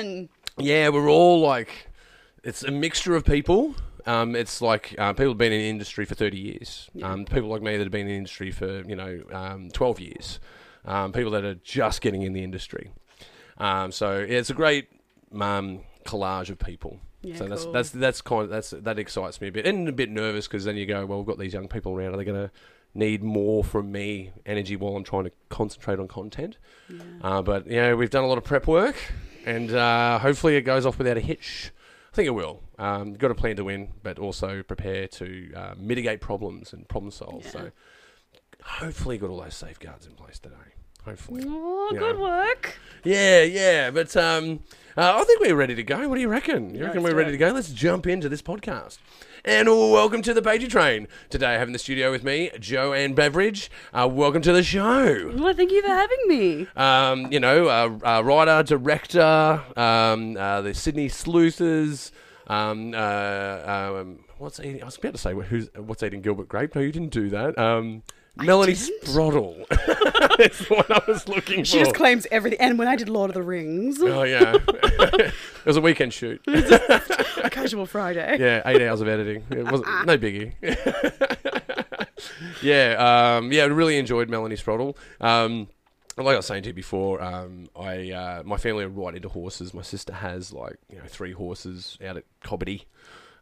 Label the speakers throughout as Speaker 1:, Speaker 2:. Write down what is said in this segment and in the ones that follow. Speaker 1: and
Speaker 2: Yeah, we're all like, it's a mixture of people. Um, it's like uh, people have been in the industry for 30 years. Um, people like me that have been in the industry for, you know, um, 12 years. Um, people that are just getting in the industry. Um, so yeah, it's a great um, collage of people.
Speaker 1: Yeah,
Speaker 2: so that's
Speaker 1: cool.
Speaker 2: that's that's kind of, that's that excites me a bit and a bit nervous because then you go well we've got these young people around are they going to need more from me energy while I'm trying to concentrate on content uh, but you know, we've done a lot of prep work, and uh, hopefully it goes off without a hitch. I think it will. Um, got a plan to win, but also prepare to uh, mitigate problems and problem solve.
Speaker 1: Yeah.
Speaker 2: So hopefully, got all those safeguards in place today. Hopefully,
Speaker 1: oh,
Speaker 2: Yeah.
Speaker 1: good work.
Speaker 2: yeah, yeah. But um, uh, I think we're ready to go. What do you reckon? You
Speaker 1: Yeah,
Speaker 2: reckon
Speaker 1: let's do
Speaker 2: we're ready
Speaker 1: it.
Speaker 2: to go? Let's jump into this podcast. And welcome to the Pagey Train. Today, I have in the studio with me Joanne Beveridge. Uh, welcome to the show.
Speaker 1: Well, thank you for having me.
Speaker 2: um, you know, uh, uh, writer, director, um, uh, the Sydney Sleuthers. Um, uh, um, what's eating? I was about to say who's what's eating Gilbert Grape. No, you didn't do that. Um, Melanie
Speaker 1: didn't?
Speaker 2: Sproddle. That's the one I was looking
Speaker 1: She
Speaker 2: for.
Speaker 1: just claims everything. And when I did Lord of the Rings,
Speaker 2: oh yeah, it was a weekend shoot.
Speaker 1: Casual Friday.
Speaker 2: Yeah, eight hours of editing. It wasn't no biggie. yeah, um, yeah, I really enjoyed Melanie Sproddle. Um, and like I was saying to you before, um, I uh, my family are right into horses. My sister has like you know three horses out at Cobbity.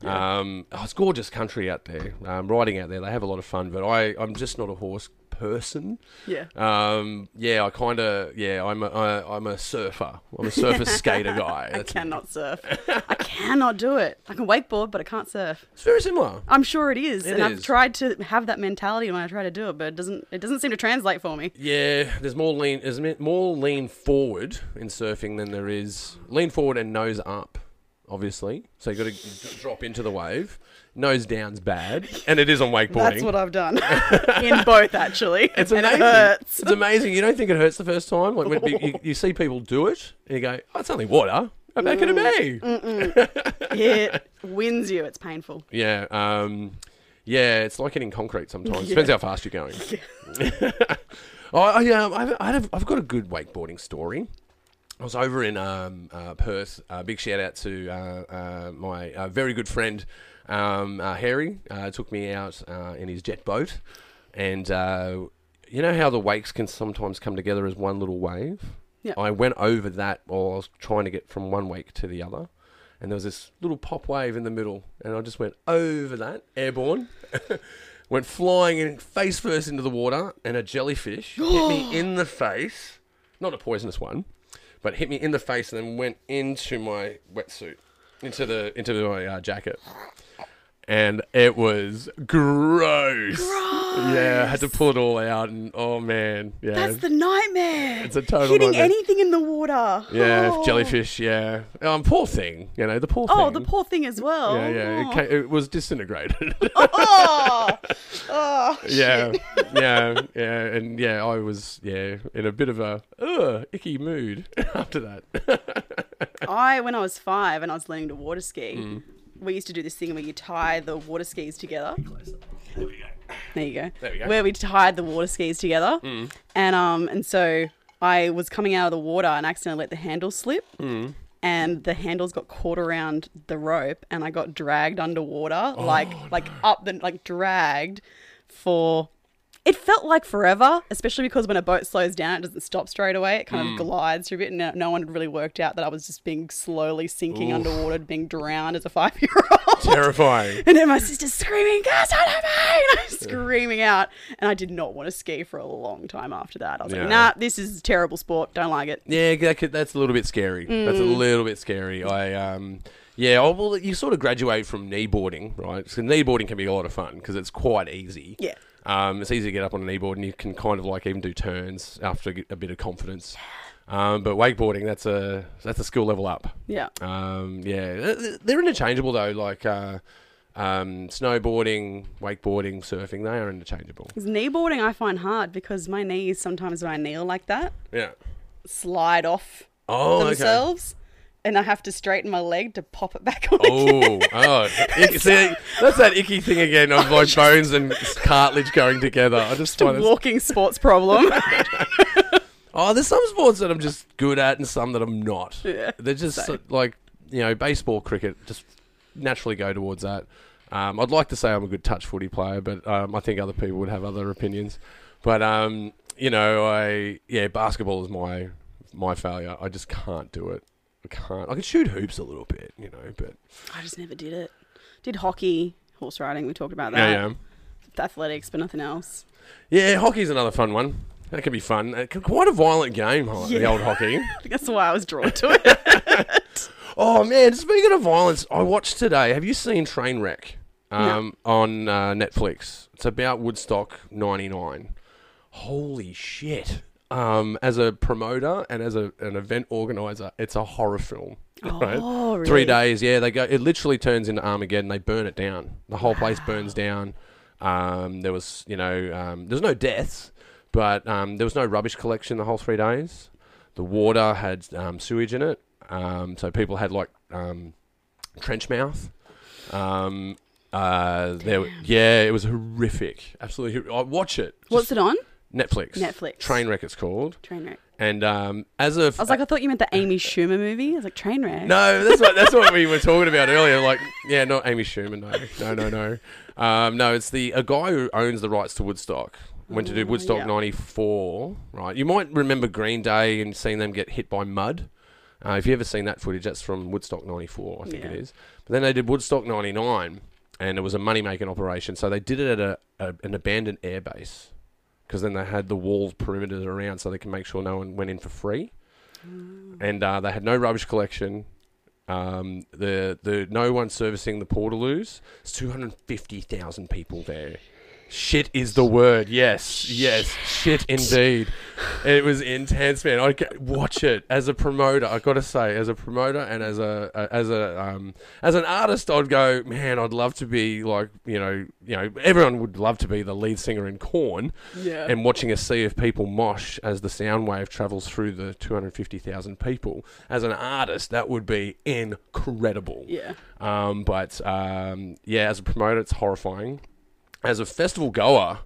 Speaker 2: Um, oh, it's gorgeous country out there. Um, riding out there, they have a lot of fun. But I, I'm just not a horse person.
Speaker 1: Yeah.
Speaker 2: Um, yeah, I kind of yeah, I'm a, I, I'm a surfer. I'm a surfer skater guy.
Speaker 1: I
Speaker 2: That's-
Speaker 1: cannot surf. I cannot do it. I can wakeboard, but I can't surf.
Speaker 2: It's very similar.
Speaker 1: I'm sure it is,
Speaker 2: It
Speaker 1: and
Speaker 2: is.
Speaker 1: I've tried to have that mentality when I try to do it, but it doesn't. It doesn't seem to translate for me.
Speaker 2: Yeah, there's more lean. There's me- more lean forward in surfing than there is lean forward and nose up. Obviously, so you got to drop into the wave. Nose down's bad, and it is on wakeboarding.
Speaker 1: That's what I've done in both, actually.
Speaker 2: it's
Speaker 1: and
Speaker 2: amazing.
Speaker 1: It hurts.
Speaker 2: It's amazing. You don't think it hurts the first time. Like when you, you, you see people do it, and you go, "Oh, it's only water. How bad can it be?"
Speaker 1: It wins you. It's painful.
Speaker 2: Yeah, um, yeah, it's like hitting concrete sometimes. Depends how fast you're going. oh, I, yeah, I've, I have, I've got a good wakeboarding story. I was over in um, uh, Perth. Uh, big shout out to uh, uh, my uh, very good friend um, uh, Harry. Uh, took me out uh, in his jet boat, and uh, you know how the wakes can sometimes come together as one little wave.
Speaker 1: Yeah.
Speaker 2: I went over that while I was trying to get from one wake to the other, and there was this little pop wave in the middle, and I just went over that airborne. went flying in face first into the water, and a jellyfish hit me in the face. Not a poisonous one, but hit me in the face, and then went into my wetsuit, into the into my uh, jacket, and it was gross. Yeah, I had to pull it all out, and oh man, yeah,
Speaker 1: That's the nightmare.
Speaker 2: It's a total
Speaker 1: hitting
Speaker 2: nightmare.
Speaker 1: anything in the water.
Speaker 2: yeah,
Speaker 1: Oh.
Speaker 2: jellyfish, yeah, um, poor thing, you know the poor
Speaker 1: Oh,
Speaker 2: thing.
Speaker 1: the poor thing as well.
Speaker 2: Yeah, yeah, it,
Speaker 1: Oh.
Speaker 2: ca it was disintegrated.
Speaker 1: Oh, oh.
Speaker 2: yeah, yeah, yeah, and yeah, I was yeah in a bit of a ugh, icky mood after that.
Speaker 1: I, when I was five and I was learning to water ski,
Speaker 2: Mm.
Speaker 1: we used to do this thing where you tie the water skis together. There you go.
Speaker 2: There we go.
Speaker 1: Where we tied the water skis together,
Speaker 2: Mm.
Speaker 1: and um, and so I was coming out of the water and accidentally let the handle slip,
Speaker 2: Mm.
Speaker 1: and the handles got caught around the rope, and I got dragged underwater,
Speaker 2: Oh,
Speaker 1: like like up the like dragged for. It felt like forever, especially because when a boat slows down, it doesn't stop straight away. It kind of glides through a bit, and no, no one had really worked out that I was just being slowly sinking underwater, being drowned as a five-year-old.
Speaker 2: Terrifying.
Speaker 1: And then my sister's screaming, "Gas out of me!" And I'm screaming out, and I did not want to ski for a long time after that. I was
Speaker 2: Yeah.
Speaker 1: like, "Nah, this is a terrible sport. Don't like it."
Speaker 2: Yeah, that could, that's a little bit scary. That's a
Speaker 1: Mm.
Speaker 2: little bit scary. I um, yeah, I, well, you sort of graduate from kneeboarding, right? So kneeboarding can be a lot of fun because it's quite easy.
Speaker 1: Yeah.
Speaker 2: Um, it's easy to get up on a kneeboard and you can kind of like even do turns after a bit of confidence. Um, but wakeboarding, that's a that's a skill level up.
Speaker 1: Yeah,
Speaker 2: Um, yeah, Th- they're interchangeable though. Like uh, um, snowboarding, wakeboarding, surfing, they are interchangeable.
Speaker 1: 'Cause kneeboarding I find hard because my knees sometimes when I kneel like that
Speaker 2: Yeah.
Speaker 1: slide off
Speaker 2: Oh, okay.
Speaker 1: themselves, and I have to straighten my leg to pop it back on.
Speaker 2: Oh, oh! Ick- see, that's that icky thing again of like bones and cartilage going together. I just
Speaker 1: It's a
Speaker 2: find it's,
Speaker 1: walking sports problem.
Speaker 2: Oh, there's some sports that I'm just good at and some that I'm not.
Speaker 1: Yeah,
Speaker 2: They're just
Speaker 1: same.
Speaker 2: like, you know, baseball, cricket, just naturally go towards that. Um, I'd like to say I'm a good touch footy player, but um, I think other people would have other opinions. But, um, you know, I, yeah, basketball is my my failure. I just can't do it. I can't. I can shoot hoops a little bit, you know, but
Speaker 1: I just never did it. Did hockey, horse riding. We talked about that.
Speaker 2: yeah, yeah.
Speaker 1: Athletics, but nothing else.
Speaker 2: Yeah, hockey's another fun one. That could be fun. Uh, c- Quite a violent game, ho- the
Speaker 1: Yeah.
Speaker 2: old hockey.
Speaker 1: I think that's why I was drawn to it.
Speaker 2: Oh man, speaking of violence, I watched today. Have you seen Trainwreck um, on uh, Netflix? It's about Woodstock '99. Holy shit! Um, as a promoter and as a, an event organizer, it's a horror film. right?
Speaker 1: Oh,
Speaker 2: Three
Speaker 1: really?
Speaker 2: days, yeah. They go. It literally turns into Armageddon. They burn it down. The whole place burns down. Um, there was, you know, um, there's no deaths, but um, there was no rubbish collection the whole three days. The water had um, sewage in it, um, so people had like um, trench mouth. Um, uh, there, yeah, it was horrific. Absolutely, hor- I watch it.
Speaker 1: What's it on?
Speaker 2: Netflix.
Speaker 1: Netflix.
Speaker 2: Trainwreck. It's called.
Speaker 1: Trainwreck.
Speaker 2: And um, as a,
Speaker 1: I was like, I thought you meant the Amy Schumer movie. I was like, Trainwreck.
Speaker 2: no, that's what that's what we were talking about earlier. Like, yeah, not Amy Schumer. No, no, no, no. Um, no, it's the a guy who owns the rights to Woodstock. Went to do
Speaker 1: Oh,
Speaker 2: Woodstock
Speaker 1: yeah.
Speaker 2: '94, right? You might remember Green Day and seeing them get hit by mud. Uh, if you ever seen that footage, that's from Woodstock '94, I think it
Speaker 1: Yeah.
Speaker 2: is. But then they did Woodstock '99, and it was a money making operation. So they did it at a, a an abandoned airbase because then they had the wall perimeters around so they can make sure no one went in for free.
Speaker 1: Mm.
Speaker 2: And uh, they had no rubbish collection. Um, the the no one servicing the portaloos. It's two hundred fifty thousand people there. Shit is the word. Yes, yes, shit indeed. It was intense, man. I ca- watch it as a promoter. I gotta say, as a promoter and as a uh, as a um, as an artist, I'd go, man. I'd love to be like you know you know everyone would love to be the lead singer in Corn,
Speaker 1: Yeah.
Speaker 2: and watching a sea of people mosh as the sound wave travels through the 250,000 people. As an artist, that would be incredible.
Speaker 1: Yeah.
Speaker 2: Um, but um, yeah, as a promoter, it's horrifying. As a festival goer,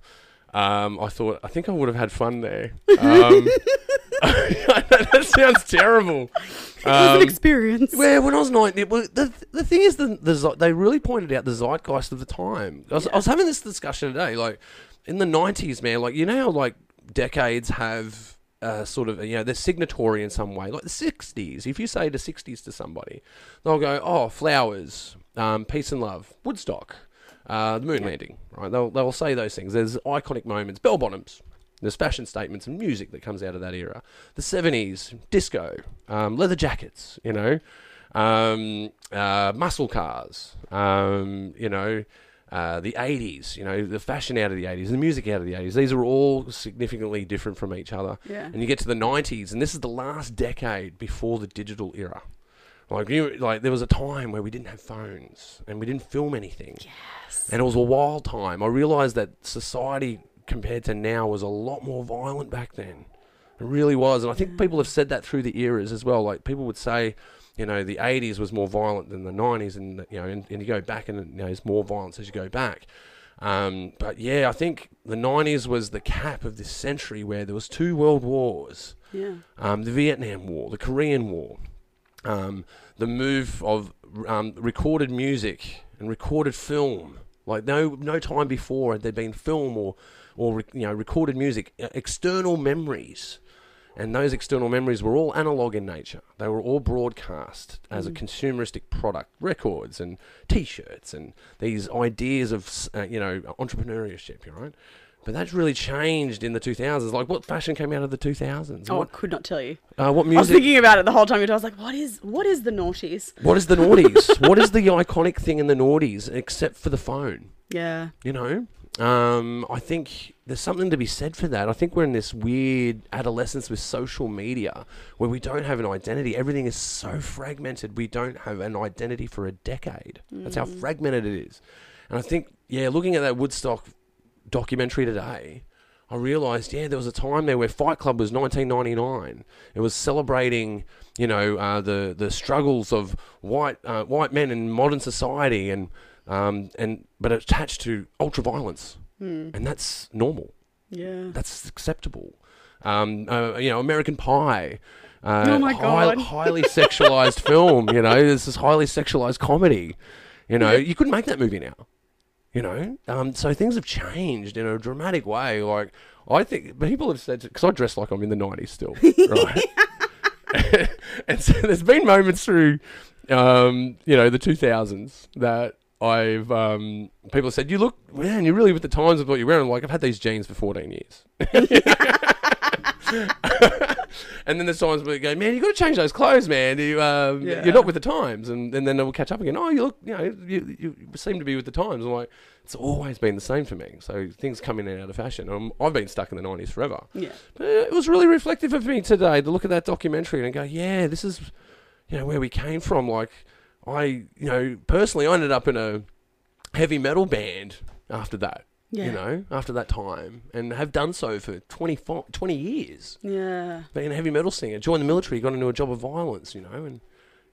Speaker 2: um, I thought I think I would have had fun there. Um, that sounds terrible.
Speaker 1: it was an
Speaker 2: Um,
Speaker 1: experience.
Speaker 2: yeah, when I was nine, it was, the the thing is, the, the ze- they really pointed out the zeitgeist of the time. I was, I was having this discussion today, like in the nineties, man. Like you know, how, like decades have uh, sort of you know they're signatory in some way. Like the sixties, if you say the sixties to somebody, they'll go, "Oh, flowers, um, peace and love, Woodstock, uh, the moon landing." Right? They'll they'll say those things. There's iconic moments, bell bottoms. There's fashion statements and music that comes out of that era. The 70s, disco, um, leather jackets, you know, um, uh, muscle cars, um, you know, uh, the 80s, you know, the fashion out of the 80s, the music out of the 80s. These are all significantly different from each other.
Speaker 1: Yeah.
Speaker 2: And you get to the 90s, and this is the last decade before the digital era. Like you, like there was a time where we didn't have phones and we didn't film anything. Yes. And it was a wild time. I realized that society compared to now was a lot more violent back then. It really was, and I think people have said that through the eras as well. Like people would say, you know, the '80s was more violent than the '90s, and you know, and, and you go back, and you know, there's more violence as you go back. Um, but yeah, I think the '90s was the cap of this century where there was two world wars
Speaker 1: Yeah.
Speaker 2: um, the Vietnam War, the Korean War, um, the move of um, recorded music and recorded film. Like no no time before had there been film or or re- you know recorded music, uh, external memories, and those external memories were all analog in nature. They were all broadcast as a consumeristic product, records and T-shirts and these ideas of s- uh, you know entrepreneurship, you right? But that's really changed in the 2000s. Like what fashion came out of the 2000s?
Speaker 1: Oh, I
Speaker 2: What
Speaker 1: could not tell you.
Speaker 2: uh, what
Speaker 1: I was
Speaker 2: music?
Speaker 1: thinking about it the whole time. I was like, what is what is the noughties?
Speaker 2: what is the noughties? what is the iconic thing in the noughties except for the phone?
Speaker 1: Yeah.
Speaker 2: You know, um, I think there's something to be said for that. I think we're in this weird adolescence with social media where we don't have an identity. Everything is so fragmented. We don't have an identity for a decade. That's how fragmented it is. And I think, yeah, looking at that Woodstock documentary today, I realised, yeah, there was a time there where Fight Club was 1999. It was celebrating, you know, uh, the the struggles of white uh, white men in modern society, and um, and but attached to ultra violence, and that's normal.
Speaker 1: Hmm. Yeah.
Speaker 2: That's acceptable. um, uh, you know, American Pie. Uh,
Speaker 1: Oh my
Speaker 2: high-
Speaker 1: God.
Speaker 2: highly sexualized film. You know, this is highly sexualized comedy. You know, you couldn't make that movie now. You know, um, so things have changed in a dramatic way. Like I think people have said, because I dress like I'm in the '90s still, right? and so there's been moments through, um, you know, the 2000s that I've um, people have said, "You look, man, you're really with the times of what you're wearing." I'm like I've had these jeans for 14 years. and then there's times where you go, man, you got to change those clothes, man. You, um,
Speaker 1: Yeah.
Speaker 2: You're not with the times. And, and then we'll catch up again. Oh, you look, you know, you, you seem to be with the times. I'm like, it's always been the same for me. So things come in and out of fashion. Um, I've been stuck in the 90s forever.
Speaker 1: Yeah.
Speaker 2: But Uh, it was really reflective of me today to look at that documentary and go, yeah, this is, you know, where we came from. Like, I, you know, personally, I ended up in a heavy metal band after that.
Speaker 1: Yeah.
Speaker 2: You know, after that time, and have done so for 25, 20 years
Speaker 1: Yeah.
Speaker 2: being a heavy metal singer, joined the military, got into a job of violence, you know, and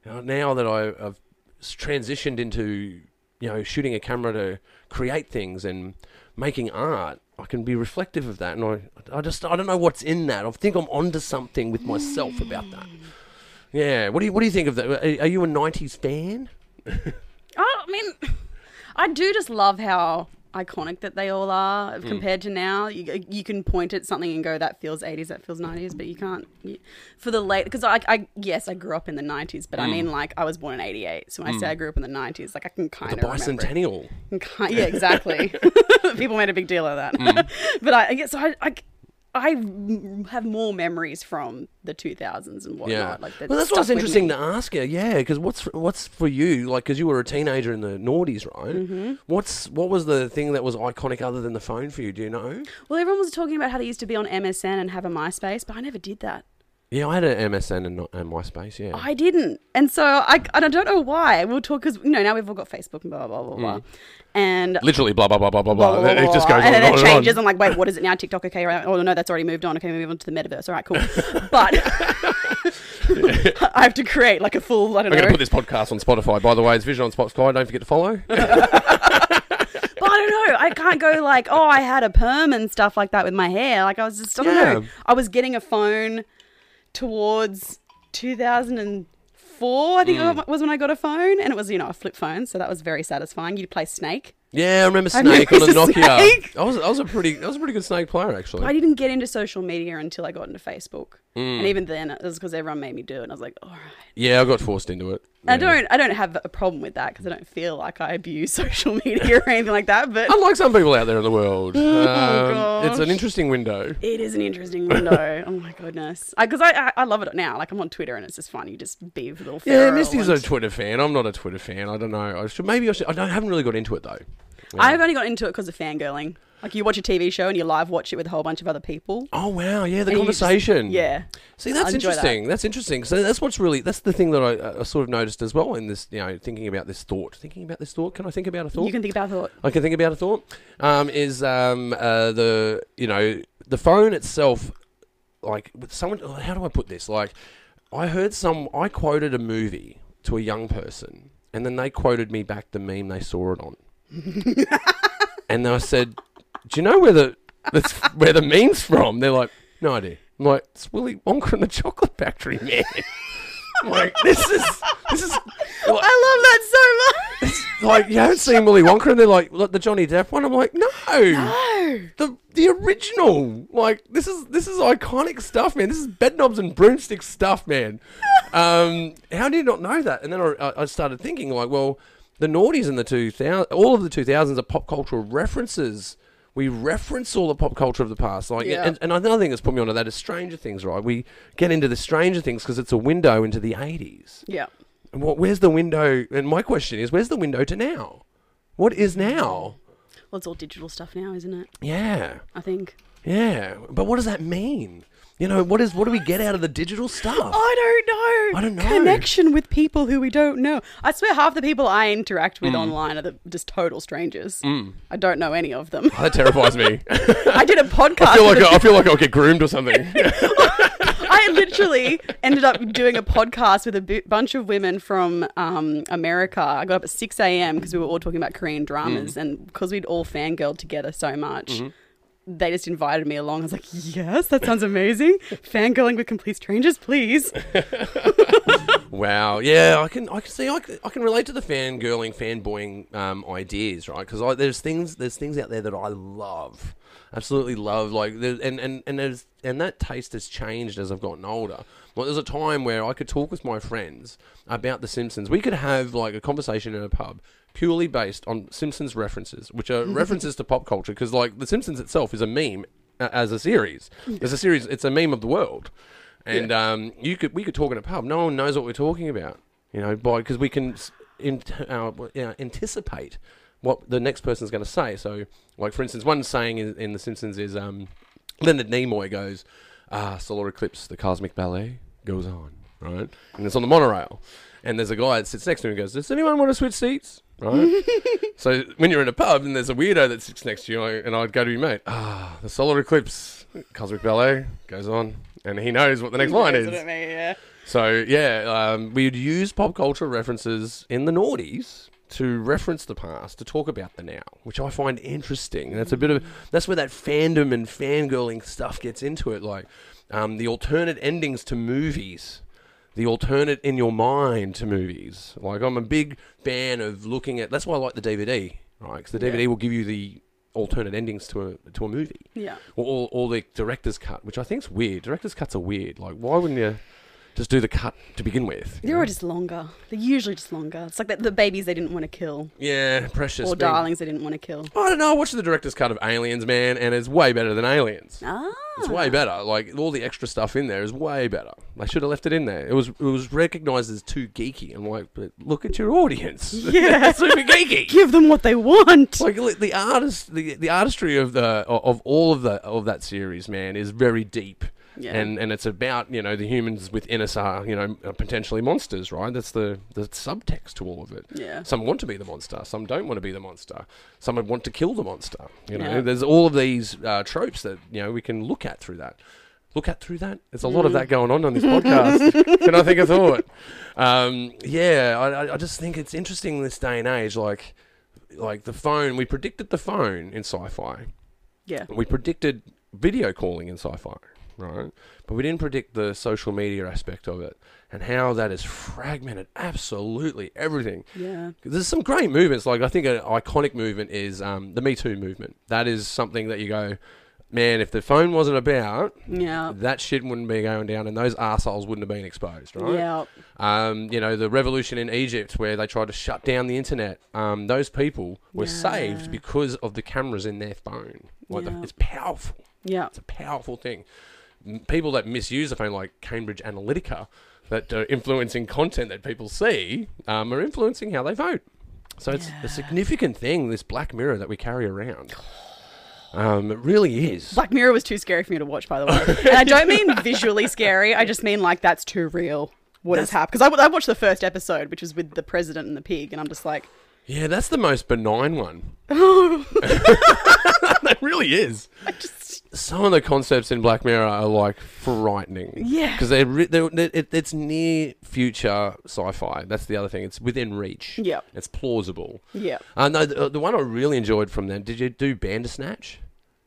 Speaker 2: you know, now that I, I've s- transitioned into you know shooting a camera to create things and making art, I can be reflective of that, and I, I just I don't know what's in that. I think I'm onto something with myself about
Speaker 1: Mm.
Speaker 2: that. Yeah, what do you what do you think of that? Are, are you a '90s fan?
Speaker 1: I mean, I do just love how iconic that they all
Speaker 2: Hmm.
Speaker 1: are compared to now. You, you can point at something and go, that feels 80s, that feels 90s, but you can't. You, for the late, because I, I, yes, I grew up in the 90s, but I
Speaker 2: Hmm.
Speaker 1: mean, like, I was born in 88. So when I say I grew up in the 90s, like, I can kind
Speaker 2: The
Speaker 1: of. remember it.
Speaker 2: Hmm. bicentennial.
Speaker 1: Ki- Yeah, exactly. People made a big deal of that.
Speaker 2: Hmm.
Speaker 1: but I, I guess I, I, I have more memories from the 2000s and whatnot.
Speaker 2: Yeah,
Speaker 1: Like
Speaker 2: well, that's
Speaker 1: stuck with
Speaker 2: what's interesting
Speaker 1: me.
Speaker 2: to ask you. Yeah, because what's what's for you? Like, because you were a teenager in the noughties, right? Mm-hmm. What's what was the thing that was iconic other than the phone for you? Do you know?
Speaker 1: Well, everyone was talking about how they used to be on MSN and have a MySpace, but I never did that.
Speaker 2: Yeah, I had an MSN and, not, and MySpace. Yeah,
Speaker 1: I didn't. And so I, and I don't know why. We'll talk because, you know, now we've all got Facebook and blah, blah, blah, blah. blah. And.
Speaker 2: literally blah blah blah blah blah
Speaker 1: Blah,
Speaker 2: blah.
Speaker 1: blah, blah,
Speaker 2: it just
Speaker 1: blah,
Speaker 2: goes
Speaker 1: and
Speaker 2: on
Speaker 1: then
Speaker 2: and
Speaker 1: it
Speaker 2: on and on.
Speaker 1: changes. I'm like, wait, what is it now? TikTok, okay, right? Oh no, that's already moved on. Okay, we move on to the metaverse. All right, cool. But I have to create like a full. I don't
Speaker 2: I'm
Speaker 1: know.
Speaker 2: going to put this podcast on Spotify. By the way, it's Vision on Spotify. Don't forget to follow.
Speaker 1: But I don't know. I can't go like, oh, I had a perm and stuff like that with my hair. Like I was just, I don't know.
Speaker 2: Yeah.
Speaker 1: I was getting a phone towards 2004. I think
Speaker 2: Mm.
Speaker 1: it was when I got a phone, and it was you know a flip phone, so that was very satisfying. You'd play Snake.
Speaker 2: yeah, I remember
Speaker 1: I remember
Speaker 2: Snake on a
Speaker 1: the
Speaker 2: Nokia.
Speaker 1: Snake.
Speaker 2: I was I was a pretty I was a pretty good Snake player actually.
Speaker 1: I didn't get into social media until I got into Facebook,
Speaker 2: Mm.
Speaker 1: and even then it was because everyone made me do it. And I was like, all right.
Speaker 2: yeah, I got forced into it.
Speaker 1: I
Speaker 2: Yeah.
Speaker 1: don't, I don't have a problem with that because I don't feel like I abuse social media or anything like that. But
Speaker 2: Unlike some people out there in the world, um, it's an
Speaker 1: Oh, gosh.
Speaker 2: interesting window.
Speaker 1: It is an interesting window. oh my goodness, because I, I, I love it now. Like I'm on Twitter and it's just fun. You just be with little.
Speaker 2: Yeah,
Speaker 1: Pharaoh
Speaker 2: Misty's a
Speaker 1: and-
Speaker 2: Twitter fan. I'm not a Twitter fan. I don't know. I should maybe I should. I don't, haven't really got into it though.
Speaker 1: I've only got into it because of fangirling. Like you watch a TV show and you live watch it with a whole bunch of other people.
Speaker 2: Oh wow, yeah, the
Speaker 1: And you just-
Speaker 2: conversation.
Speaker 1: Yeah.
Speaker 2: See, that's
Speaker 1: I enjoy that.
Speaker 2: interesting. That's interesting. So that's what's really that's the thing that I, I sort of noticed as well in this. You know, thinking about this thought. Thinking about this thought. Can I think about a thought?
Speaker 1: You can think about thought.
Speaker 2: I can think about a thought. Um, is um, uh, the you know the phone itself like with someone? oh, How do I put this? Like I heard some. I quoted a movie to a young person, and then they quoted me back the meme they saw it on, and I said, "Do you know where the that's where the meme's from?" They're like, "No idea." I'm like, "It's Willy Wonka and the Chocolate Factory, man." I'm like this is this is. like-
Speaker 1: I love that so
Speaker 2: like you haven't seen Willy Wonka, and they're like, "Look, the Johnny Depp one." I'm like, no,
Speaker 1: much.
Speaker 2: the the original. Like this is this is iconic stuff, man. This is bed knobs and broomstick stuff, man. um, how do you not know that? And then I- I, I started thinking, like, well, the noughties in the two thousand, all of the two thousands are pop cultural references. We reference all the pop culture of the past, like,
Speaker 1: Yeah.
Speaker 2: and, and another thing that's put me onto that is Stranger Things, right? We get into the Stranger Things because it's a window into the eighties.
Speaker 1: yeah.
Speaker 2: And what? Where's the window? And my question is, where's the window to now? What is now?
Speaker 1: Well, it's all digital stuff now, isn't it?
Speaker 2: Yeah,
Speaker 1: I think.
Speaker 2: yeah. But what does that mean? You know, what is? What do we get out of the digital stuff?
Speaker 1: I don't know.
Speaker 2: I don't know.
Speaker 1: Connection with people who we don't know. I swear half the people I interact
Speaker 2: Mm.
Speaker 1: with online are the, just total strangers. I don't know any of them.
Speaker 2: that terrifies me.
Speaker 1: I did a podcast.
Speaker 2: Mm. I feel
Speaker 1: with
Speaker 2: like
Speaker 1: a
Speaker 2: I feel like I'll get groomed or something.
Speaker 1: I literally ended up doing a podcast with a bu- bunch of women from um, America. I got up at
Speaker 2: Mm.
Speaker 1: 6 a.m. because we were all talking about Korean dramas, and because we'd all fangirled together so much,
Speaker 2: Mm-hmm.
Speaker 1: they just invited me along. I was like, yes, that sounds amazing. Fangirling with complete strangers, please.
Speaker 2: Wow. Yeah, I can. I can see. I can, I can relate to the fangirling, fanboying um, ideas, right? Because there's things. There's things out there that I love, absolutely love. Like, there, and and and there's and that taste has changed as I've gotten older. Like, there's a time where I could talk with my friends about The Simpsons. We could have like a conversation in a pub purely based on Simpsons references, which are references to pop culture. Because like The Simpsons itself is a meme uh, as a series. As a series, it's a meme of the world and um, you could we could talk in a pub. No one knows what we're talking about, you know, by because we can s- in, uh, you know, anticipate what the next person's going to say. So, like for instance, one saying in, in The Simpsons is um, Leonard Nimoy goes, "Ah, solar eclipse, the cosmic ballet goes on," right? And it's on the monorail, and there's a guy that sits next to him and goes, "Does anyone want to switch seats?" Right? so when you're in a pub and there's a weirdo that sits next to you, I, and I'd go to your mate, ah, the solar eclipse, cosmic ballet goes on, and he knows what the next line
Speaker 1: That's what I
Speaker 2: is.
Speaker 1: mean, yeah.
Speaker 2: So yeah, um, we'd use pop culture references in the noughties to reference the past to talk about the now, which I find interesting. And that's a bit of that's where that fandom and fangirling stuff gets into it, like um, the alternate endings to movies. The alternate in your mind to movies. Like, I'm a big fan of looking at. That's why I like the DVD, right? Because the DVD will give you the alternate endings to a, to a movie.
Speaker 1: Yeah.
Speaker 2: Or, or, or the director's cut, which I think is weird. Director's cuts are weird. Like, why wouldn't you just do the cut to begin with? you
Speaker 1: They're
Speaker 2: know?
Speaker 1: all just longer. They're usually just longer. It's like the, the babies they didn't want to kill,
Speaker 2: yeah, precious.
Speaker 1: or
Speaker 2: being-
Speaker 1: darlings they didn't want to kill.
Speaker 2: I don't know. I watched the director's cut of Aliens, man, and it's way better than Aliens.
Speaker 1: Ah,
Speaker 2: It's way better. Like all the extra stuff in there is way better. They should have left it in there. It was it was recognised as too geeky. I'm like, but look at your audience.
Speaker 1: Yeah.
Speaker 2: super geeky.
Speaker 1: give them what they want.
Speaker 2: like li- the artist the, the artistry of the of of all of the of that series man is very deep
Speaker 1: Yeah.
Speaker 2: and and it's about you know the humans within us are you know are potentially monsters right that's the the subtext to all of it
Speaker 1: Yeah.
Speaker 2: some want to be the monster some don't want to be the monster some would want to kill the monster you know
Speaker 1: Yeah.
Speaker 2: there's all of these uh, tropes that you know we can look at through that look at through that there's a lot of that going on on this podcast can i think of thought um, yeah I, I- I just think it's interesting in this day and age like like the phone we predicted the phone in sci-fi
Speaker 1: Yeah.
Speaker 2: we predicted video calling in sci-fi right but we didn't predict the social media aspect of it and how that has fragmented absolutely everything
Speaker 1: Yeah.
Speaker 2: there's some great movements like i think an iconic movement is um, the me too movement that is something that you go man if the phone wasn't about
Speaker 1: Yeah.
Speaker 2: that shit wouldn't be going down and those assholes wouldn't have been exposed right
Speaker 1: Yeah.
Speaker 2: um, you know, the revolution in Egypt where they tried to shut down the internet. Um, those people were
Speaker 1: Yeah.
Speaker 2: saved because of the cameras in their phone. Like the,
Speaker 1: Yeah.
Speaker 2: it's powerful.
Speaker 1: Yeah.
Speaker 2: It's a powerful thing. M- People that misuse the phone, like Cambridge Analytica, that are influencing content that people see, um, are influencing how they vote. So it's a significant thing. This black mirror that we carry around. Um, it really is.
Speaker 1: Black Mirror was too scary for me to watch, by the way. and I don't mean visually scary. I just mean like that's too real. What has happened? Because I, I watched the first episode, which was with the president and the pig, and I'm just like,
Speaker 2: Yeah, that's the most benign one. that really is.
Speaker 1: I just
Speaker 2: some of the concepts in Black Mirror are like frightening.
Speaker 1: Yeah.
Speaker 2: because they're, re- they're, they're it, it's near future sci-fi. That's the other thing. It's within reach.
Speaker 1: Yep.
Speaker 2: it's plausible.
Speaker 1: Yep.
Speaker 2: Uh, no, the, the one I really enjoyed from them. Did you do Bandersnatch?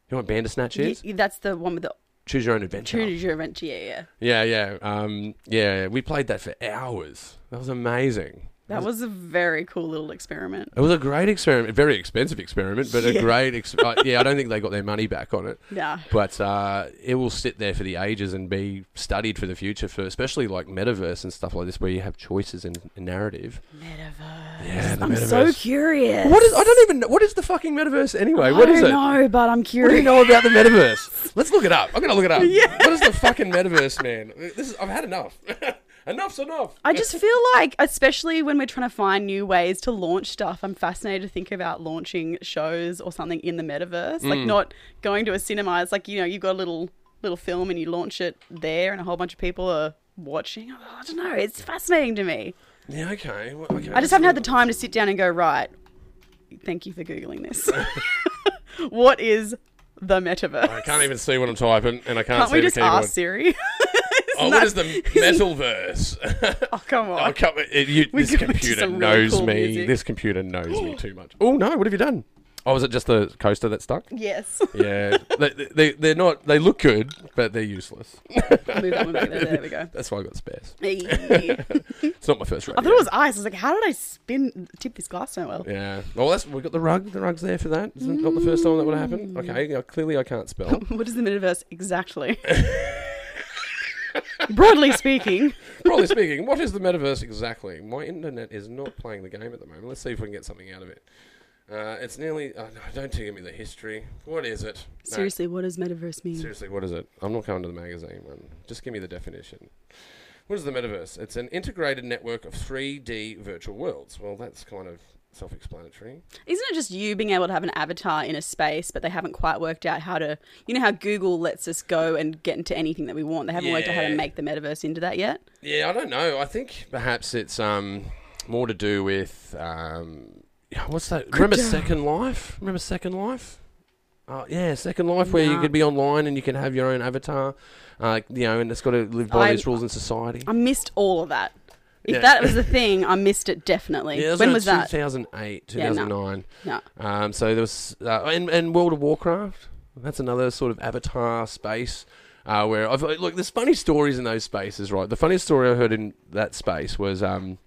Speaker 2: You know what Bandersnatch
Speaker 1: y-
Speaker 2: is?
Speaker 1: y- that's the one with the
Speaker 2: Choose your own adventure.
Speaker 1: True Adventure. Yeah, yeah.
Speaker 2: Yeah, yeah, um, yeah. We played that for hours. That was amazing.
Speaker 1: That was a very cool little experiment.
Speaker 2: It was a great experiment, a very expensive experiment, but
Speaker 1: Yeah.
Speaker 2: a great. Ex- uh, yeah, I don't think they got their money back on it.
Speaker 1: Nah.
Speaker 2: But uh, it will sit there for the ages and be studied for the future for especially like metaverse and stuff like this, where you have choices in, in narrative.
Speaker 1: Metaverse.
Speaker 2: Yeah, the
Speaker 1: I'm
Speaker 2: metaverse.
Speaker 1: so curious.
Speaker 2: what is? I don't even. know What is the fucking metaverse anyway? What
Speaker 1: I
Speaker 2: is
Speaker 1: don't
Speaker 2: it?
Speaker 1: know, but I'm
Speaker 2: What do you
Speaker 1: curious.
Speaker 2: know about the metaverse? Let's look it up. I'm gonna look it up. What is the fucking metaverse, man? This is. I've had enough. Enough's enough.
Speaker 1: I just feel like, especially when we're trying to find new ways to launch stuff, I'm fascinated to think about launching shows or something in the metaverse. Like
Speaker 2: Hmm.
Speaker 1: not going to a cinema. It's like you know you've got a little little film and you launch it there, and a whole bunch of people are watching. Oh, I don't know. It's fascinating to me.
Speaker 2: Yeah. Okay. well, okay.
Speaker 1: I just haven't had the time to sit down and go right. Thank you for googling this. what is the metaverse?
Speaker 2: I can't even see what I'm typing, and I can't,
Speaker 1: Can't
Speaker 2: see
Speaker 1: we
Speaker 2: the
Speaker 1: just
Speaker 2: keyboard.
Speaker 1: ask Siri?
Speaker 2: oh, what is the metalverse?
Speaker 1: oh, come on.
Speaker 2: I can't, it, you, this
Speaker 1: got into
Speaker 2: computer
Speaker 1: some really
Speaker 2: knows
Speaker 1: cool
Speaker 2: me.
Speaker 1: music.
Speaker 2: This computer knows me too much. Oh no! What have you done? Oh, was it just the coaster that stuck?
Speaker 1: Yes.
Speaker 2: Yeah, they, they they're not. They look good, but they're useless.
Speaker 1: Move that one back there. There we go.
Speaker 2: That's why I got spares.
Speaker 1: Hey.
Speaker 2: It's not my first rodeo.
Speaker 1: I thought it was ice. I was like, how did I spin tip this glass so well?
Speaker 2: Yeah. Well, that's we got the rug. The rug's there for that. Isn't it not the first time that would happen? Okay. yeah, clearly, I can't spell.
Speaker 1: What is the metaverse exactly? Broadly speaking,
Speaker 2: Broadly speaking, what is the metaverse exactly? My internet is not playing the game at the moment. Let's see if we can get something out of it. Uh, it's nearly. Oh, no, don't give me the history. What is it? No,
Speaker 1: seriously, what does metaverse mean?
Speaker 2: seriously, what is it? I'm not going to the magazine one. Just give me the definition. What is the metaverse? It's an integrated network of 3D virtual worlds. Well, that's kind of self-explanatory.
Speaker 1: Isn't it just you being able to have an avatar in a space, but they haven't quite worked out how to? You know how Google lets us go and get into anything that we want. They haven't worked out how to
Speaker 2: Yeah.
Speaker 1: make the metaverse into that yet.
Speaker 2: Yeah, I don't know. I think perhaps it's um, more to do with um, yeah, what's that? Remember
Speaker 1: Crypto.
Speaker 2: Second Life? Remember Second Life? Oh yeah, Second Life, where you
Speaker 1: Nah.
Speaker 2: could be online and you can have your own avatar, uh, you know, and it's got to live by
Speaker 1: I-
Speaker 2: these rules in society.
Speaker 1: I missed all of that. If
Speaker 2: Yeah.
Speaker 1: that was the thing, I missed it definitely.
Speaker 2: yeah, that
Speaker 1: when
Speaker 2: around
Speaker 1: was that?
Speaker 2: 2008,
Speaker 1: Yeah, no.
Speaker 2: 2009.
Speaker 1: No.
Speaker 2: Um, so there was, uh, and, and World of Warcraft. That's another sort of avatar space uh, where I've look. There's funny stories in those spaces, right? The funniest story I heard in that space was, um,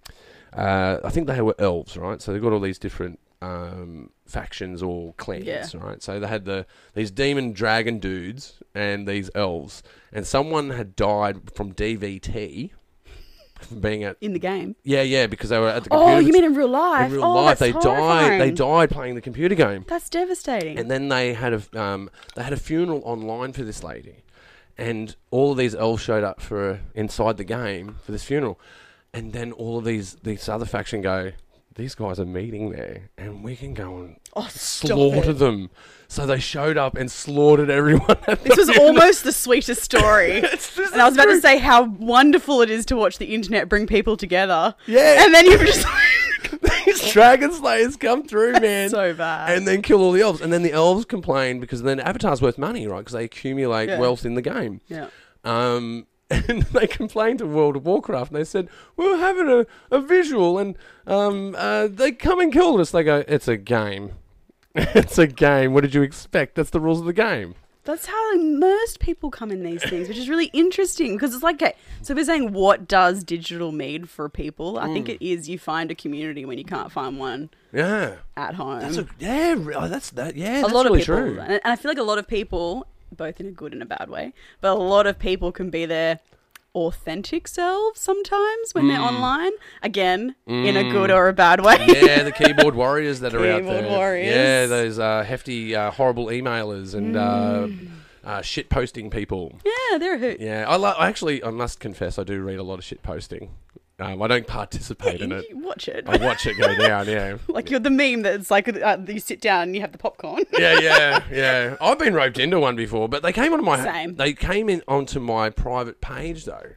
Speaker 2: uh, I think they were elves, right? So they got all these different um, factions or clans,
Speaker 1: Yeah.
Speaker 2: right? So they had the these demon dragon dudes and these elves, and someone had died from DVT. From being at
Speaker 1: In the game.
Speaker 2: yeah yeah because they were at the computer
Speaker 1: Oh, you mean in real life?
Speaker 2: in real
Speaker 1: oh,
Speaker 2: life
Speaker 1: that's
Speaker 2: they died they
Speaker 1: horrifying.
Speaker 2: died playing the computer game
Speaker 1: That's devastating.
Speaker 2: and then they had a um, they had a funeral online for this lady, and all of these elves showed up for inside the game for this funeral, and then all of these this other faction go, these guys are meeting there, and we can go and
Speaker 1: oh, stop
Speaker 2: slaughter
Speaker 1: it.
Speaker 2: them. So they showed up and slaughtered everyone. At
Speaker 1: This was almost the sweetest story. and I was about to say how wonderful it is to watch the internet bring people together.
Speaker 2: Yeah.
Speaker 1: And then you were just
Speaker 2: these dragon slayers come through, man.
Speaker 1: so bad.
Speaker 2: and then kill all the elves, and then the elves complain because then Avatar's worth money, right? Because they accumulate
Speaker 1: Yeah.
Speaker 2: wealth in the game.
Speaker 1: yeah.
Speaker 2: Um, and they complained to World of Warcraft, and they said we were having a, a visual, and um, uh, they come and killed us. They go, it's a game, it's a game. What did you expect? That's the rules of the game.
Speaker 1: That's how immersed people come in these things, which is really interesting because it's like, okay, so we're saying what does digital mean for people? I
Speaker 2: Mm.
Speaker 1: think it is you find a community when you can't find one
Speaker 2: Yeah,
Speaker 1: at home.
Speaker 2: that's a, yeah, re- oh, that's that. Yeah,
Speaker 1: a
Speaker 2: that's
Speaker 1: lot
Speaker 2: really
Speaker 1: of people,
Speaker 2: true.
Speaker 1: and and I feel like a lot of people, both in a good and a bad way, but a lot of people can be their authentic selves sometimes when they're online. Again, in a good or a bad way.
Speaker 2: Mm. yeah, the keyboard warriors that are out
Speaker 1: Keyboard
Speaker 2: there.
Speaker 1: warriors.
Speaker 2: Yeah, those uh, hefty, uh, horrible emailers and
Speaker 1: Mm.
Speaker 2: uh, uh, shit posting people.
Speaker 1: yeah, they're a hoot.
Speaker 2: Yeah, I, lo- I actually, I must confess, I do read a lot of shit posting. Um, I don't participate in it.
Speaker 1: You watch it.
Speaker 2: I watch it go down. Yeah.
Speaker 1: like you're the meme that's like uh, you sit down and you have the popcorn.
Speaker 2: yeah, yeah, yeah. I've been roped into one before, but they came onto my
Speaker 1: Same.
Speaker 2: they came in onto my private page though.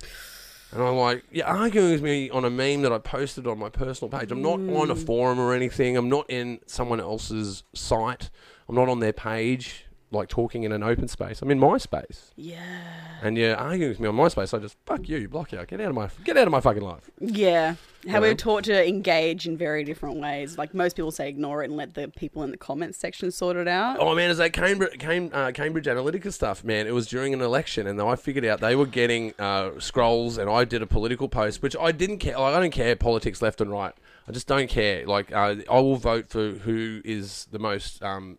Speaker 2: And I'm like, you're arguing with me on a meme that I posted on my personal page. I'm not on a
Speaker 1: Mm.
Speaker 2: forum or anything. I'm not in someone else's site. I'm not on their page, like talking in an open space. I'm in my space.
Speaker 1: yeah.
Speaker 2: And you're arguing with me on my space. I just fuck you, you block you, out. get out of my get out of my fucking life.
Speaker 1: Yeah. How
Speaker 2: know?
Speaker 1: we're taught to engage in very different ways. Like most people say, ignore it and let the people in the comments section sort it out.
Speaker 2: Oh man, it's that Cambridge, Cam, uh, Cambridge Analytica stuff, man. It was during an election, and I figured out they were getting uh, scrolls, and I did a political post, which I didn't care. Like, I don't care politics left and right. I just don't care. Like uh, I will vote for who is the most, um,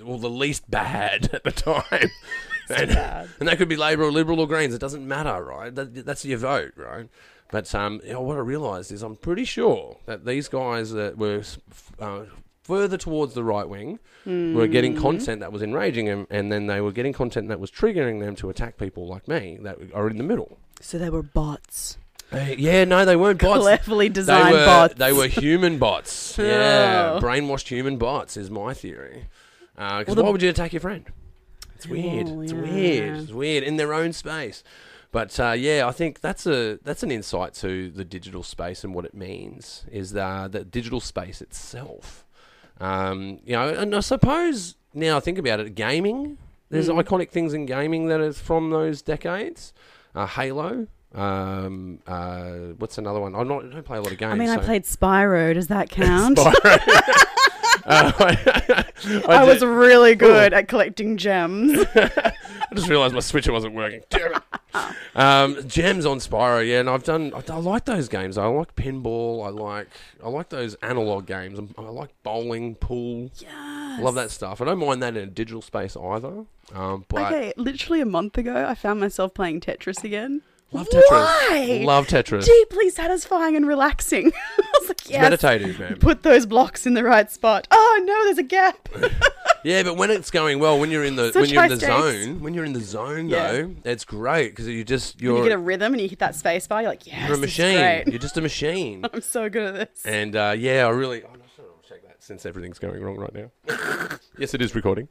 Speaker 2: well, the least bad at the time. and,
Speaker 1: bad.
Speaker 2: and that could be Labor or Liberal or Greens. It doesn't matter, right? That, that's your vote, right? But um, you know, what I realised is I'm pretty sure that these guys that were s- f- uh, further towards the right wing were getting content that was enraging them, and then they were getting content that was triggering them to attack people like me that are in the middle.
Speaker 1: So they were bots.
Speaker 2: Uh, yeah, no, they weren't bots.
Speaker 1: Cleverly
Speaker 2: They
Speaker 1: designed
Speaker 2: were,
Speaker 1: bots.
Speaker 2: they were human bots. yeah,
Speaker 1: Oh.
Speaker 2: brainwashed human bots is my theory. Because
Speaker 1: Well, the-
Speaker 2: why would you attack your friend? It's weird.
Speaker 1: Well,
Speaker 2: it's
Speaker 1: yeah.
Speaker 2: weird. It's weird in their own space. But uh, yeah, I think that's a that's an insight to the digital space and what it means is uh, the digital space itself. Um, you know, and I suppose now I think about it, gaming. There's
Speaker 1: Mm.
Speaker 2: iconic things in gaming that is from those decades. Uh, Halo. Um, uh, what's another one? I'm not, I don't play a lot of games.
Speaker 1: I mean, I
Speaker 2: so-
Speaker 1: played Spyro. Does that count?
Speaker 2: Spyro. Uh, I,
Speaker 1: I was
Speaker 2: ju-
Speaker 1: really good at collecting gems.
Speaker 2: I just realised my switcher wasn't working. Damn it. Um, gems on Spyro, yeah, and I've done. I, I like those games. I like pinball. I like. I like those analog games. I'm- I like bowling, pool.
Speaker 1: yeah.
Speaker 2: Love that stuff. I don't mind that in a digital space either. Um, but
Speaker 1: Okay, literally a month ago, I found myself playing Tetris again.
Speaker 2: love Tetris.
Speaker 1: Why?
Speaker 2: Love Tetris.
Speaker 1: Deeply satisfying and relaxing. I was like,
Speaker 2: It's
Speaker 1: yes.
Speaker 2: meditative, man.
Speaker 1: Put those blocks in the right spot. Oh no, there's a gap.
Speaker 2: Yeah, but when it's going well, when you're in the
Speaker 1: Such
Speaker 2: when you're in
Speaker 1: high
Speaker 2: the
Speaker 1: stakes.
Speaker 2: zone, when you're in the zone
Speaker 1: Yeah.
Speaker 2: though, it's great because you just
Speaker 1: you
Speaker 2: you're,
Speaker 1: get a rhythm and you hit that space bar. You're like, yes,
Speaker 2: you're a
Speaker 1: this is
Speaker 2: machine.
Speaker 1: great.
Speaker 2: You're just a machine.
Speaker 1: I'm so good at this.
Speaker 2: And uh, yeah, I really. I'm not sure I'll check that since everything's going wrong right now. yes, it is recording.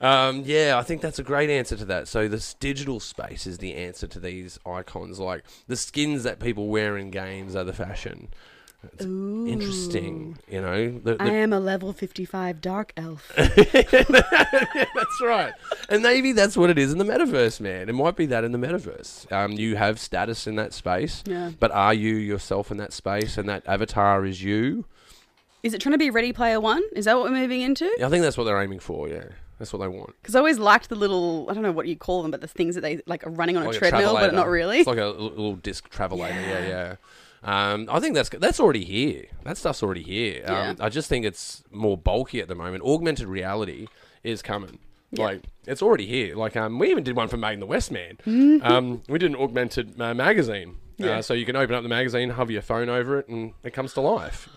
Speaker 2: um, yeah, I think that's a great answer to that. So this digital space is the answer to these icons. Like the skins that people wear in games are the fashion. It's interesting,
Speaker 1: Mm.
Speaker 2: you know. The, the,
Speaker 1: I am a level 55 dark elf.
Speaker 2: That's right. And maybe that's what it is in the metaverse, man. It might be that in the metaverse. Um, you have status in that space,
Speaker 1: Yeah.
Speaker 2: but are you yourself in that space and that avatar is you?
Speaker 1: Is it trying to be Ready Player One? Is that what we're moving into?
Speaker 2: I think that's what they're aiming for, yeah. That's what they want.
Speaker 1: Because I always liked the little, I don't know what you call them, but the things that they like are running on
Speaker 2: Like
Speaker 1: a
Speaker 2: a
Speaker 1: treadmill, but
Speaker 2: travelator.
Speaker 1: not really.
Speaker 2: It's like a l- little disc travelator, yeah,
Speaker 1: Yeah.
Speaker 2: yeah. Um, I think that's that's already here. That stuff's already here. Um,
Speaker 1: Yeah.
Speaker 2: I just think it's more bulky at the moment. Augmented reality is coming.
Speaker 1: Yeah.
Speaker 2: Like it's already here. Like um, we even did one for Made in the West, man. Um, we did an augmented uh, magazine,
Speaker 1: Mm-hmm. Yeah.
Speaker 2: uh, so you can open up the magazine, hover your phone over it, and it comes to life.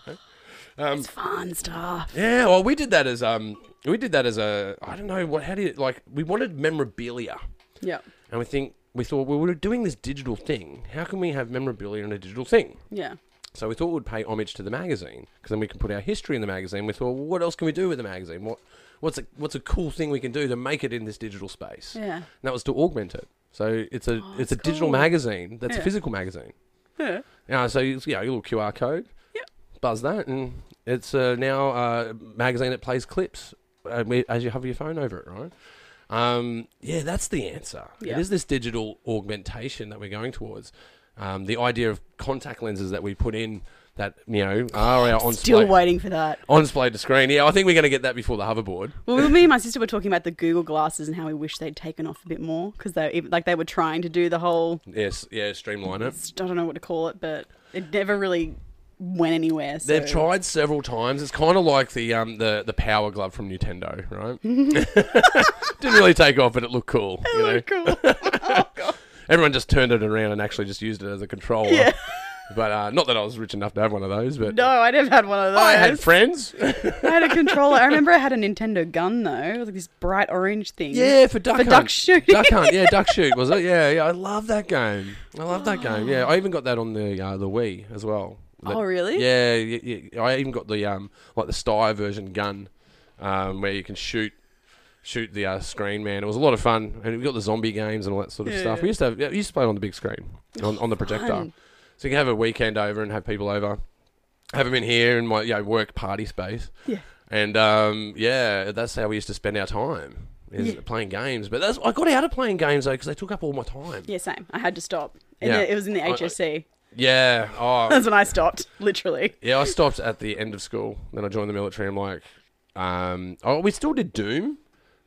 Speaker 1: it's fun stuff.
Speaker 2: Yeah, well, we did that as um, we did that as a I don't know what how do you like we wanted memorabilia,
Speaker 1: Yeah.
Speaker 2: and we think we thought well we're doing this digital thing. How can we have memorabilia in a digital thing?
Speaker 1: Yeah.
Speaker 2: So we thought we'd pay homage to the magazine because then we can put our history in the magazine. We thought, well, what else can we do with the magazine? What what's a, what's a cool thing we can do to make it in this digital space?
Speaker 1: Yeah. Oh,
Speaker 2: And that was to augment it. So it's a it's a
Speaker 1: that's
Speaker 2: digital
Speaker 1: cool.
Speaker 2: magazine that's a
Speaker 1: Yeah.
Speaker 2: physical magazine.
Speaker 1: Yeah.
Speaker 2: Yeah, Uh, so it's, yeah, your little QR code.
Speaker 1: Yep.
Speaker 2: Buzz that, and it's uh, now a magazine that plays clips uh, we- as you hover your phone over it, right? Um, yeah, that's the answer.
Speaker 1: Yeah.
Speaker 2: It is this digital augmentation that we're going towards. Um, the idea of contact lenses that we put in that you know are our on
Speaker 1: Still
Speaker 2: display,
Speaker 1: waiting for that.
Speaker 2: on display to screen. Yeah, I think we're going to get that before the hoverboard.
Speaker 1: Well, me and my sister were talking about the Google glasses and how we wish they'd taken off a bit more because they even- like they were trying to do the whole
Speaker 2: Yes, yeah, streamline it.
Speaker 1: I don't know what to call it, but it never really went anywhere. So.
Speaker 2: They've tried several times. It's kind of like the um the, the power glove from Nintendo, right? Didn't really take off, but it looked cool. you know?
Speaker 1: Oh, cool. oh, God.
Speaker 2: Everyone just turned it around and actually just used it as a controller.
Speaker 1: Yeah.
Speaker 2: But uh, not that I was rich enough to have one of those. But
Speaker 1: No, I never had one of those.
Speaker 2: I had friends.
Speaker 1: I had a controller. I remember I had a Nintendo gun though, it was like this bright orange thing.
Speaker 2: yeah, for duck
Speaker 1: For
Speaker 2: hunt.
Speaker 1: duck shooting.
Speaker 2: Duck hunt. Yeah, duck shoot was it? Yeah, yeah. I love that game. I love that game. Yeah, I even got that on the uh, the Wii as well.
Speaker 1: Oh, really?
Speaker 2: Yeah, yeah, yeah. I even got the um like the Sty version gun, um where you can shoot. Shoot the uh, screen, man. It was a lot of fun, and we got the zombie games and all that sort of
Speaker 1: Yeah.
Speaker 2: stuff. We used to have, yeah, we used to play it on the big screen, on, on the projector.
Speaker 1: Fun.
Speaker 2: So you can have a weekend over and have people over. Have them in here in my you know, work party space.
Speaker 1: Yeah.
Speaker 2: And um, yeah, that's how we used to spend our time is
Speaker 1: Yeah.
Speaker 2: playing games. But that's I got out of playing games though because they took up all my time.
Speaker 1: Yeah, same. I had to stop. And
Speaker 2: Yeah.
Speaker 1: it was in the
Speaker 2: I- I-
Speaker 1: HSC.
Speaker 2: Yeah. Oh,
Speaker 1: That's when I stopped, literally.
Speaker 2: yeah. I stopped at the end of school. Then I joined the military. I'm like, um, oh, we still did Doom.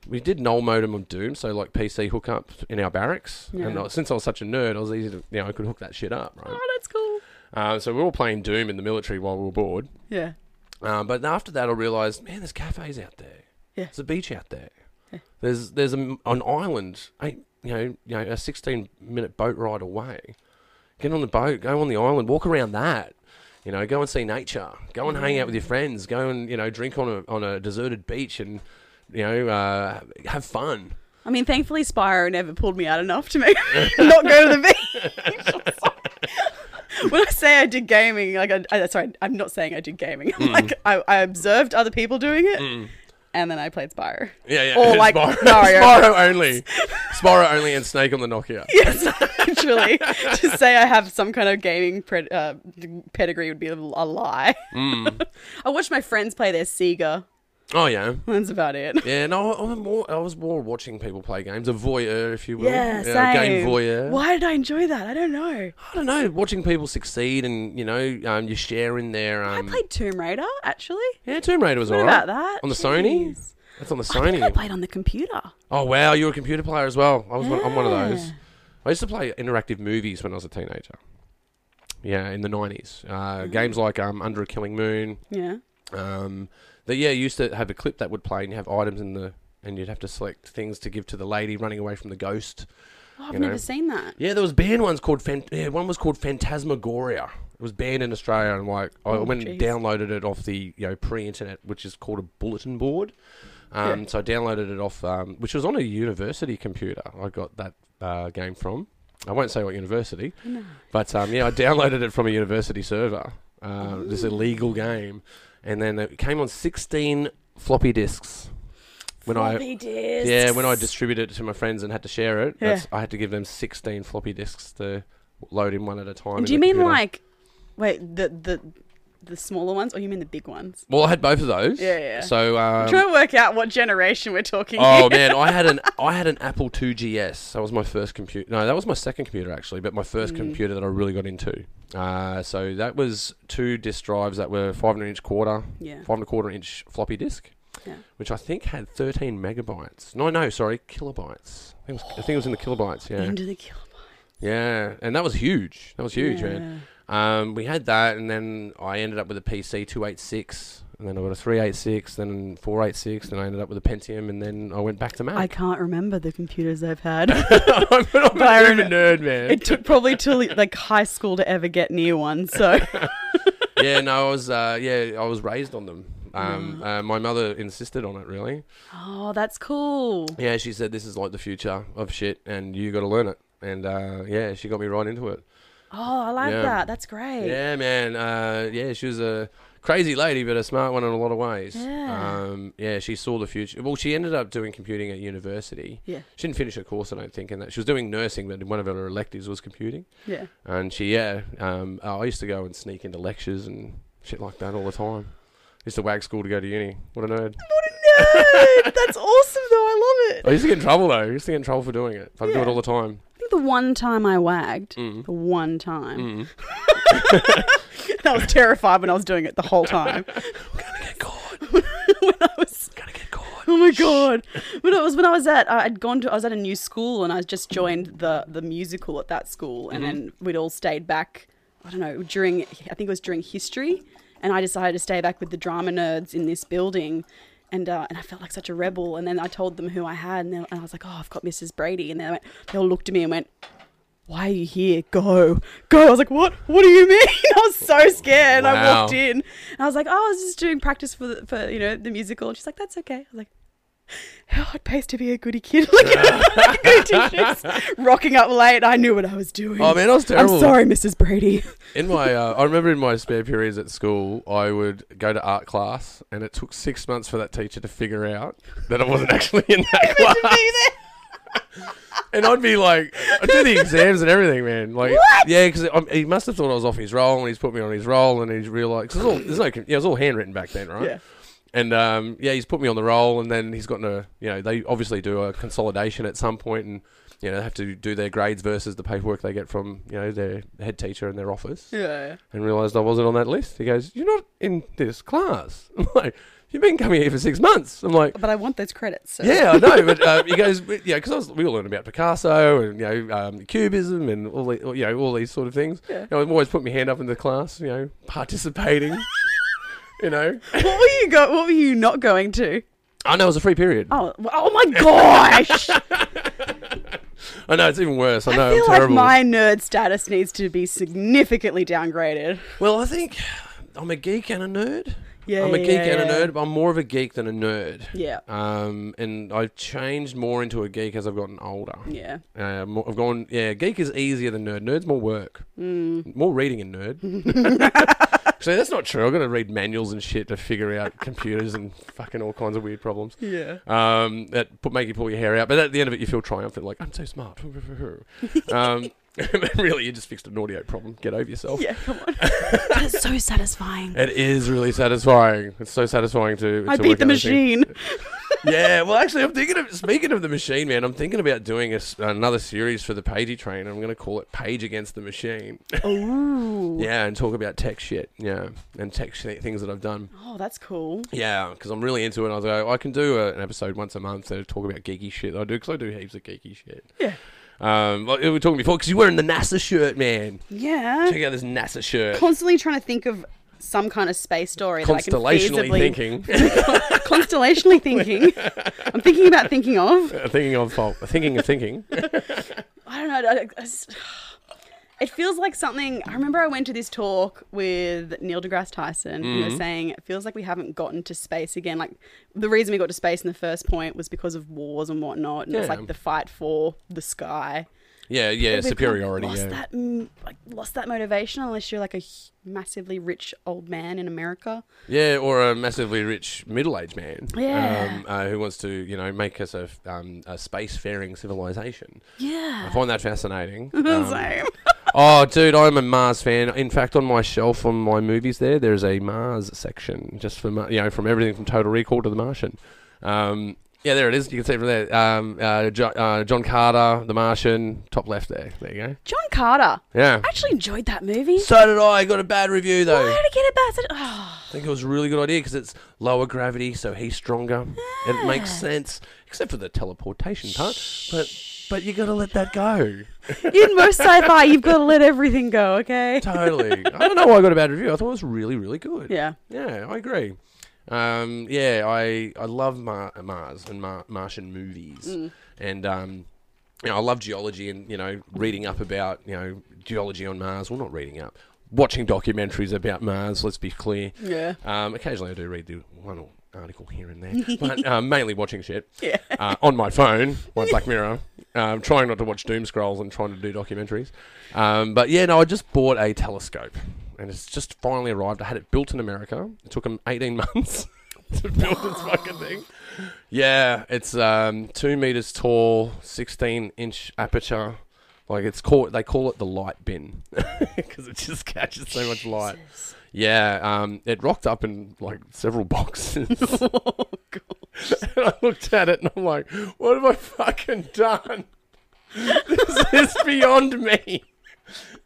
Speaker 2: We did null modem on Doom, so like PC hookup in our barracks. And
Speaker 1: Yeah.
Speaker 2: I, since I was such a nerd, I was easy to, you know, I could hook that shit up, right?
Speaker 1: Oh, that's cool.
Speaker 2: Uh, so we were all playing Doom in the military while we were bored.
Speaker 1: Yeah.
Speaker 2: Um, but after that, I realised, man, there's cafes out there.
Speaker 1: Yeah.
Speaker 2: There's a beach out there.
Speaker 1: Yeah.
Speaker 2: There's there's a, an island, eight, you know, you know, a 16 minute boat ride away. Get on the boat, go on the island, walk around that. You know, go and see nature. Go and hang out with your friends. Go and you know, drink on a on a deserted beach and you know, uh, have fun.
Speaker 1: I mean, thankfully, Spyro never pulled me out enough to make not go to the beach. when I say I did gaming, like I, I sorry, I'm not saying I did gaming. Like I, I observed other people doing it, and then I played Spyro.
Speaker 2: Yeah, yeah.
Speaker 1: Or like
Speaker 2: Spyro,
Speaker 1: Mario.
Speaker 2: Spyro only. Spyro only and Snake on the Nokia.
Speaker 1: Yes, literally. to say I have some kind of gaming pred uh, Mm. pedigree would be a, a lie. I watched my friends play their Sega
Speaker 2: Oh yeah,
Speaker 1: That's about it.
Speaker 2: yeah. No, I- I'm more. I was more watching people play games, a voyeur, if you will.
Speaker 1: Yeah,
Speaker 2: a game
Speaker 1: same.
Speaker 2: voyeur.
Speaker 1: Why did I enjoy that? I don't know.
Speaker 2: I don't know. Watching people succeed, and you know, um, you share in their.
Speaker 1: I
Speaker 2: Um,
Speaker 1: played Tomb Raider actually.
Speaker 2: yeah, Tomb Raider was
Speaker 1: What
Speaker 2: alright.
Speaker 1: about that?
Speaker 2: on the Sony.
Speaker 1: Jeez.
Speaker 2: That's on the
Speaker 1: I think I
Speaker 2: Sony.
Speaker 1: played on the computer.
Speaker 2: oh wow, you're a computer player as well. I was. One, I'm one of those.
Speaker 1: Yeah.
Speaker 2: I used to play interactive movies when I was a teenager. Yeah, in the nineties, uh,
Speaker 1: Mm-hmm.
Speaker 2: games like um, Under a Killing Moon.
Speaker 1: Yeah.
Speaker 2: Um, that yeah, you used to have a clip that would play, and you have items in the, and you'd have to select things to give to the lady running away from the ghost.
Speaker 1: Oh, I've
Speaker 2: You know.
Speaker 1: never seen that.
Speaker 2: Yeah, there was banned ones called Fan- yeah, one was called Phantasmagoria. It was banned in Australia, and like I
Speaker 1: Oh,
Speaker 2: went and
Speaker 1: jeez.
Speaker 2: downloaded it off the you know pre-internet, which is called a bulletin board. Um, So I downloaded it off, um, which was on a university computer. I got that uh, game from. I won't say what university,
Speaker 1: No.
Speaker 2: but um, yeah, I downloaded it from a university server. Uh, this illegal game, and then it came on sixteen floppy disks. When I
Speaker 1: Floppy disks.
Speaker 2: yeah, when I distributed it to my friends and had to share it,
Speaker 1: Yeah.
Speaker 2: that's, I had to give them 16 floppy disks to load in one at a time. in
Speaker 1: Do you
Speaker 2: the
Speaker 1: mean
Speaker 2: computer.
Speaker 1: like, wait, the the the smaller ones, or you mean the big ones?
Speaker 2: Well, I had both of those.
Speaker 1: Yeah, yeah.
Speaker 2: So,
Speaker 1: I'm
Speaker 2: um,
Speaker 1: trying to work out what generation we're talking. here.
Speaker 2: oh man, I had an I had an Apple 2GS. That was my first computer. No, that was my second computer actually, but my first
Speaker 1: Hmm.
Speaker 2: computer that I really got into. Uh, so that was two disk drives that were five and an inch quarter,
Speaker 1: Yeah.
Speaker 2: five and a quarter inch floppy disk.
Speaker 1: Yeah.
Speaker 2: Which I think had 13 megabytes. No, no, sorry, kilobytes. I think it was, I think it was in the kilobytes. Yeah,
Speaker 1: Into the kill.
Speaker 2: yeah, and that was huge. That was huge, man. Um, we had that, and then I ended up with a PC 286, and then I got a 386, then 486, then I ended up with a Pentium, and then I went back to
Speaker 1: I
Speaker 2: Mac.
Speaker 1: can't remember the computers I've had.
Speaker 2: I'm, I'm a
Speaker 1: Byron-
Speaker 2: nerd, man.
Speaker 1: it took probably till like high school to ever get near one. So
Speaker 2: yeah, no, I was, uh, yeah, I was raised on them. Um,
Speaker 1: Mm.
Speaker 2: uh, my mother insisted on it, really.
Speaker 1: oh, that's cool.
Speaker 2: Yeah, she said this is like the future of shit, and you got to learn it. And uh, yeah, she got me right into it.
Speaker 1: Oh, I like
Speaker 2: Yeah.
Speaker 1: that. That's great.
Speaker 2: Yeah, man. Uh, yeah, she was a crazy lady, but a smart one in a lot of ways.
Speaker 1: Yeah.
Speaker 2: Um, yeah, she saw the future. Well, she ended up doing computing at university.
Speaker 1: Yeah.
Speaker 2: She didn't finish her course, I don't think, in that. She was doing nursing, but one of her electives was computing.
Speaker 1: Yeah.
Speaker 2: And she, yeah, um, I used to go and sneak into lectures and shit like that all the time. Used to wag school to go to uni. What a nerd.
Speaker 1: What a nerd! That's awesome, though. I love it.
Speaker 2: I used to get in trouble, though. I used to get in trouble for doing it. I'd do
Speaker 1: Yeah.
Speaker 2: it all the time.
Speaker 1: I think the one time I wagged,
Speaker 2: Mm.
Speaker 1: the one time,
Speaker 2: Mm.
Speaker 1: I was terrified when I was doing it the whole time.
Speaker 2: Gonna get caught.
Speaker 1: when I was,
Speaker 2: Gonna get caught.
Speaker 1: oh my god! When it was when I was at, uh, I'd gone to, I was at a new school and I just joined the the musical at that school, and then we'd all stayed back. I don't know during, I think it was during history, and I decided to stay back with the drama nerds in this building. And, uh, and I felt like such a rebel. And then I told them who I had, and, they, and I was like, "Oh, I've got Mrs. Brady." And they went, they all looked at me and went, why are you here? Go, go. I was like, what? What do you mean? I was so scared. I
Speaker 2: Wow.
Speaker 1: walked in and I was like, oh, I was just doing practice for, the, for you know, the musical. And she's like, that's okay. I was like, how it pays to be a goody kid. Like, like goody two-shoes, rocking up late. I knew what I was doing.
Speaker 2: Oh, man, I was
Speaker 1: I'm
Speaker 2: terrible.
Speaker 1: sorry, Mrs. Brady.
Speaker 2: In my, uh, I remember in my spare periods at school, I would go to art class, and it took six months for that teacher to figure out that I wasn't actually in that
Speaker 1: Imagine
Speaker 2: class.
Speaker 1: being there.
Speaker 2: And I'd be like, I do the exams and everything, man. Like,
Speaker 1: What?
Speaker 2: yeah, because he must have thought I was off his roll, and he's put me on his roll, and he's realised 'cause it's all there's no, com- yeah, it was all handwritten back then, right?
Speaker 1: Yeah.
Speaker 2: And um, yeah, he's put me on the roll, and then he's gotten a, you know, they obviously do a consolidation at some point, and you know, they have to do their grades versus the paperwork they get from, you know, their head teacher in their office
Speaker 1: Yeah.
Speaker 2: and realised I wasn't on that list. He goes, "You're not in this class." I'm like, "You've been coming here for six months." I'm like,
Speaker 1: But I want those credits. So.
Speaker 2: "Yeah, I know." But um, he goes, "But, "Yeah, because we all learn about Picasso and you know um, Cubism and all the, you know all these sort of things."
Speaker 1: Yeah.
Speaker 2: You know, I've always put my hand up in the class, you know, participating. you know,
Speaker 1: What were you go? What were you not going to?
Speaker 2: I know it was a free period.
Speaker 1: Oh, well, oh my gosh!
Speaker 2: I know it's even worse. I know
Speaker 1: I feel
Speaker 2: I'm
Speaker 1: like
Speaker 2: terrible.
Speaker 1: my nerd status needs to be significantly downgraded.
Speaker 2: Well, I think I'm a geek and a nerd.
Speaker 1: Yeah,
Speaker 2: I'm a
Speaker 1: yeah,
Speaker 2: geek
Speaker 1: yeah,
Speaker 2: and
Speaker 1: yeah.
Speaker 2: a nerd, but I'm more of a geek than a nerd.
Speaker 1: Yeah.
Speaker 2: Um, and I've changed more into a geek as I've gotten older.
Speaker 1: Yeah.
Speaker 2: Uh, more, I've gone, yeah, geek is easier than nerd. Nerd's more work.
Speaker 1: Mm.
Speaker 2: More reading and nerd. Actually, that's not true. I've got to read manuals and shit to figure out computers and fucking all kinds of weird problems.
Speaker 1: Yeah.
Speaker 2: Um, that put, make you pull your hair out. But at the end of it, you feel triumphant, like, I'm so smart. um, really, you just fixed an audio problem. Get over yourself.
Speaker 1: Yeah, come on. That's so satisfying.
Speaker 2: It is really satisfying. It's so satisfying to.
Speaker 1: I
Speaker 2: to
Speaker 1: beat
Speaker 2: work
Speaker 1: the
Speaker 2: out a thing.
Speaker 1: machine.
Speaker 2: yeah, well, actually, I'm thinking of speaking of the machine, man. I'm thinking about doing a s another series for the Pagey Train. I'm going to call it Page Against the Machine.
Speaker 1: Ooh.
Speaker 2: yeah, and talk about tech shit. Yeah, and tech shit, things that I've done.
Speaker 1: Oh, that's cool.
Speaker 2: Yeah, because I'm really into it. I was like, I can do a, an episode once a month to talk about geeky shit that I do because I do heaps of geeky shit.
Speaker 1: Yeah.
Speaker 2: Um, well, we were talking before because you're wearing the NASA shirt, man.
Speaker 1: Yeah.
Speaker 2: Check out this NASA shirt.
Speaker 1: Constantly trying to think of some kind of space story that I can
Speaker 2: Constellationally
Speaker 1: feasibly
Speaker 2: thinking.
Speaker 1: constellationally thinking. I'm thinking about thinking of.
Speaker 2: thinking of fault. Thinking of thinking.
Speaker 1: I don't know. I, I just- it feels like something. I remember I went to this talk with Neil deGrasse Tyson, and
Speaker 2: Mm-hmm.
Speaker 1: he was saying it feels like we haven't gotten to space again. Like the reason we got to space in the first point was because of wars and whatnot, and it's
Speaker 2: Yeah.
Speaker 1: like the fight for the sky.
Speaker 2: Yeah, yeah,
Speaker 1: We've kind of
Speaker 2: superiority.
Speaker 1: Lost
Speaker 2: yeah.
Speaker 1: that, mm, like, lost that motivation unless you're like a h- massively rich old man in America.
Speaker 2: Yeah, or a massively rich middle-aged man.
Speaker 1: Yeah.
Speaker 2: Um, uh, who wants to, you know, make us a, um, a space-faring civilization. I
Speaker 1: Yeah.
Speaker 2: find that fascinating. Um,
Speaker 1: Ah. Same.
Speaker 2: oh, dude, I'm a Mars fan. In fact, on my shelf on my movies there, there's a Mars section just for, Ma- you know, from everything from Total Recall to The Martian. Um, yeah, there it is. You can see it from there. Um, uh, jo- uh, John Carter, The Martian, top left there. There you go.
Speaker 1: John Carter.
Speaker 2: Yeah.
Speaker 1: I actually enjoyed that movie.
Speaker 2: So did I. Got a bad review, though.
Speaker 1: Why did I get it back? Oh,
Speaker 2: I think it was a really good idea because it's lower gravity, so he's stronger. And it makes sense, except for the teleportation part. But but you got to let that go.
Speaker 1: in most sci-fi, you've got to let everything go. Okay.
Speaker 2: Totally. I don't know why I got a bad review. I thought it was really really good.
Speaker 1: Yeah.
Speaker 2: Yeah, I agree. Um, yeah, I I love Mar- Mars and Mar- Martian movies, and um, you know, I love geology and you know reading up about you know geology on Mars. Well, not reading up, watching documentaries about Mars. Let's be clear.
Speaker 1: Yeah.
Speaker 2: Um, occasionally, I do read the one or- article here and there, but um, mainly watching shit
Speaker 1: Yeah.
Speaker 2: uh, on my phone, my Black Mirror. Um, trying not to watch doom scrolls and trying to do documentaries. Um, but yeah, no, I just bought a telescope, and it's just finally arrived. I had it built in America. It took them eighteen months to build this fucking thing. Yeah, it's um, two meters tall, sixteen inch aperture. Like it's called, they call it the light bin because it just catches so much light. Yeah, um, it rocked up in like several boxes. and I looked at it and I'm like, what have I fucking done? this is beyond me.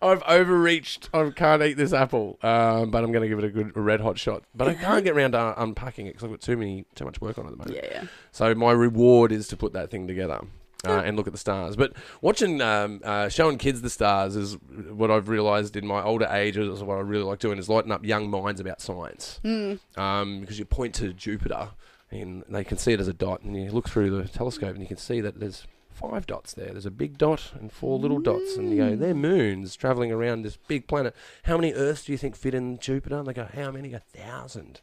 Speaker 2: I've overreached. I can't eat this apple, um, but I'm going to give it a good a red hot shot. But I can't get around to un- unpacking it because I've got too many, too much work on at the moment.
Speaker 1: Yeah, yeah.
Speaker 2: So my reward is to put that thing together uh, and look at the stars. But watching, um, uh, showing kids the stars is what I've realised in my older age is what I really like doing is lighting up young minds about science. Mm. Um, because you point to Jupiter and they can see it as a dot, and you look through the telescope and you can see that there's five dots there. There's a big dot and four little dots, and you go, they're moons traveling around this big planet. How many Earths do you think fit in Jupiter? And they go, how many? A thousand.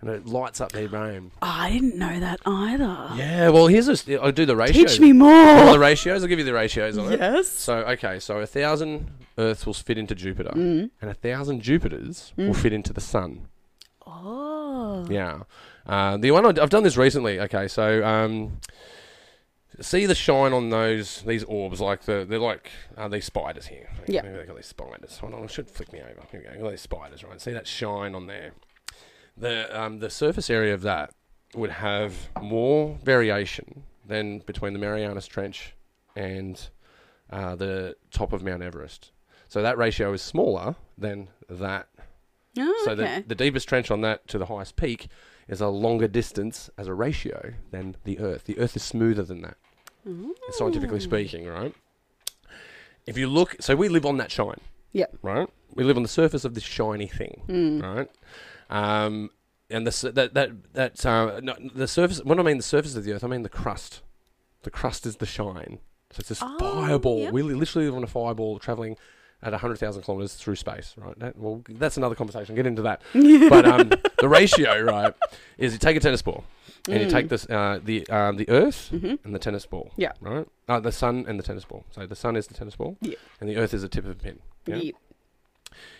Speaker 2: And it lights up their brain.
Speaker 1: Oh, I didn't know that either.
Speaker 2: Yeah, well, here's a. st- I'll do the ratios.
Speaker 1: Oh. Teach me
Speaker 2: All the
Speaker 1: more.
Speaker 2: ratios. I'll give you the ratios on it.
Speaker 1: Yes.
Speaker 2: So okay, so a thousand Earths will fit into Jupiter,
Speaker 1: Mm.
Speaker 2: and a thousand Jupiters will fit into the Sun.
Speaker 1: Oh.
Speaker 2: Yeah, uh, the one I, have done this recently. Okay, so um, see the shine on those these orbs, like the they're like uh, these spiders here.
Speaker 1: Yeah.
Speaker 2: maybe they got these spiders. Hold on, I should flick me over. Here we go. Got these spiders, right? See that shine on there. The um, the surface area of that would have more variation than between the Marianas Trench and uh, the top of Mount Everest. So that ratio is smaller than that
Speaker 1: Oh,
Speaker 2: so
Speaker 1: okay.
Speaker 2: the, the deepest trench on that to the highest peak is a longer distance as a ratio than the Earth. The Earth is smoother than that,
Speaker 1: Hmm. Mm.
Speaker 2: scientifically speaking, right? If you look, so we live on that shine,
Speaker 1: Yep. Hmm.
Speaker 2: right? We live on the surface of this shiny thing,
Speaker 1: Mm.
Speaker 2: right? Um, and the, s- that that that uh, no, the surface. When I mean the surface of the Earth, I mean the crust. The crust is the shine. So it's this
Speaker 1: Oh,
Speaker 2: fireball.
Speaker 1: yep.
Speaker 2: We li- literally live on a fireball traveling at 100,000 kilometers through space, right? That, well, that's another conversation. Get into that. but um, the ratio, right, is you take a tennis ball and you take this uh, the uh, the Earth and the tennis ball.
Speaker 1: Mm. Yeah.
Speaker 2: Right. Uh, the sun and the tennis ball. So the sun is the tennis ball.
Speaker 1: Yeah.
Speaker 2: And the Earth is the tip of a pin. Yeah?
Speaker 1: Yep.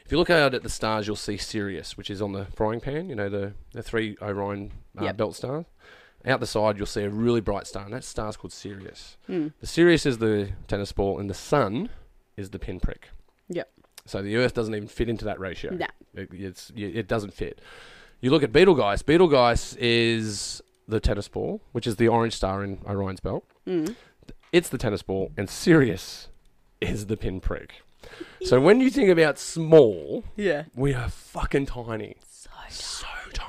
Speaker 2: If you look out at the stars, you'll see Sirius, which is on the frying pan. You know the the three Orion uh,
Speaker 1: Yep.
Speaker 2: belt stars. Out the side, you'll see a really bright star, and that star's called Sirius.
Speaker 1: Mm.
Speaker 2: The Sirius is the tennis ball, and the sun is the pinprick.
Speaker 1: Yep.
Speaker 2: So the Earth doesn't even fit into that ratio.
Speaker 1: No.
Speaker 2: It, it's, it doesn't fit. You look at Betelgeuse. Betelgeuse is the tennis ball, which is the orange star in Orion's belt.
Speaker 1: Mm.
Speaker 2: It's the tennis ball, and Sirius is the pinprick. So when you think about small,
Speaker 1: Yeah.
Speaker 2: we are fucking tiny,
Speaker 1: So
Speaker 2: so tiny,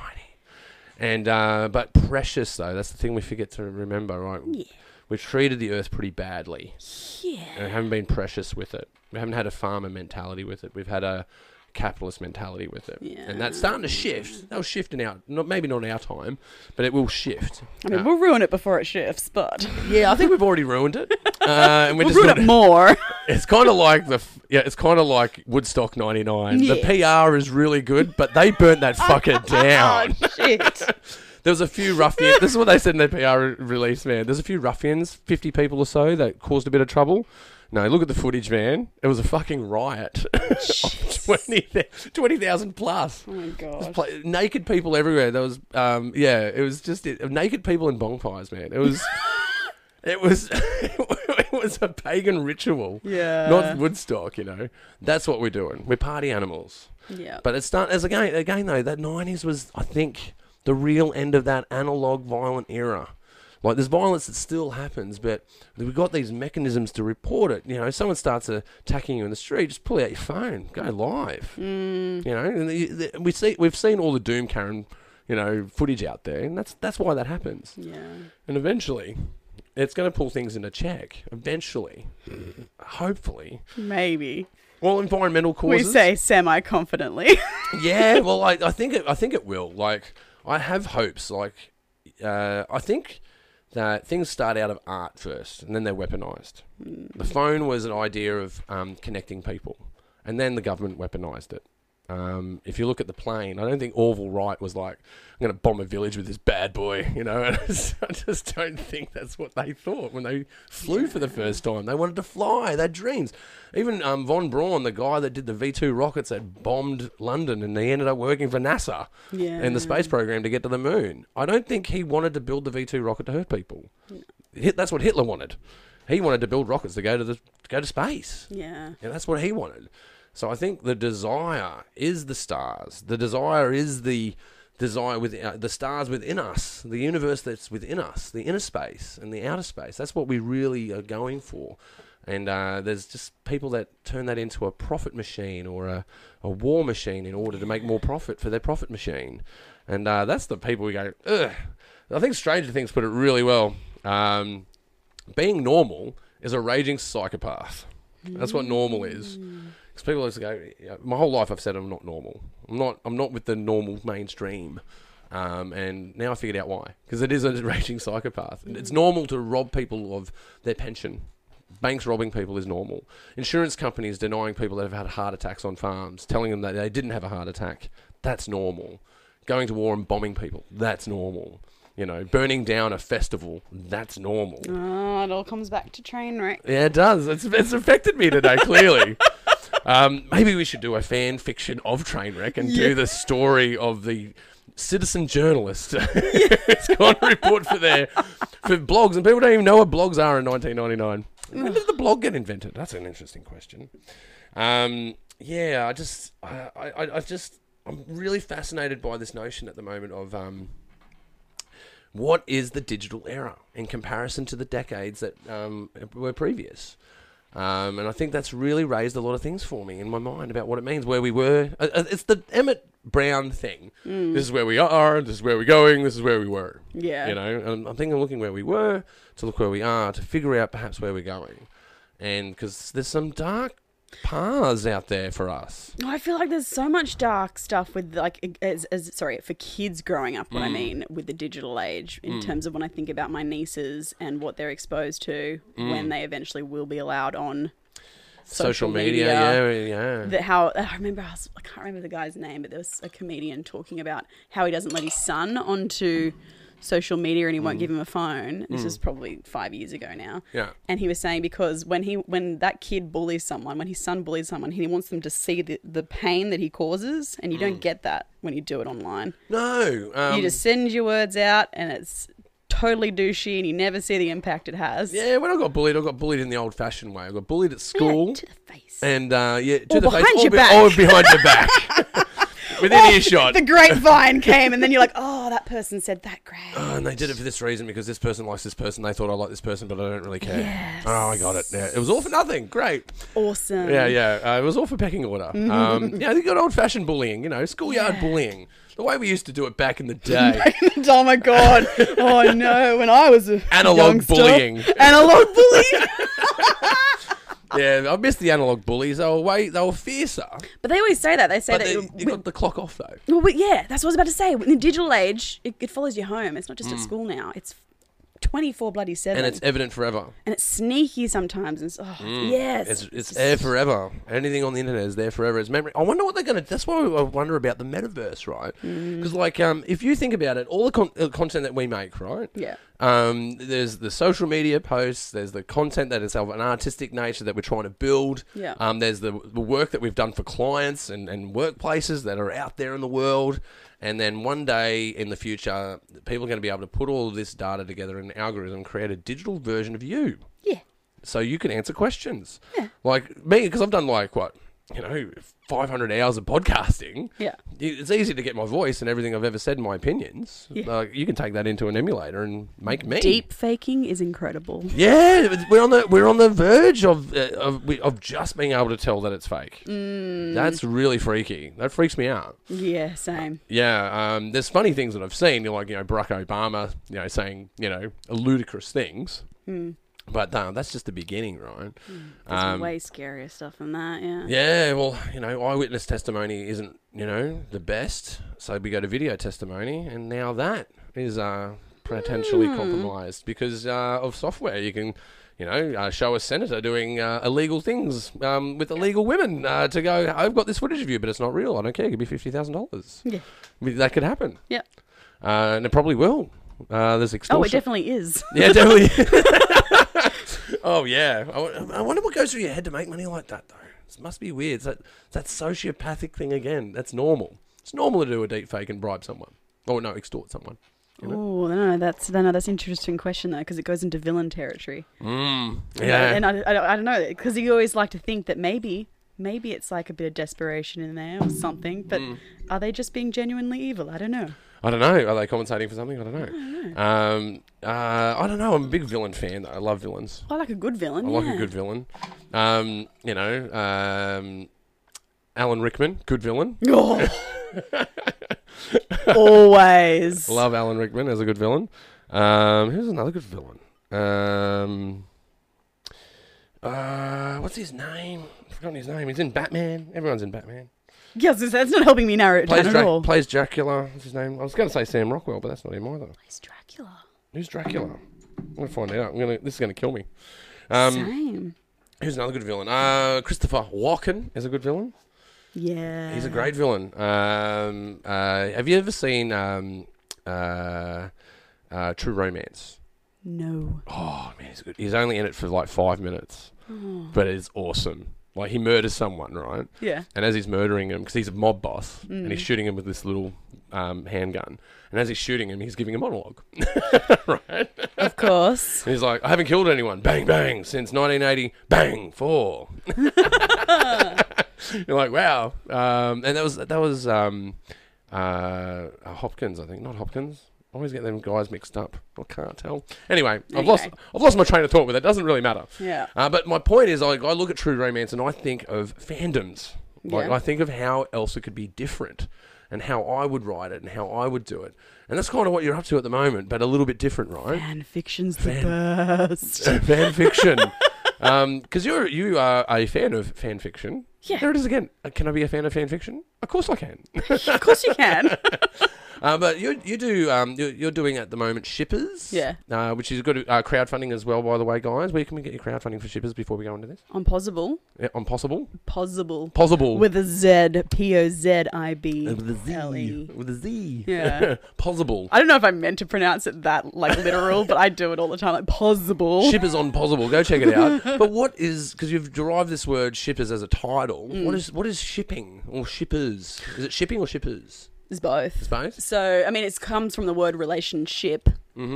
Speaker 2: and uh, but precious though. That's the thing we forget to remember, right?
Speaker 1: Yeah.
Speaker 2: We've treated the Earth pretty badly
Speaker 1: yeah.
Speaker 2: and haven't been precious with it. We haven't had a farmer mentality with it. We've had a capitalist mentality with it, and that's starting to shift. That'll shift in our not maybe not in our time, but it will shift.
Speaker 1: I mean,
Speaker 2: Uh,
Speaker 1: we'll ruin it before it shifts, but
Speaker 2: yeah, I think we've already ruined it, uh, and we're
Speaker 1: we'll
Speaker 2: just
Speaker 1: ruin
Speaker 2: gonna-
Speaker 1: it more.
Speaker 2: it's kind of like the f- yeah, it's kind of like Woodstock '99. The PR is really good, but they burnt that fucker down.
Speaker 1: Oh, shit.
Speaker 2: There was a few ruffians. this is what they said in their PR re- release, man. There's a few ruffians, 50 people or so, that caused a bit of trouble. No, look at the footage, man. It was a fucking riot.
Speaker 1: Jeez.
Speaker 2: 20,000 20,000 plus.
Speaker 1: Oh my god.
Speaker 2: Pla- naked people everywhere. There was, um, yeah, it was just it, naked people and bonfires, man. It was, it was, it was a pagan ritual.
Speaker 1: Yeah.
Speaker 2: Not Woodstock, you know. That's what we're doing. We're party animals.
Speaker 1: yeah.
Speaker 2: But it's not as again again though, that nineties was I think the real end of that analog violent era. Like there's violence that still happens, but we've got these mechanisms to report it. You know, someone starts attacking you in the street, just pull out your phone, go live.
Speaker 1: Mm,
Speaker 2: You know, and the, the, we see we've seen all the doom Karen, you know, footage out there, and that's that's why that happens.
Speaker 1: yeah.
Speaker 2: And eventually, it's going to pull things into check. Eventually, Mm. hopefully,
Speaker 1: Maybe.
Speaker 2: well, environmental
Speaker 1: We
Speaker 2: causes.
Speaker 1: say semi confidently.
Speaker 2: yeah, well, I, I think it, I think it will. Like, I have hopes. Like, uh, I think that things start out of art first, and then they're weaponized. The phone was an idea of um, connecting people, and then the government weaponized it. Um, if you look at the plane, I don't think Orville Wright was like, "I'm going to bomb a village with this bad boy," you know. And I just, I just don't think that's what they thought when they flew for the first time. They wanted to fly. Their dreams. Even um, von Braun, the guy that did the V two rockets that bombed London, and he ended up working for NASA
Speaker 1: yeah.
Speaker 2: and the space program to get to the moon. I don't think he wanted to build the V two rocket to hurt people. Hit, that's what Hitler wanted. He wanted to build rockets to go to the to go to space.
Speaker 1: Yeah.
Speaker 2: And that's what he wanted. So I think the desire is the stars. The desire is the desire with uh, the stars within us, the universe that's within us, the inner space and the outer space. That's what we really are going for. And uh, there's just people that turn that into a profit machine or a, a war machine in order to make more profit for their profit machine. And uh, that's the people we go, ugh. I think Stranger Things put it really well. Um, being normal is a raging psychopath. That's what normal is. Because people always go, yeah, my whole life I've said I'm not normal. I'm not. I'm not with the normal mainstream. Um, and now I figured out why. Because it is a raging psychopath. And It's normal to rob people of their pension. Banks robbing people is normal. Insurance companies denying people that have had heart attacks on farms, telling them that they didn't have a heart attack. That's normal. Going to war and bombing people. That's normal. You know, burning down a festival. That's normal.
Speaker 1: Oh, it all comes back to train wreck.
Speaker 2: Yeah, it does. It's, it's affected me today, clearly. um, maybe we should do a fan fiction of Trainwreck and
Speaker 1: Yeah.
Speaker 2: do the story of the citizen journalist who's gone to report for their for blogs, and people don't even know what blogs are in 1999. When did the blog get invented? That's an interesting question. Um, yeah, I just, I, I, I- I've just, I'm really fascinated by this notion at the moment of. Um, what is the digital era in comparison to the decades that um, were previous? Um, and I think that's really raised a lot of things for me in my mind about what it means, where we were. Uh, uh, It's the Emmett Brown thing. This is where we are. This is where we're going. This is where we were.
Speaker 1: Yeah.
Speaker 2: You know, and I'm thinking, of looking where we were to look where we are to figure out perhaps where we're going, and because there's some dark paths out there for us.
Speaker 1: Oh, I feel like there's so much dark stuff with like as, as sorry for kids growing up.
Speaker 2: Mm.
Speaker 1: What I mean with the digital age, in terms of when I think about my nieces and what they're exposed to when they eventually will be allowed on
Speaker 2: Mm. Social, media, yeah, yeah.
Speaker 1: that how I remember I, was, I can't remember the guy's name, but there was a comedian talking about how he doesn't let his son onto social media and he won't give him a phone. This is probably five years ago now.
Speaker 2: Mm. Yeah.
Speaker 1: And he was saying because when he when that kid bullies someone, when his son bullies someone, he wants them to see the, the pain that he causes, and you don't get that when you do it online.
Speaker 2: no, Mm. um,
Speaker 1: you just send your words out, and it's totally douchey and you never see the impact it has.
Speaker 2: Yeah, when I got bullied, I got bullied in the old fashioned way. I got bullied at
Speaker 1: Yeah,
Speaker 2: school.
Speaker 1: to the face.
Speaker 2: And uh, yeah, to
Speaker 1: Or
Speaker 2: the
Speaker 1: behind
Speaker 2: face, or
Speaker 1: your
Speaker 2: be-
Speaker 1: back. Oh,
Speaker 2: or behind your back, within earshot.
Speaker 1: The grapevine came, and then you're like, oh, that person said that great.
Speaker 2: Oh, and they did it for this reason because this person likes this person. They thought I like this person, but I don't really care.
Speaker 1: Yes.
Speaker 2: Oh, I got it. Yeah, it was all for nothing. Great.
Speaker 1: Awesome.
Speaker 2: Yeah, yeah. Uh, it was all for pecking order.
Speaker 1: Mm-hmm.
Speaker 2: Um, yeah, they got old fashioned bullying. You know, schoolyard bullying. The way we used to do it back in the day.
Speaker 1: oh my god. Oh no. When I was a
Speaker 2: Analog
Speaker 1: youngster-
Speaker 2: bullying.
Speaker 1: Analog bullying.
Speaker 2: yeah, I missed the analog bullies. They were way, they were fiercer.
Speaker 1: but they always say that. They say
Speaker 2: But
Speaker 1: that.
Speaker 2: they,
Speaker 1: it-
Speaker 2: they got the clock off though.
Speaker 1: well, but yeah, that's what I was about to say. In the digital age, it, it follows you home. It's not just at school now. It's twenty four bloody seven,
Speaker 2: Mm. And it's evident forever.
Speaker 1: and it's sneaky sometimes. And it's, oh, yes,
Speaker 2: It's, it's there forever. Anything on the internet is there forever. It's memory. I wonder what they're going to. That's why I wonder about the metaverse, right?
Speaker 1: Mm.
Speaker 2: Because like, um, if you think about it, all the con- uh, content that we make, right?
Speaker 1: Yeah.
Speaker 2: Um, there's the social media posts. There's the content that is of an artistic nature that we're trying to build.
Speaker 1: Yeah.
Speaker 2: Um, there's the, the work that we've done for clients and, and workplaces that are out there in the world. And then one day in the future, people are going to be able to put all of this data together in an algorithm, and create a digital version of you
Speaker 1: yeah.
Speaker 2: so you can answer questions. Like me, because I've done like what you know, five hundred hours of podcasting.
Speaker 1: Yeah.
Speaker 2: Y- it's easy to get my voice and everything I've ever said and my opinions. Like you can take that into an emulator and make me
Speaker 1: Deep faking is incredible.
Speaker 2: Yeah, it's- we're on the we're on the verge of uh, of we- of just being able to tell that it's fake.
Speaker 1: Mm.
Speaker 2: That's really freaky. That freaks me out.
Speaker 1: Yeah, same.
Speaker 2: Yeah, um, there's funny things that I've seen, like you know Barack Obama, you know, saying you know ludicrous things. But uh, that's just the beginning, right?
Speaker 1: Hmm. There's
Speaker 2: Um,
Speaker 1: Mm. way scarier stuff than that. Yeah.
Speaker 2: Yeah, well, you know, eyewitness testimony isn't, you know, the best. So we go to video testimony, and now that is uh, potentially
Speaker 1: Hmm.
Speaker 2: compromised because uh, of software. You can, you know, uh, show a senator doing uh, illegal things um, with illegal women uh, to go, I've got this footage of you, but it's not real. I don't care. It could be $50,000.
Speaker 1: Yeah.
Speaker 2: I mean, That could happen.
Speaker 1: Yep.
Speaker 2: Uh, and it probably will. Uh, there's
Speaker 1: Oh, it
Speaker 2: extortion.
Speaker 1: definitely is.
Speaker 2: Yeah, definitely. oh yeah. I, wo- I wonder what goes through your head to make money like that though. It must be weird. It's that it's that sociopathic thing again. That's normal. It's normal to do a deep fake and bribe someone. Oh no, extort someone.
Speaker 1: Oh, no, no, that's no, no, that's an interesting question though, because it goes into villain territory.
Speaker 2: Mm.
Speaker 1: And I-
Speaker 2: Yeah.
Speaker 1: and I, I, don't- I don't know because you always like to think that maybe, maybe it's like a bit of desperation in there or something. But
Speaker 2: Mm.
Speaker 1: are they just being genuinely evil? I don't know.
Speaker 2: I don't know. Are they compensating for something? I don't know. Um, uh, I don't know. I'm a big villain fan. Though. I love villains.
Speaker 1: I like a good villain.
Speaker 2: I like
Speaker 1: yeah.
Speaker 2: a good villain. Um, you know, um, Alan Rickman, good villain.
Speaker 1: Oh. always.
Speaker 2: Love Alan Rickman as a good villain. Um, who's another good villain? Um, uh, what's his name? I've forgotten his name. He's in Batman. Everyone's in Batman.
Speaker 1: Yes, it's- that's not helping me narrow it
Speaker 2: Plays,
Speaker 1: down at
Speaker 2: Drac-
Speaker 1: all.
Speaker 2: plays Dracula. What's his name? I was going to say Sam Rockwell, but that's not him either.
Speaker 1: Plays Dracula.
Speaker 2: Who's Dracula? I'm going to find out. I'm gonna, this is going to kill me. Um,
Speaker 1: Same.
Speaker 2: who's another good villain? Uh, Christopher Walken is a good villain.
Speaker 1: Yeah.
Speaker 2: He's a great villain. Um, uh, have you ever seen um, uh, uh, True Romance?
Speaker 1: No.
Speaker 2: Oh man, he's good. He's only in it for like five minutes, but it's awesome. Like he murders someone, right?
Speaker 1: Yeah.
Speaker 2: And as he's murdering him, because he's a mob boss, and he's shooting him with this little um, handgun. And as he's shooting him, he's giving a monologue.
Speaker 1: Of course.
Speaker 2: And he's like, "I haven't killed anyone. Bang bang since 1980. Bang four. You're like, wow. Um, and that was that was um, uh, Hopkins, I think. Not Hopkins. I always get them guys mixed up. I can't tell. Anyway, I've
Speaker 1: Okay.
Speaker 2: lost I've lost my train of thought, but that doesn't really matter.
Speaker 1: Yeah.
Speaker 2: Uh, but my point is, I, I look at True Romance and I think of fandoms. Like
Speaker 1: Yeah.
Speaker 2: I think of how else it could be different, and how I would write it, and how I would do it. And that's kind of what you're up to at the moment, but a little bit different, right?
Speaker 1: Fan fiction's the best.
Speaker 2: fan fiction. Because you're you are a fan of fan fiction.
Speaker 1: Yeah.
Speaker 2: There it is again. Uh, Can I be a fan of fan fiction? Of course I can.
Speaker 1: of course you can.
Speaker 2: Uh, but you you do um you're, you're doing at the moment shippers.
Speaker 1: Yeah.
Speaker 2: Uh, which is good uh, crowdfunding as well. By the way, guys, where can we get your crowdfunding for shippers before we go into this?
Speaker 1: On possible.
Speaker 2: Yeah, on possible.
Speaker 1: Possible.
Speaker 2: Possible.
Speaker 1: With a Z. P O Z I B.
Speaker 2: Uh, Oh. With a Z.
Speaker 1: L E.
Speaker 2: With a Z.
Speaker 1: Yeah.
Speaker 2: possible.
Speaker 1: I don't know if I meant to pronounce it that like literal, but I do it all the time. Like possible.
Speaker 2: Shippers on possible. Go check it out. But what is because you've derived this word shippers as a title?
Speaker 1: Mm.
Speaker 2: What is what is shipping or shippers? Is it shipping or shippers?
Speaker 1: It's both.
Speaker 2: Both.
Speaker 1: So I mean, it comes from the word relationship,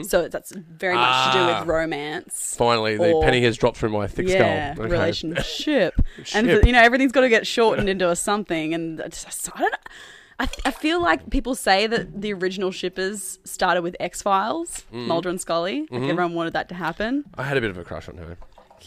Speaker 1: So that's very much to do
Speaker 2: Hmm? Ah.
Speaker 1: with romance.
Speaker 2: Mm-hmm. Finally, the
Speaker 1: Or-
Speaker 2: penny has dropped through my thick
Speaker 1: yeah,
Speaker 2: skull. Okay.
Speaker 1: relationship, and
Speaker 2: Ship.
Speaker 1: you know everything's got to get shortened into a something. And I just- I don't, know. I, I feel like people say that the original shippers started with X Files,
Speaker 2: Mm.
Speaker 1: Mulder and Scully. Like
Speaker 2: Mm-hmm.
Speaker 1: everyone wanted that to happen.
Speaker 2: I had a bit of a crush on her.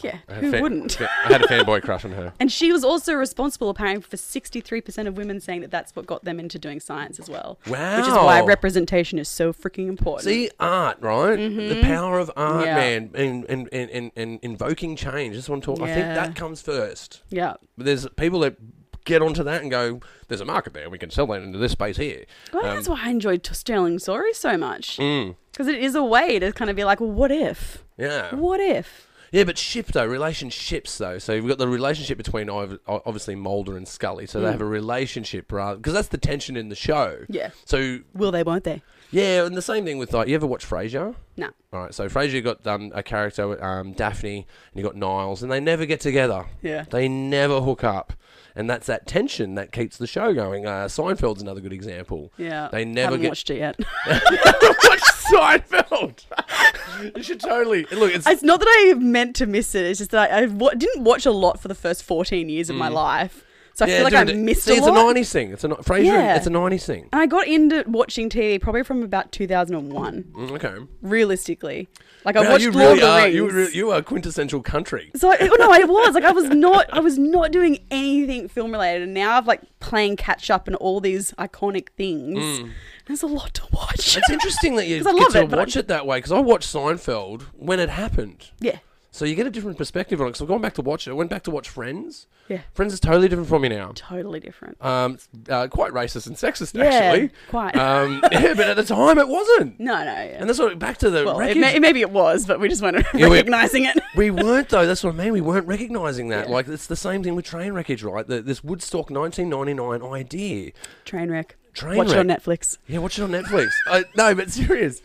Speaker 1: Yeah,
Speaker 2: I had a
Speaker 1: who
Speaker 2: fan-
Speaker 1: wouldn't?
Speaker 2: Uh, fa- I had a fanboy crush on her.
Speaker 1: And she was also responsible, apparently, for 63% of women saying that that's what got them into doing science as well. Which is why
Speaker 2: Wow.
Speaker 1: representation is so freaking important.
Speaker 2: See art, right? The power of
Speaker 1: Mm-hmm.
Speaker 2: art,
Speaker 1: Yeah.
Speaker 2: man, and and, and, and and invoking change. That's what I'm talking. I think
Speaker 1: Yeah.
Speaker 2: that comes first.
Speaker 1: Yeah.
Speaker 2: But there's people that get onto that and go, "There's a market there. We can sell that into this space here."
Speaker 1: Well,
Speaker 2: Um, Mm.
Speaker 1: that's why I enjoyed t- Sterling Sorry so much. Because it is a way to kind of be like, well, what if?
Speaker 2: yeah,
Speaker 1: What if?
Speaker 2: yeah. But ship though, relationships though. So you've got the relationship between ov- o- obviously Mulder and Scully. So they have a relationship rather because that's the tension in the show.
Speaker 1: Mm. Yeah.
Speaker 2: So
Speaker 1: Will they, won't they?
Speaker 2: yeah, and the same thing with like you ever watch Frasier?
Speaker 1: No.
Speaker 2: All right, so Frasier got um, a character, um, Daphne, and you got Niles, and they never get together.
Speaker 1: Yeah.
Speaker 2: They never hook up. And that's that tension that keeps the show going. Uh, Seinfeld's another good example.
Speaker 1: Yeah.
Speaker 2: They never
Speaker 1: haven't
Speaker 2: get.
Speaker 1: watched it yet.
Speaker 2: watch Seinfeld! you should totally. Look, it's.
Speaker 1: it's not that I meant to miss it. It's just that I, I wa- didn't watch a lot for the first 14 years of my life. So I
Speaker 2: Mm. yeah,
Speaker 1: feel like
Speaker 2: dude,
Speaker 1: I missed
Speaker 2: see,
Speaker 1: a
Speaker 2: it's
Speaker 1: lot.
Speaker 2: a 90s thing. It's a, no- Frasier,
Speaker 1: Yeah.
Speaker 2: it's a 90s thing.
Speaker 1: and I got into watching TV probably from about 2001.
Speaker 2: Mm, Okay.
Speaker 1: realistically. Like I
Speaker 2: Wow,
Speaker 1: watched
Speaker 2: you
Speaker 1: Lord
Speaker 2: really
Speaker 1: of the
Speaker 2: are.
Speaker 1: Rings.
Speaker 2: You, re- you are quintessential country.
Speaker 1: so I, oh, no, I was like I was not I was not doing anything film related, and now I've like playing catch up and all these iconic things. There's a lot to watch.
Speaker 2: Mm. It's interesting that you
Speaker 1: 'Cause I
Speaker 2: get
Speaker 1: love
Speaker 2: to
Speaker 1: it, but I-
Speaker 2: watch it that way because I watched Seinfeld when it happened.
Speaker 1: yeah,
Speaker 2: So you get a different perspective on it. So I've gone back to watch it. I went back to watch Friends.
Speaker 1: Yeah.
Speaker 2: Friends is totally different from me now.
Speaker 1: totally different.
Speaker 2: Um, uh, quite racist and sexist,
Speaker 1: Yeah,
Speaker 2: actually.
Speaker 1: quite.
Speaker 2: Um, yeah, but at the time it wasn't.
Speaker 1: No, no, yeah.
Speaker 2: And that's what back to the
Speaker 1: well, it
Speaker 2: wreckage.
Speaker 1: may, maybe it was, but we just weren't
Speaker 2: we-
Speaker 1: recognizing it.
Speaker 2: we weren't though. That's what I mean. We weren't recognizing that.
Speaker 1: Yeah.
Speaker 2: Like it's the same thing with train wreckage, right? The, this Woodstock 1999 idea.
Speaker 1: Trainwreck.
Speaker 2: Trainwreck.
Speaker 1: Watch it on Netflix.
Speaker 2: Yeah, watch it on Netflix. I, no, but serious.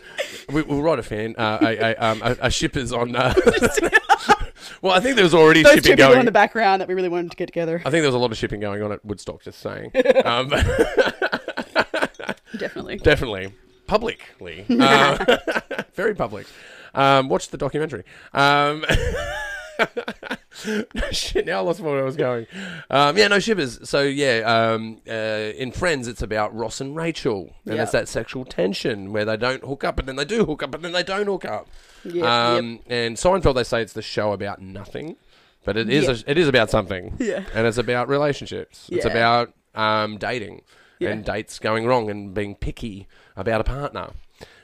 Speaker 2: We, we'll write a fan. Uh, a, a, um, a, a ship is on. Uh, well, I think there was already
Speaker 1: Those two
Speaker 2: shipping
Speaker 1: people
Speaker 2: going.
Speaker 1: in the background that we really wanted to get together.
Speaker 2: I think there was a lot of shipping going on at Woodstock. Just saying. um,
Speaker 1: Definitely.
Speaker 2: Definitely. Publicly. Um, very public. Um, watch the documentary. Um, shit, now I lost where I was going. Um, yeah, no shivers. So, yeah, um, uh, in Friends, it's about Ross and Rachel. And
Speaker 1: Yeah.
Speaker 2: it's that sexual tension where they don't hook up, and then they do hook up, and then they don't hook up.
Speaker 1: Yep,
Speaker 2: um, And Seinfeld, they say it's the show about nothing. But it is
Speaker 1: Yeah.
Speaker 2: a, it is about something,
Speaker 1: Yeah.
Speaker 2: and it's about relationships. It's
Speaker 1: Yeah.
Speaker 2: about um, dating
Speaker 1: Yeah.
Speaker 2: and dates going wrong and being picky about a partner.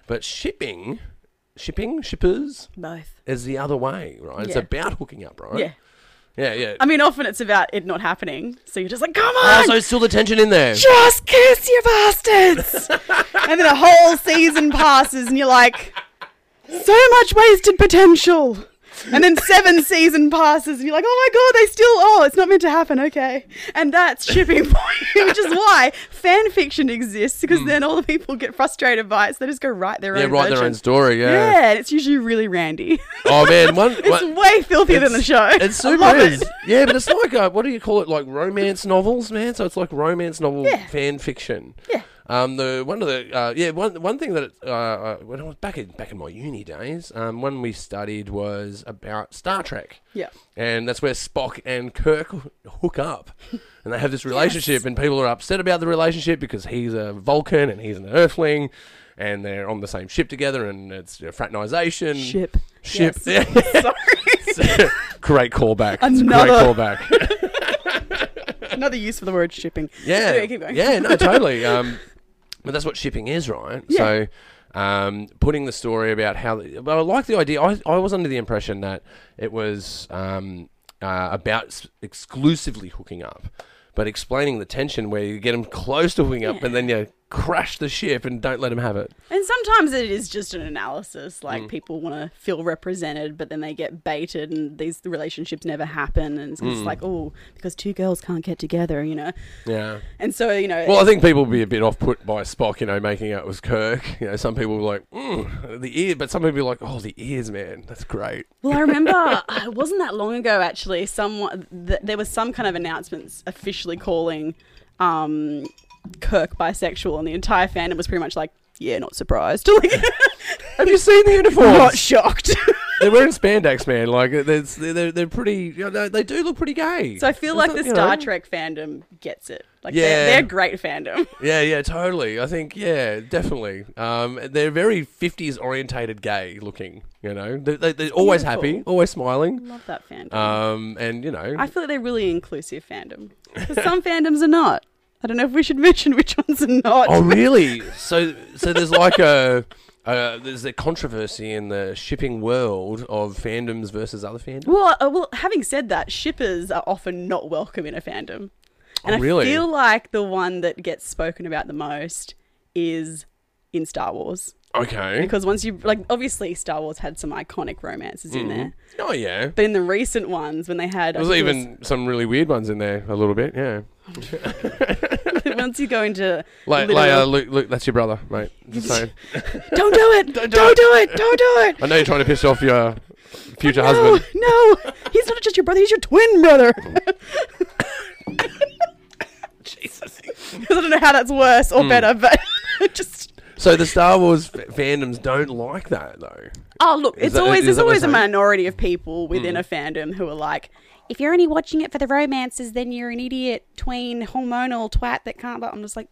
Speaker 2: But shipping, shipping, shippers
Speaker 1: Both.
Speaker 2: is the other way, right? It's
Speaker 1: Yeah.
Speaker 2: about hooking up, right?
Speaker 1: Yeah.
Speaker 2: yeah, yeah.
Speaker 1: I mean, often it's about it not happening, so you're just like, come on.
Speaker 2: Ah, so still the tension in there.
Speaker 1: just kiss you bastards and then a whole season passes and you're like so much wasted potential and then seven season passes and you're like oh my god they still oh it's not meant to happen okay and that's shipping point which is why fan fiction exists because then all the people get frustrated by it so they just go write their
Speaker 2: Hmm. Yeah,
Speaker 1: own
Speaker 2: write their own
Speaker 1: version.
Speaker 2: story. Yeah.
Speaker 1: yeah and it's usually really randy
Speaker 2: Oh man, one.
Speaker 1: it's
Speaker 2: one-
Speaker 1: way filthier than the show
Speaker 2: It's
Speaker 1: I
Speaker 2: super
Speaker 1: love
Speaker 2: is.
Speaker 1: it.
Speaker 2: Yeah, but it's like uh what do you call it? Like romance novels, man. So it's like romance novel
Speaker 1: Yeah.
Speaker 2: fan fiction.
Speaker 1: Yeah.
Speaker 2: Um, the one of the uh, yeah one one thing that it, uh, uh, when I was back in back in my uni days, um, one we studied was about Star Trek.
Speaker 1: Yeah.
Speaker 2: And that's where Spock and Kirk hook up, and they have this relationship, and people are upset about the relationship because he's a Vulcan and he's an Earthling, and they're on the same ship together, and it's uh, fraternization.
Speaker 1: ship
Speaker 2: Ship.
Speaker 1: Yes. sorry
Speaker 2: great callback. It's a
Speaker 1: Another-
Speaker 2: great callback.
Speaker 1: another use for the word shipping
Speaker 2: Yeah.
Speaker 1: Anyway, keep going.
Speaker 2: Yeah, no, totally. Um, but that's what shipping is, right?
Speaker 1: Yeah.
Speaker 2: So um, putting the story about how. But I like the idea. I, I was under the impression that it was um, uh, about s- exclusively hooking up, but explaining the tension where you get them close to hooking up and then you crash the ship and don't let them have it.
Speaker 1: And sometimes it is just an analysis. Like
Speaker 2: Mm.
Speaker 1: people want to feel represented, but then they get baited, and these relationships never happen. And it's
Speaker 2: Mm.
Speaker 1: just like, oh, because two girls can't get together, you know.
Speaker 2: Yeah.
Speaker 1: And so you know,
Speaker 2: Well, I think people would be a bit off put by Spock, you know, making out it was Kirk. You know, some people were like, mm, the ear, but some people be like, oh, the ears, man, that's great.
Speaker 1: Well, I remember uh, it wasn't that long ago actually. Someone th- there was some kind of announcements officially calling um, Kirk bisexual, and the entire fandom was pretty much like, yeah, not surprised. Like,
Speaker 2: Have you seen the uniforms?
Speaker 1: not shocked.
Speaker 2: they're wearing spandex, man. Like uh, they're they're, they're pretty. You know, they do look pretty gay.
Speaker 1: so I feel like the
Speaker 2: you know.
Speaker 1: Star Trek fandom gets it. Like
Speaker 2: Yeah.
Speaker 1: they're, they're great fandom.
Speaker 2: Yeah, yeah, totally. I think yeah, definitely. Um, they're very fifties orientated, gay looking. You know, they, they, they're always happy,
Speaker 1: Beautiful.
Speaker 2: always smiling.
Speaker 1: Love that fandom.
Speaker 2: Um, and you know,
Speaker 1: I feel like they're really inclusive fandom. 'Cause some fandoms are not. I don't know if we should mention which ones are not.
Speaker 2: oh really? So so there's like a. Uh, there's a controversy in the shipping world of fandoms versus other fandoms.
Speaker 1: Well, uh, well, having said that, shippers are often not welcome in a fandom. And
Speaker 2: Oh, really?
Speaker 1: I feel like the one that gets spoken about the most is in Star Wars.
Speaker 2: Okay.
Speaker 1: Because once you, like, obviously Star Wars had some iconic romances in there.
Speaker 2: Oh yeah.
Speaker 1: But in the recent ones, when they had. I
Speaker 2: There's
Speaker 1: think it was-
Speaker 2: even some really weird ones in there a little bit. Yeah.
Speaker 1: once you go into.
Speaker 2: Like,
Speaker 1: literal-
Speaker 2: like uh, Luke, Luke, that's your brother, mate. Just saying.
Speaker 1: don't do it!
Speaker 2: Don't
Speaker 1: Don't
Speaker 2: do
Speaker 1: do,
Speaker 2: it.
Speaker 1: it! Don't do it!
Speaker 2: I know you're trying to piss off your future
Speaker 1: no,
Speaker 2: husband.
Speaker 1: No, he's not just your brother. He's your twin brother. Jesus, I don't know how that's worse
Speaker 2: Hmm.
Speaker 1: or better, but it just
Speaker 2: So the Star Wars f- fandoms don't like that, though.
Speaker 1: oh look, it's
Speaker 2: that-
Speaker 1: always there's
Speaker 2: is that Hmm. what
Speaker 1: always a
Speaker 2: you're saying?
Speaker 1: minority of people within a fandom who are like, if you're only watching it for the romances, then you're an idiot, tween, hormonal twat that can't. But I'm just like,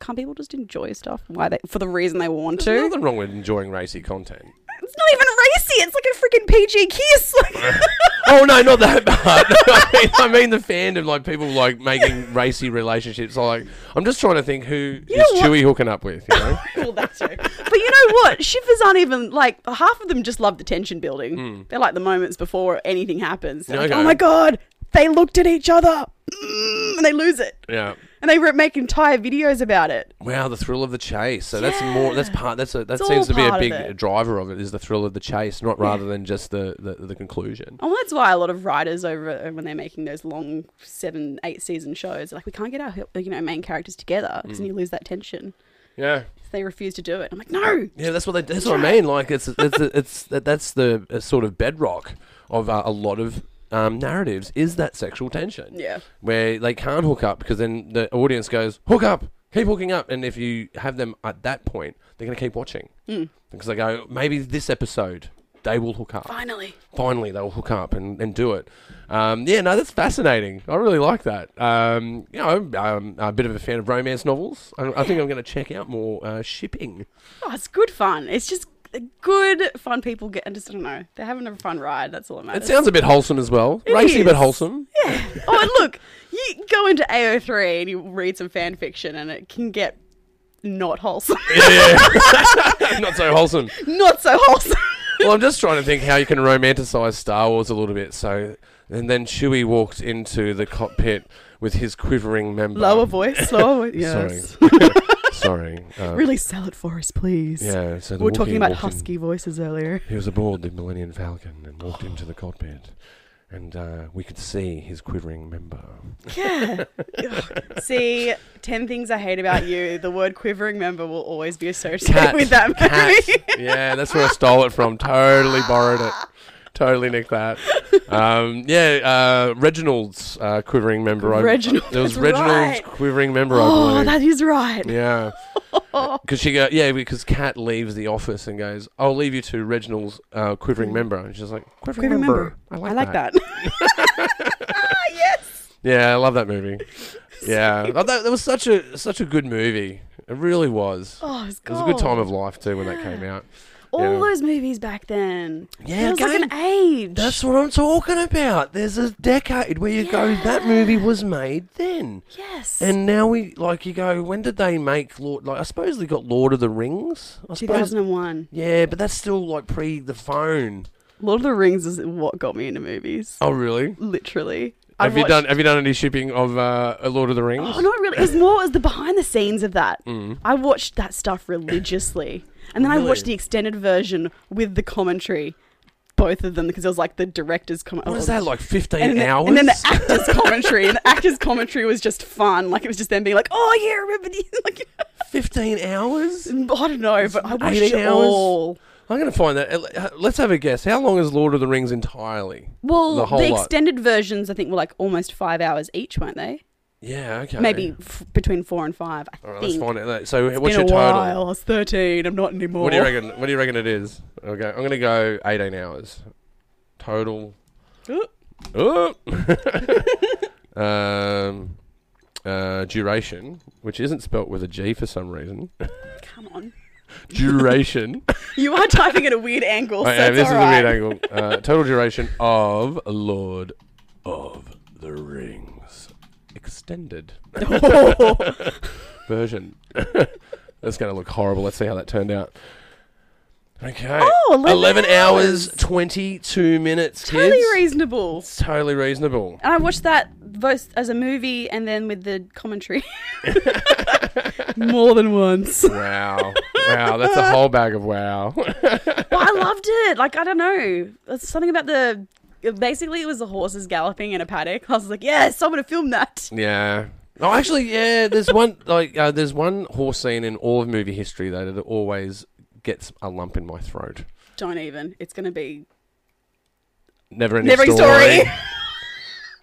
Speaker 1: can't people just enjoy stuff? Why they for the reason they want
Speaker 2: There's
Speaker 1: to?
Speaker 2: nothing wrong with enjoying racy content.
Speaker 1: It's not even racy. It's like a freaking PG kiss. Like,
Speaker 2: Oh no, not that part. I, mean, I mean the fandom, like people like making racy relationships. Like I'm just trying to think who is
Speaker 1: know what?
Speaker 2: Chewy hooking up with. You know?
Speaker 1: well, that's true. But you know what? Shivers aren't even like half of them just love the tension building. They're like the moments before anything happens. They're like,
Speaker 2: Okay.
Speaker 1: oh my god, they looked at each other, mm, and they lose it,
Speaker 2: yeah.
Speaker 1: and they re- make entire videos about it.
Speaker 2: Wow, the thrill of the chase. So that's more. That's part. That's a, that
Speaker 1: It's
Speaker 2: seems to
Speaker 1: all
Speaker 2: be a
Speaker 1: part of
Speaker 2: big
Speaker 1: it.
Speaker 2: driver of it. Is the thrill of the chase, not rather than just the the, the conclusion.
Speaker 1: And Oh, that's why a lot of writers over uh, when they're making those long seven, eight season shows, they're like we can't get our you know main characters together because then you lose that tension.
Speaker 2: Yeah.
Speaker 1: So they refuse to do it. I'm like, no,
Speaker 2: Yeah, that's what they, that's what I mean. Like it's it's it's that that's the uh, sort of bedrock of uh, a lot of um, narratives is that sexual tension.
Speaker 1: Yeah.
Speaker 2: where they can't hook up because then the audience goes hook up, keep hooking up, and if you have them at that point, they're going to keep watching because they go maybe this episode they will hook up.
Speaker 1: finally.
Speaker 2: Finally, they'll hook up and, and do it. Um, yeah, no, that's fascinating. I really like that. Um, you know, I'm, I'm a bit of a fan of romance novels. I, I think I'm going to check out more uh, shipping.
Speaker 1: Oh, it's good fun. It's just uh, good fun. People get, I just I don't know, they're having a fun ride. That's all that matters.
Speaker 2: It sounds a bit wholesome as well. Racy, but
Speaker 1: is.
Speaker 2: wholesome.
Speaker 1: oh, and look, you go into AO3 and you read some fan fiction, and it can get not wholesome.
Speaker 2: Not so wholesome.
Speaker 1: not so wholesome.
Speaker 2: Well, I'm just trying to think how you can romanticize Star Wars a little bit. So, and then Chewie walked into the cockpit with his quivering member.
Speaker 1: Lower voice, lower voice. Yes.
Speaker 2: Sorry. Uh, Sorry. Uh,
Speaker 1: really sell it for us, please.
Speaker 2: Yeah. So the
Speaker 1: We were talking
Speaker 2: Wookiee
Speaker 1: about
Speaker 2: walked in-
Speaker 1: husky voices earlier.
Speaker 2: He was aboard the Millennium Falcon and walked into the cockpit, and uh, we could see his quivering member.
Speaker 1: Yeah. Ugh. See, 10 things I hate about you. The word quivering member will always be associated with that
Speaker 2: Cat.
Speaker 1: movie.
Speaker 2: yeah, that's where I stole it from. Totally borrowed it. Totally nicked that. Um, yeah, uh, Reginald's uh, quivering member. I-
Speaker 1: Reginald,
Speaker 2: There was
Speaker 1: that's
Speaker 2: Reginald's
Speaker 1: right.
Speaker 2: quivering member. I
Speaker 1: Oh,
Speaker 2: believe.
Speaker 1: that is right.
Speaker 2: yeah. Because she go, yeah, because Kat leaves the office and goes, "I'll leave you to Reginald's uh, quivering member," and she's like, "Quivering,
Speaker 1: Mm. Quivering
Speaker 2: member.
Speaker 1: member.
Speaker 2: I like,
Speaker 1: I like
Speaker 2: that.
Speaker 1: that. Ah, yes.
Speaker 2: Yeah, I love that movie. yeah, Oh, that, that was such a such a good movie. It really was.
Speaker 1: Oh, it's
Speaker 2: It was a good time of life too when that came out.
Speaker 1: All
Speaker 2: Yeah.
Speaker 1: those movies back then.
Speaker 2: Yeah,
Speaker 1: it was like an age.
Speaker 2: That's what I'm talking about. There's a decade where you go, that movie was made then.
Speaker 1: yes.
Speaker 2: And now we, like, you go, when did they make Lord? Like, I suppose they got Lord of the Rings. I suppose.
Speaker 1: 2001.
Speaker 2: Yeah, but that's still, like, pre the phone.
Speaker 1: Lord of the Rings is what got me into movies.
Speaker 2: Oh, really?
Speaker 1: Literally.
Speaker 2: Have
Speaker 1: I've
Speaker 2: you
Speaker 1: watched-
Speaker 2: done Have you done any shipping of uh, Lord of the Rings? Mm.
Speaker 1: Oh, not really. It was more as the behind the scenes of that. I watched that stuff religiously. And then I watched
Speaker 2: Really?
Speaker 1: the extended version with the commentary. Both of them, because it was like the director's commentary.
Speaker 2: What is that, like, 15
Speaker 1: and then,
Speaker 2: hours?
Speaker 1: and then the actors' commentary, and the actors' commentary was just fun. Like it was just them being like, "Oh yeah, remember these?" Like
Speaker 2: 15 hours?
Speaker 1: I don't know, but I watched
Speaker 2: 80
Speaker 1: it
Speaker 2: hours?
Speaker 1: all.
Speaker 2: I'm going to find that. Uh, Let's have a guess. How long is Lord of the Rings entirely?
Speaker 1: Well, the,
Speaker 2: whole lot.
Speaker 1: extended versions I think were like almost five hours each, weren't they?
Speaker 2: Yeah, okay.
Speaker 1: Maybe f- between four and five. I
Speaker 2: All right, let's
Speaker 1: think.
Speaker 2: find out. So, what's
Speaker 1: Been
Speaker 2: your
Speaker 1: a
Speaker 2: total?
Speaker 1: while. I was thirteen. I'm not anymore.
Speaker 2: What do you reckon? What do you reckon it is? Okay, I'm gonna go 18 hours total.
Speaker 1: Oop.
Speaker 2: Oop. Oh. um, uh, duration, which isn't spelt with a G for some reason.
Speaker 1: Come on.
Speaker 2: Duration.
Speaker 1: You are typing at a weird angle. so
Speaker 2: I am.
Speaker 1: it's
Speaker 2: This is
Speaker 1: alright.
Speaker 2: a weird angle. Uh, total duration of Lord of the Rings extended
Speaker 1: Oh,
Speaker 2: version. That's going to look horrible. Let's see how that turned out. Okay.
Speaker 1: Oh, 11 hours.
Speaker 2: hours, 22 minutes,
Speaker 1: totally
Speaker 2: kids.
Speaker 1: reasonable.
Speaker 2: it's totally reasonable.
Speaker 1: And I watched that both as a movie and then with the commentary. More than once.
Speaker 2: Wow. wow. That's a whole bag of wow.
Speaker 1: But I loved it. Like, I don't know. It's something about the. Basically, it was the horses galloping in a paddock. I was like, yes, I'm going to film that.
Speaker 2: Yeah. No, actually, yeah. There's one like uh, there's one horse scene in all of movie history though that always gets a lump in my throat.
Speaker 1: Don't even. It's going to be.
Speaker 2: Never ending
Speaker 1: Never
Speaker 2: story.
Speaker 1: ending story.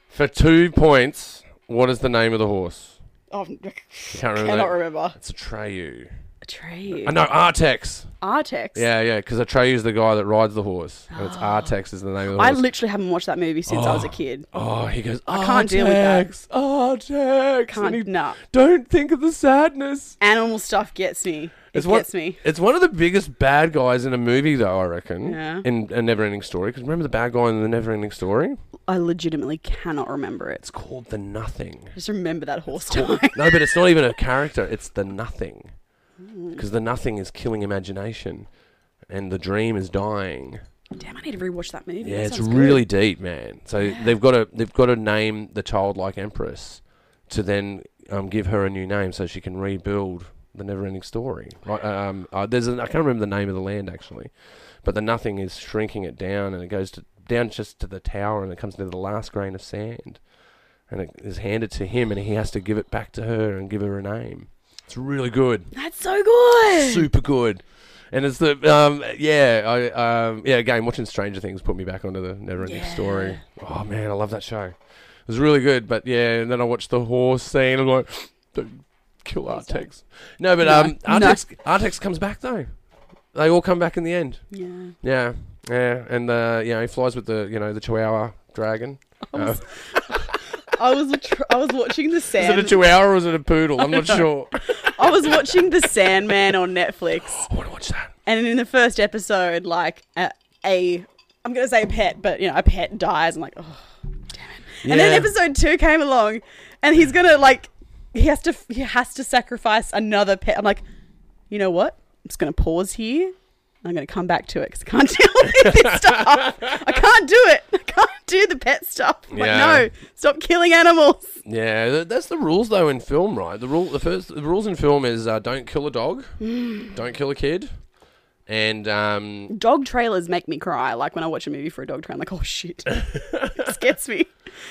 Speaker 2: For two points, what is the name of the horse?
Speaker 1: Oh,
Speaker 2: Can't remember.
Speaker 1: cannot
Speaker 2: that.
Speaker 1: remember.
Speaker 2: It's Atreyu.
Speaker 1: Tree.
Speaker 2: I know Artex.
Speaker 1: Artex.
Speaker 2: Yeah, yeah. Because Atreyu's the guy that rides the horse, and it's Artex is the name of the
Speaker 1: I
Speaker 2: horse.
Speaker 1: literally haven't watched that movie since I was a kid.
Speaker 2: oh, he goes. I
Speaker 1: can't deal with that.
Speaker 2: Artex. and
Speaker 1: Can't.
Speaker 2: he-
Speaker 1: nah.
Speaker 2: Don't think of the sadness.
Speaker 1: Animal stuff gets me. It
Speaker 2: one,
Speaker 1: gets me.
Speaker 2: It's one of the biggest bad guys in a movie, though. I reckon.
Speaker 1: Yeah.
Speaker 2: In a never-ending story, because remember the bad guy in the never-ending story?
Speaker 1: I legitimately cannot remember it.
Speaker 2: It's called the Nothing.
Speaker 1: Just remember that horse time.
Speaker 2: no, but it's not even a character. It's the Nothing, because the Nothing is killing imagination, and the dream is dying.
Speaker 1: Damn, I need to rewatch that movie.
Speaker 2: Yeah,
Speaker 1: That
Speaker 2: it's
Speaker 1: sounds good.
Speaker 2: really deep, man. So they've got to they've got to name the childlike empress to then um, give her a new name so she can rebuild the never-ending story. Like, um, uh, there's an, I can't remember the name of the land actually, but the nothing is shrinking it down, and it goes to down just to the tower, and it comes to the last grain of sand, and it is handed to him, and he has to give it back to her and give her a name. It's really good
Speaker 1: That's so good.
Speaker 2: super good. And it's the um yeah I um yeah again watching Stranger Things put me back onto the Neverending
Speaker 1: Yeah.
Speaker 2: Story. Oh man, I love that show. It was really good, but yeah, and then I watched the horse scene. I'm like, don't kill
Speaker 1: Please
Speaker 2: Artex. No, but
Speaker 1: No,
Speaker 2: um
Speaker 1: no.
Speaker 2: Artex Artex comes back though. They all come back in the end.
Speaker 1: Yeah.
Speaker 2: Yeah, yeah, and uh, you know he flies with the you know the Chihuahua dragon. Uh,
Speaker 1: I was, I was, tr- I was watching the
Speaker 2: Is it a
Speaker 1: sand.
Speaker 2: Chihuahua or is it a poodle? I'm not sure. Oh,
Speaker 1: I was watching the Sandman on Netflix,
Speaker 2: I want to watch that.
Speaker 1: and in the first episode, like a, a I'm gonna say a pet, but you know, a pet dies. I'm like, oh. And then
Speaker 2: Yeah.
Speaker 1: episode two came along, and he's gonna like, he has to, he has to sacrifice another pet. I'm like, you know what? I'm just gonna pause here. and I'm gonna come back to it because I can't deal with this stuff. I can't do it. I can't do the pet stuff. I'm
Speaker 2: Yeah.
Speaker 1: Like, no, stop killing animals.
Speaker 2: Yeah, th- that's the rules though in film, right? The rule, the first, the rules in film is uh, don't kill a dog,
Speaker 1: Mm.
Speaker 2: don't kill a kid, and um,
Speaker 1: Dog trailers make me cry. Like when I watch a movie for a dog trailer, I'm like, oh shit, this gets me.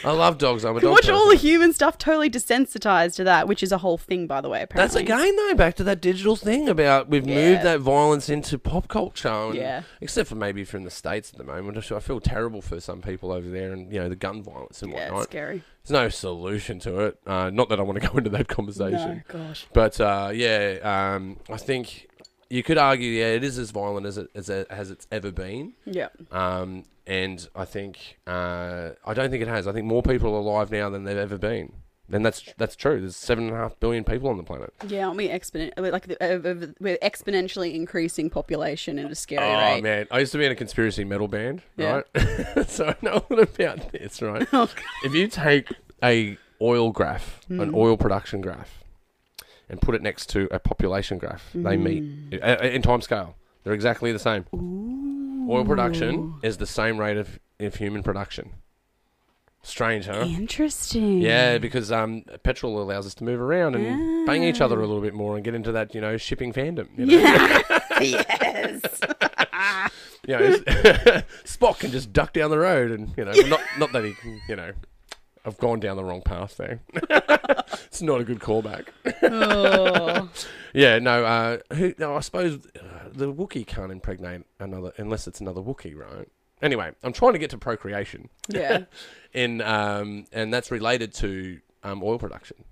Speaker 2: I love dogs. I'm a
Speaker 1: You
Speaker 2: dog.
Speaker 1: watch all the
Speaker 2: person.
Speaker 1: human stuff, totally desensitized to that, which is a whole thing, by the way.
Speaker 2: That's
Speaker 1: Apparently,
Speaker 2: again though back to that digital thing about we've moved
Speaker 1: Yeah.
Speaker 2: that violence into pop culture. and-
Speaker 1: Yeah.
Speaker 2: Except for maybe from the states at the moment, I feel- I feel terrible for some people over there, and you know the gun violence and
Speaker 1: yeah, it's
Speaker 2: whatnot.
Speaker 1: scary.
Speaker 2: There's no solution to it. Uh, not that I want to go into that conversation.
Speaker 1: No, Oh, gosh.
Speaker 2: But uh, yeah, um, I think you could argue, yeah, it is as violent as it, as it has it's ever been.
Speaker 1: Yeah.
Speaker 2: Um, and I think uh, I don't think it has. I think more people are alive now than they've ever been, and that's that's true. There's seven and a half billion people on the planet.
Speaker 1: Yeah, aren't we exponent we're like the- uh, uh, we're exponentially increasing population at a scary
Speaker 2: Oh
Speaker 1: rate.
Speaker 2: man, I used to be in a conspiracy metal band,
Speaker 1: Yeah.
Speaker 2: right? so I know all about this, right?
Speaker 1: Oh,
Speaker 2: if you take a oil graph,
Speaker 1: Hmm.
Speaker 2: an oil production graph, and put it next to a population graph, they meet
Speaker 1: Hmm.
Speaker 2: uh, uh, in time scale. They're exactly the same. Oil production is the same rate of, of human production. Strange, huh?
Speaker 1: Interesting.
Speaker 2: Yeah, because um, petrol allows us to move around and bang each other a little bit more and get into that, you know, shipping fandom. You know?
Speaker 1: Yeah. yes.
Speaker 2: You know, it's- Spock can just duck down the road and, you know, not, not that he can, you know, I've gone down the wrong path there. it's not a good callback.
Speaker 1: Oh.
Speaker 2: Yeah, no, uh, who, no, I suppose uh, the Wookiee can't impregnate another, unless it's another Wookiee, right? Anyway, I'm trying to get to procreation.
Speaker 1: Yeah.
Speaker 2: in um, and that's related to um, oil production.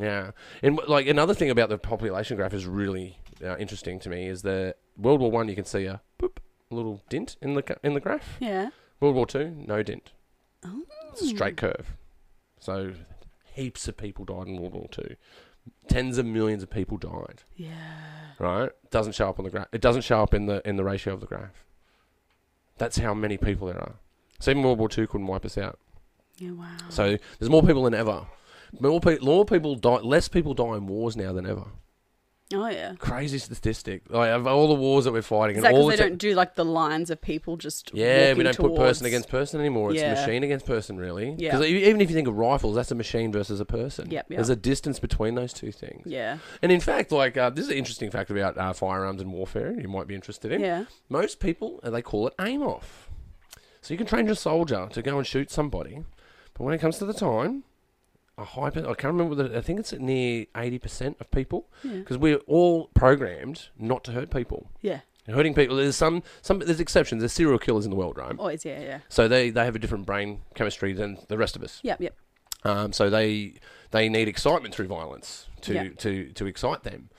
Speaker 2: Yeah, and like another thing about the population graph is really uh, interesting to me is the World War One. You can see a boop, little dent in the ca- in the graph.
Speaker 1: Yeah.
Speaker 2: World War Two, no dent.
Speaker 1: Oh.
Speaker 2: It's a straight curve. So heaps of people died in World War Two. Tens of millions of people died.
Speaker 1: Yeah.
Speaker 2: Right? Doesn't show up on the graph. It doesn't show up in the in the ratio of the graph. That's how many people there are. So even World War Two couldn't wipe us out.
Speaker 1: Yeah. Wow.
Speaker 2: So there's more people than ever. More, pe- more people die. Less people die in wars now than ever.
Speaker 1: oh yeah.
Speaker 2: Crazy statistic. Like of all the wars that we're
Speaker 1: Is
Speaker 2: fighting, and
Speaker 1: that
Speaker 2: all
Speaker 1: because
Speaker 2: the
Speaker 1: they
Speaker 2: te-
Speaker 1: don't do like the lines of people just?
Speaker 2: Yeah, we
Speaker 1: walking
Speaker 2: don't put
Speaker 1: towards-
Speaker 2: person against person anymore. It's
Speaker 1: Yeah.
Speaker 2: machine against person, really.
Speaker 1: Yeah.
Speaker 2: Because even if you think of rifles, that's a machine versus a person.
Speaker 1: Yep, yep.
Speaker 2: There's a distance between those two things.
Speaker 1: Yeah.
Speaker 2: And in fact, like uh, this is an interesting fact about uh, firearms and warfare. You might be interested in.
Speaker 1: Yeah.
Speaker 2: Most people uh, they call it aim off. So you can train your soldier to go and shoot somebody, but when it comes to the time, a high per- I can't remember. The, I think it's near eighty percent of people
Speaker 1: Yeah.
Speaker 2: because we're all programmed not to hurt people.
Speaker 1: Yeah.
Speaker 2: Hurting people. There's some some. There's exceptions. There's serial killers in the world, right?
Speaker 1: Always. Yeah. Yeah.
Speaker 2: So they, they have a different brain chemistry than the rest of us.
Speaker 1: Yep. Yep.
Speaker 2: Um, so they they need excitement through violence to
Speaker 1: Yeah.
Speaker 2: to, to excite them.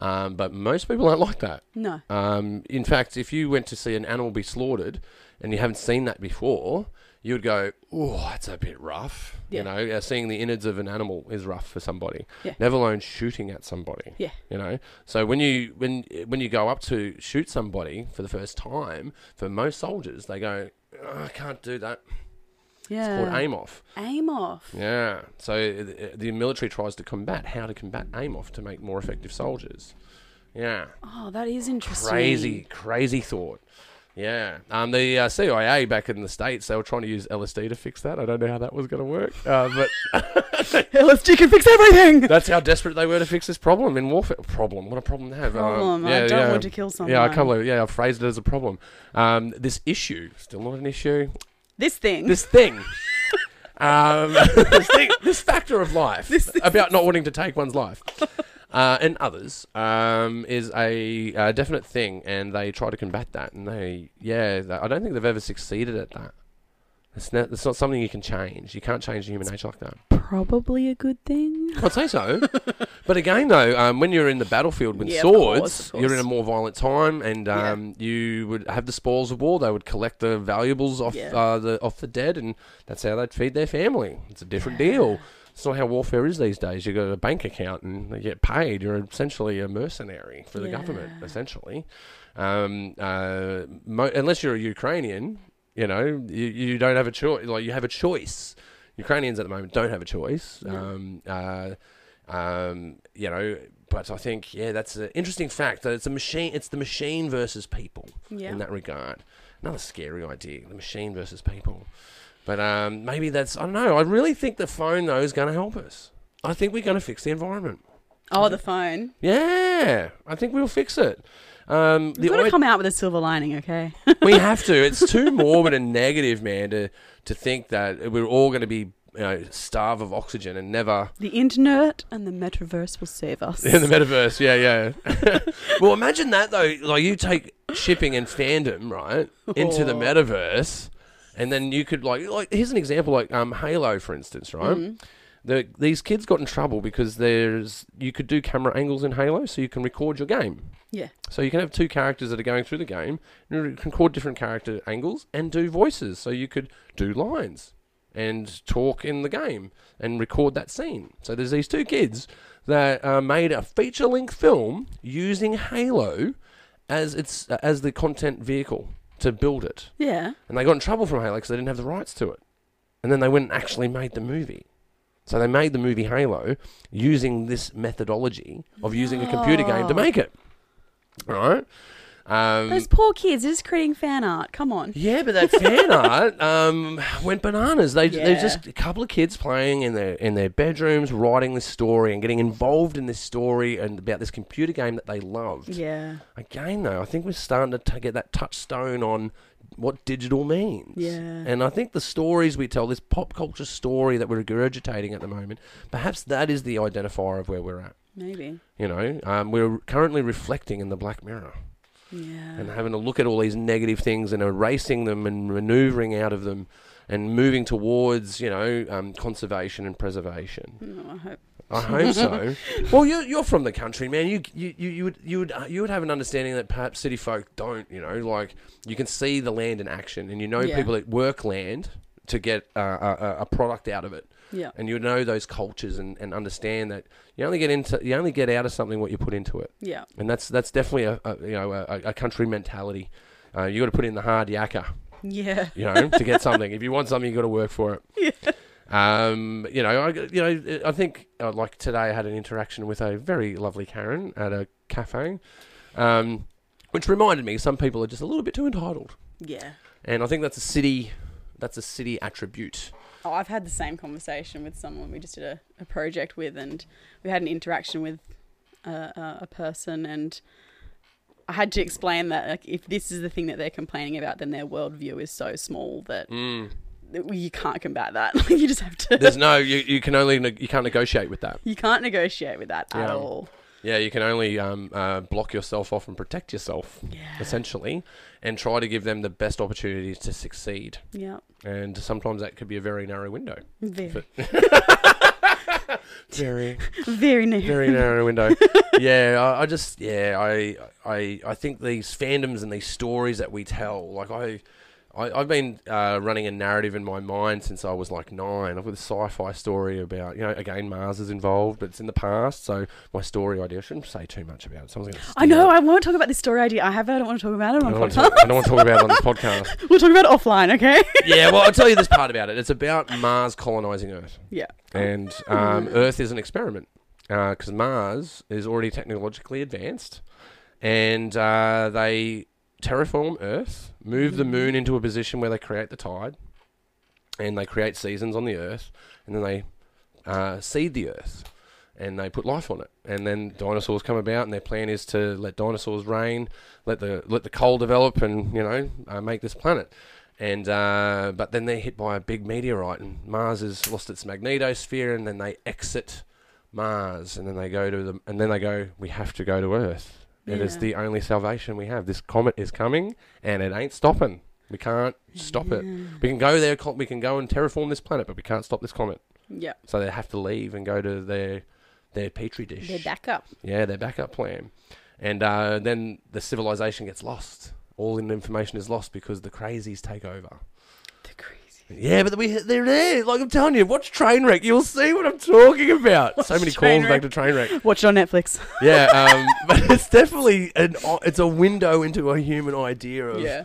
Speaker 2: Um, but most people aren't like that.
Speaker 1: No.
Speaker 2: Um, in fact, if you went to see an animal be slaughtered and you haven't seen that before, you would go, "Oh, that's a bit rough."
Speaker 1: Yeah.
Speaker 2: You know, uh, seeing the innards of an animal is rough for somebody.
Speaker 1: Yeah.
Speaker 2: Never alone shooting at somebody.
Speaker 1: Yeah.
Speaker 2: You know, so when you when when you go up to shoot somebody for the first time, for most soldiers, they go, "Oh, "I can't do that." It's
Speaker 1: Yeah.
Speaker 2: called aim off.
Speaker 1: Aim off.
Speaker 2: Yeah. So uh, the, the military tries to combat how to combat aim off to make more effective soldiers. Yeah.
Speaker 1: Oh, that is interesting.
Speaker 2: Crazy, crazy thought. Yeah. Um, the uh, CIA back in the States, they were trying to use LSD to fix that. I don't know how that was going to work. Uh, but
Speaker 1: LSD can fix everything.
Speaker 2: that's how desperate they were to fix this problem in warfare. Problem. What a problem to have. Um,
Speaker 1: Problem. I
Speaker 2: yeah,
Speaker 1: don't
Speaker 2: yeah.
Speaker 1: want to kill someone.
Speaker 2: Yeah, I can't believe Yeah, I phrased it as a problem. Um, this issue, still not an issue.
Speaker 1: This thing.
Speaker 2: this thing. um, this thing, this factor of life about not wanting to take one's life uh, and others um, is a, uh definite thing, and they try to combat that. And they, yeah, they, I don't think they've ever succeeded at that. It's not, it's not something you can change. You can't change human nature like that.
Speaker 1: probably a good thing.
Speaker 2: I'd say so. but again, though, um, when you're in the battlefield with
Speaker 1: Yeah, of
Speaker 2: swords,
Speaker 1: course, of course.
Speaker 2: you're in a more violent time, and
Speaker 1: Yeah.
Speaker 2: um, you would have the spoils of war. They would collect the valuables off
Speaker 1: Yeah.
Speaker 2: uh, the off the dead, and that's how they'd feed their family. It's a different deal. It's not how warfare is these days. You go to a bank account and they get paid. You're essentially a mercenary for the government,
Speaker 1: Yeah.
Speaker 2: essentially. Um, uh, mo- unless you're a Ukrainian, you know, you, you don't have a choice. Like you have a choice. Ukrainians at the moment don't have a choice.
Speaker 1: No.
Speaker 2: Um, uh, um, you know, but I think yeah, that's an interesting fact that it's a machine. It's the machine versus people
Speaker 1: Yeah.
Speaker 2: in that regard. Another scary idea: the machine versus people. But um, maybe that's I don't know. I really think the phone though is going to help us. I think we're going to fix the environment.
Speaker 1: Oh, the phone.
Speaker 2: Yeah, I think we'll fix it. Um,
Speaker 1: We've
Speaker 2: the
Speaker 1: got to
Speaker 2: i-
Speaker 1: come out with a silver lining, okay?
Speaker 2: we have to. It's too morbid and negative, man, to to think that we're all going to be you know, starve of oxygen and never
Speaker 1: the internet and the metaverse will save us.
Speaker 2: in the metaverse. Yeah, yeah. well, imagine that though. Like you take shipping and fandom right into the
Speaker 1: Oh.
Speaker 2: metaverse, and then you could like like here's an example like um Halo for instance, right?
Speaker 1: Mm.
Speaker 2: The, these kids got in trouble because there's you could do camera angles in Halo, so you can record your game.
Speaker 1: Yeah.
Speaker 2: So you can have two characters that are going through the game, and you can record different character angles and do voices. So you could do lines and talk in the game and record that scene. So there's these two kids that uh, made a feature length film using Halo as its uh, as the content vehicle to build it,
Speaker 1: Yeah.
Speaker 2: and they got in trouble from Halo because they didn't have the rights to it, and then they went and actually made the movie. So they made the movie Halo using this methodology of using a computer game to
Speaker 1: No.
Speaker 2: make it. All right. Um,
Speaker 1: Oh. Those poor kids are just creating fan art. Come on.
Speaker 2: yeah, but that fan art um, went bananas. They they're
Speaker 1: Yeah.
Speaker 2: just a couple of kids playing in their in their bedrooms, writing this story and getting involved in this story and about this computer game that they loved.
Speaker 1: Yeah.
Speaker 2: Again, though, I think we're starting to t- get that touchstone on what digital means.
Speaker 1: Yeah.
Speaker 2: And I think the stories we tell, this pop culture story that we're regurgitating at the moment, perhaps that is the identifier of where we're at.
Speaker 1: Maybe.
Speaker 2: You know, um, we're currently reflecting in the Black Mirror
Speaker 1: Yeah.
Speaker 2: and having a look at all these negative things and erasing them and maneuvering out of them and moving towards you know um, conservation and preservation.
Speaker 1: No, Oh, I hope.
Speaker 2: I hope so. well, you, you're from the country, man. You you you, you would you would uh, you would have an understanding that perhaps city folk don't. You know, like you can see the land in action, and you know
Speaker 1: Yeah.
Speaker 2: people that work land to get uh, a, a- a product out of it.
Speaker 1: Yeah.
Speaker 2: And you know those cultures and, and understand that you only get into you only get out of something what you put into it,
Speaker 1: Yeah.
Speaker 2: and that's that's definitely a, a you know a, a country mentality. Uh, you got to put in the hard yakka
Speaker 1: Yeah.
Speaker 2: you know, to get something. If you want something, you got to work for it. Um, you know, I, you know, I think uh, like today I had an interaction with a very lovely Karen at a cafe, um, which reminded me some people are just a little bit too entitled,
Speaker 1: Yeah.
Speaker 2: and I think that's a city, that's a city attribute.
Speaker 1: Oh, I've had the same conversation with someone we just did a, a project with, and we had an interaction with uh, a, a person, and I had to explain that like, if this is the thing that they're complaining about, then their worldview is so small that that you can't combat that. Like, you just have to.
Speaker 2: There's no, you, you can only neg- you can't negotiate with that.
Speaker 1: You can't negotiate with that at
Speaker 2: Yeah.
Speaker 1: all.
Speaker 2: Yeah, you can only um, uh, block yourself off and protect yourself,
Speaker 1: Yeah.
Speaker 2: essentially, and try to give them the best opportunities to succeed.
Speaker 1: Yeah.
Speaker 2: And sometimes that could be a very narrow window.
Speaker 1: Very,
Speaker 2: Very
Speaker 1: very new.
Speaker 2: very narrow window. yeah, I, I just yeah, I I I think these fandoms and these stories that we tell, like I. I, I've been uh, running a narrative in my mind since I was like nine. I've got a sci-fi story about, you know, again Mars is involved, but it's in the past. So my story idea, I shouldn't say too much about it. Someone's gonna
Speaker 1: I know.
Speaker 2: steal it.
Speaker 1: I want to talk about this story idea I have. it, I don't want to talk about it
Speaker 2: I
Speaker 1: on
Speaker 2: don't, want to,
Speaker 1: podcast.
Speaker 2: Oh, I don't want to talk about it on the podcast.
Speaker 1: We'll talk about it offline, okay?
Speaker 2: Yeah, well, I'll tell you this part about it. It's about Mars colonizing Earth.
Speaker 1: yeah.
Speaker 2: and um, Earth is an experiment because Mars is already technologically advanced, and uh, they terraform Earth, move the moon into a position where they create the tide, and they create seasons on the Earth, and then they uh, seed the Earth. And they put life on it, and then dinosaurs come about, and their plan is to let dinosaurs reign, let the let the coal develop, and you know uh, make this planet and uh, but then they're hit by a big meteorite and Mars has lost its magnetosphere and then they exit Mars and then they go to the and then they go we have to go to Earth. It is
Speaker 1: Yeah.
Speaker 2: the only salvation we have. This comet is coming and it ain't stopping. We can't stop it. We can go there. co- We can go and terraform this planet, but we can't stop this comet.
Speaker 1: Yeah.
Speaker 2: So they have to leave and go to their their petri dish.
Speaker 1: They're back up.
Speaker 2: Yeah, their backup plan. And uh, then the civilization gets lost. All the information is lost because the crazies take over.
Speaker 1: They're crazy.
Speaker 2: Yeah, but we they're there. Like I'm telling you, watch Trainwreck. You'll see what I'm talking about. so many calls
Speaker 1: Trainwreck.
Speaker 2: back to Trainwreck.
Speaker 1: Watch it on Netflix.
Speaker 2: Yeah, um, but it's definitely an it's a window into a human idea of
Speaker 1: yeah.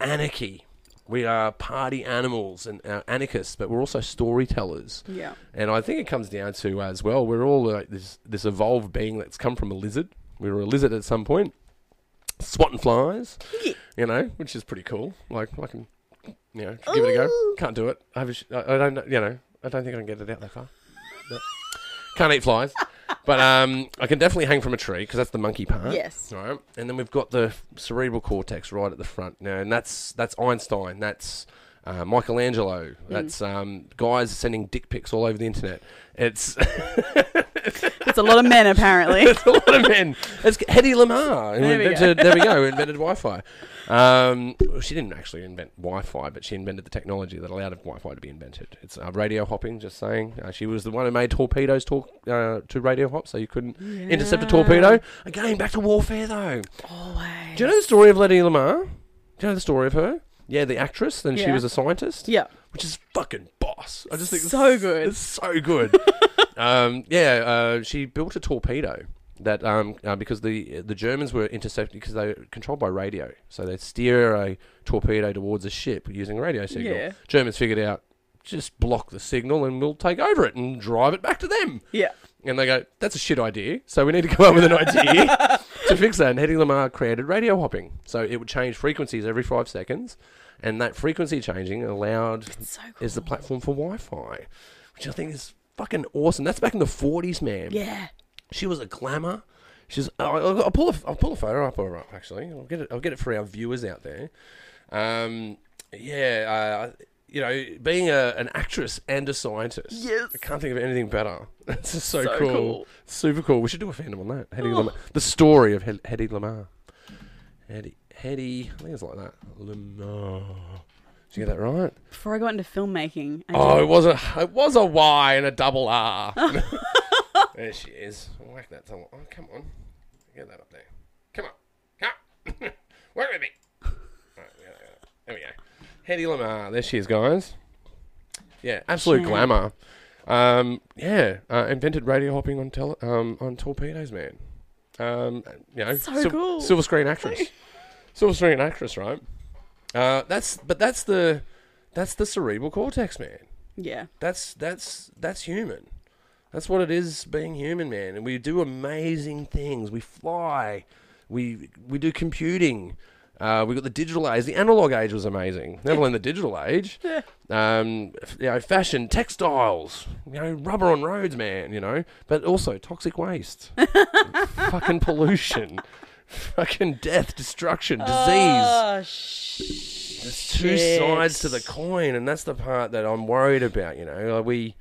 Speaker 2: anarchy. We are party animals and uh, anarchists, but we're also storytellers.
Speaker 1: Yeah.
Speaker 2: And I think it comes down to uh, as well, we're all like this this evolved being that's come from a lizard. We were a lizard at some point, swatting flies,
Speaker 1: Yeah.
Speaker 2: you know, which is pretty cool. Like I can, you know, give it a go.
Speaker 1: Ooh.
Speaker 2: Can't do it. I, have a sh- I, I don't, know- you know, I don't think I can get it out that far. No. Can't eat flies, but um, I can definitely hang from a tree because that's the monkey part.
Speaker 1: Yes.
Speaker 2: All right, and then we've got the cerebral cortex right at the front now, and that's that's Einstein, that's uh, Michelangelo, that's um, guys sending dick pics all over the internet. It's
Speaker 1: It's a lot of men, apparently.
Speaker 2: it's a lot of men. It's Hedy Lamarr. who
Speaker 1: There we go.
Speaker 2: invented- there we go. Invented Wi-Fi. Um, well, she didn't actually invent Wi-Fi, but she invented the technology that allowed Wi-Fi to be invented. It's uh, radio hopping. Just saying, uh, she was the one who made torpedoes talk uh, to radio hop, so you couldn't intercept a
Speaker 1: Yeah.
Speaker 2: torpedo. Again, back to warfare though.
Speaker 1: Always.
Speaker 2: Do you know the story of Hedy Lamarr? Do you know the story of her? Yeah, the actress, and she
Speaker 1: Yeah.
Speaker 2: was a scientist
Speaker 1: Yeah.
Speaker 2: which is fucking boss. I just think it's
Speaker 1: So good.
Speaker 2: It's so good. um, yeah, uh, she built a torpedo that um, uh, because the the Germans were intercepted because they were controlled by radio, so they'd steer a torpedo towards a ship using a radio signal.
Speaker 1: Yeah.
Speaker 2: Germans figured out just block the signal and we'll take over it and drive it back to them.
Speaker 1: Yeah.
Speaker 2: And they go, that's a shit idea. So we need to come up with an idea to fix that. And Hedy Lamarr created radio hopping. So it would change frequencies every five seconds. And that frequency changing allowed
Speaker 1: So cool.
Speaker 2: is the platform for Wi-Fi, which I think is fucking awesome. That's back in the forties, man.
Speaker 1: Yeah.
Speaker 2: She was a glamour. She's. I'll, I'll- I'll pull a. I'll pull a photo up of her up. Actually, I'll get it. I'll get it for our viewers out there. Um. Yeah. Uh, you know, being a, an actress and a scientist.
Speaker 1: Yes.
Speaker 2: I can't think of anything better. That's just so,
Speaker 1: So
Speaker 2: cool.
Speaker 1: cool. Oh.
Speaker 2: Super cool. We should do a fandom on that. Hedy Lamarr. The story of Hed- Hedy Lamarr. Hedy. Hedy. I think it's like that. Lamarr. Did you get that right?
Speaker 1: Before I got into filmmaking, I
Speaker 2: Oh, it was a it was a Y and a double R. there she is. Whack that someone. Oh, come on. Get that up there. Come on. Come on. Work with me. Alright, we got it, we got it. There we go. Hedy Lamar. There she is, guys. Yeah, absolute
Speaker 1: Shame.
Speaker 2: glamour. Um, yeah, uh, invented radio hopping on tele- um, on torpedoes, man. Um, you know,
Speaker 1: So cool.
Speaker 2: silver screen actress, silver screen actress, right? Uh, that's but that's the that's the cerebral cortex, man.
Speaker 1: yeah,
Speaker 2: That's that's that's human. That's what it is being human, man. And we do amazing things. We fly. We we do computing. Uh, we got the digital age. The analog age was amazing. Never mind the digital age.
Speaker 1: Yeah.
Speaker 2: Um, f- you know, fashion, textiles. You know, rubber on roads, man. You know, but also toxic waste, fucking pollution, fucking death, destruction, disease.
Speaker 1: Oh,
Speaker 2: There's two sides to the coin, and that's the part that I'm worried about. You know, are we,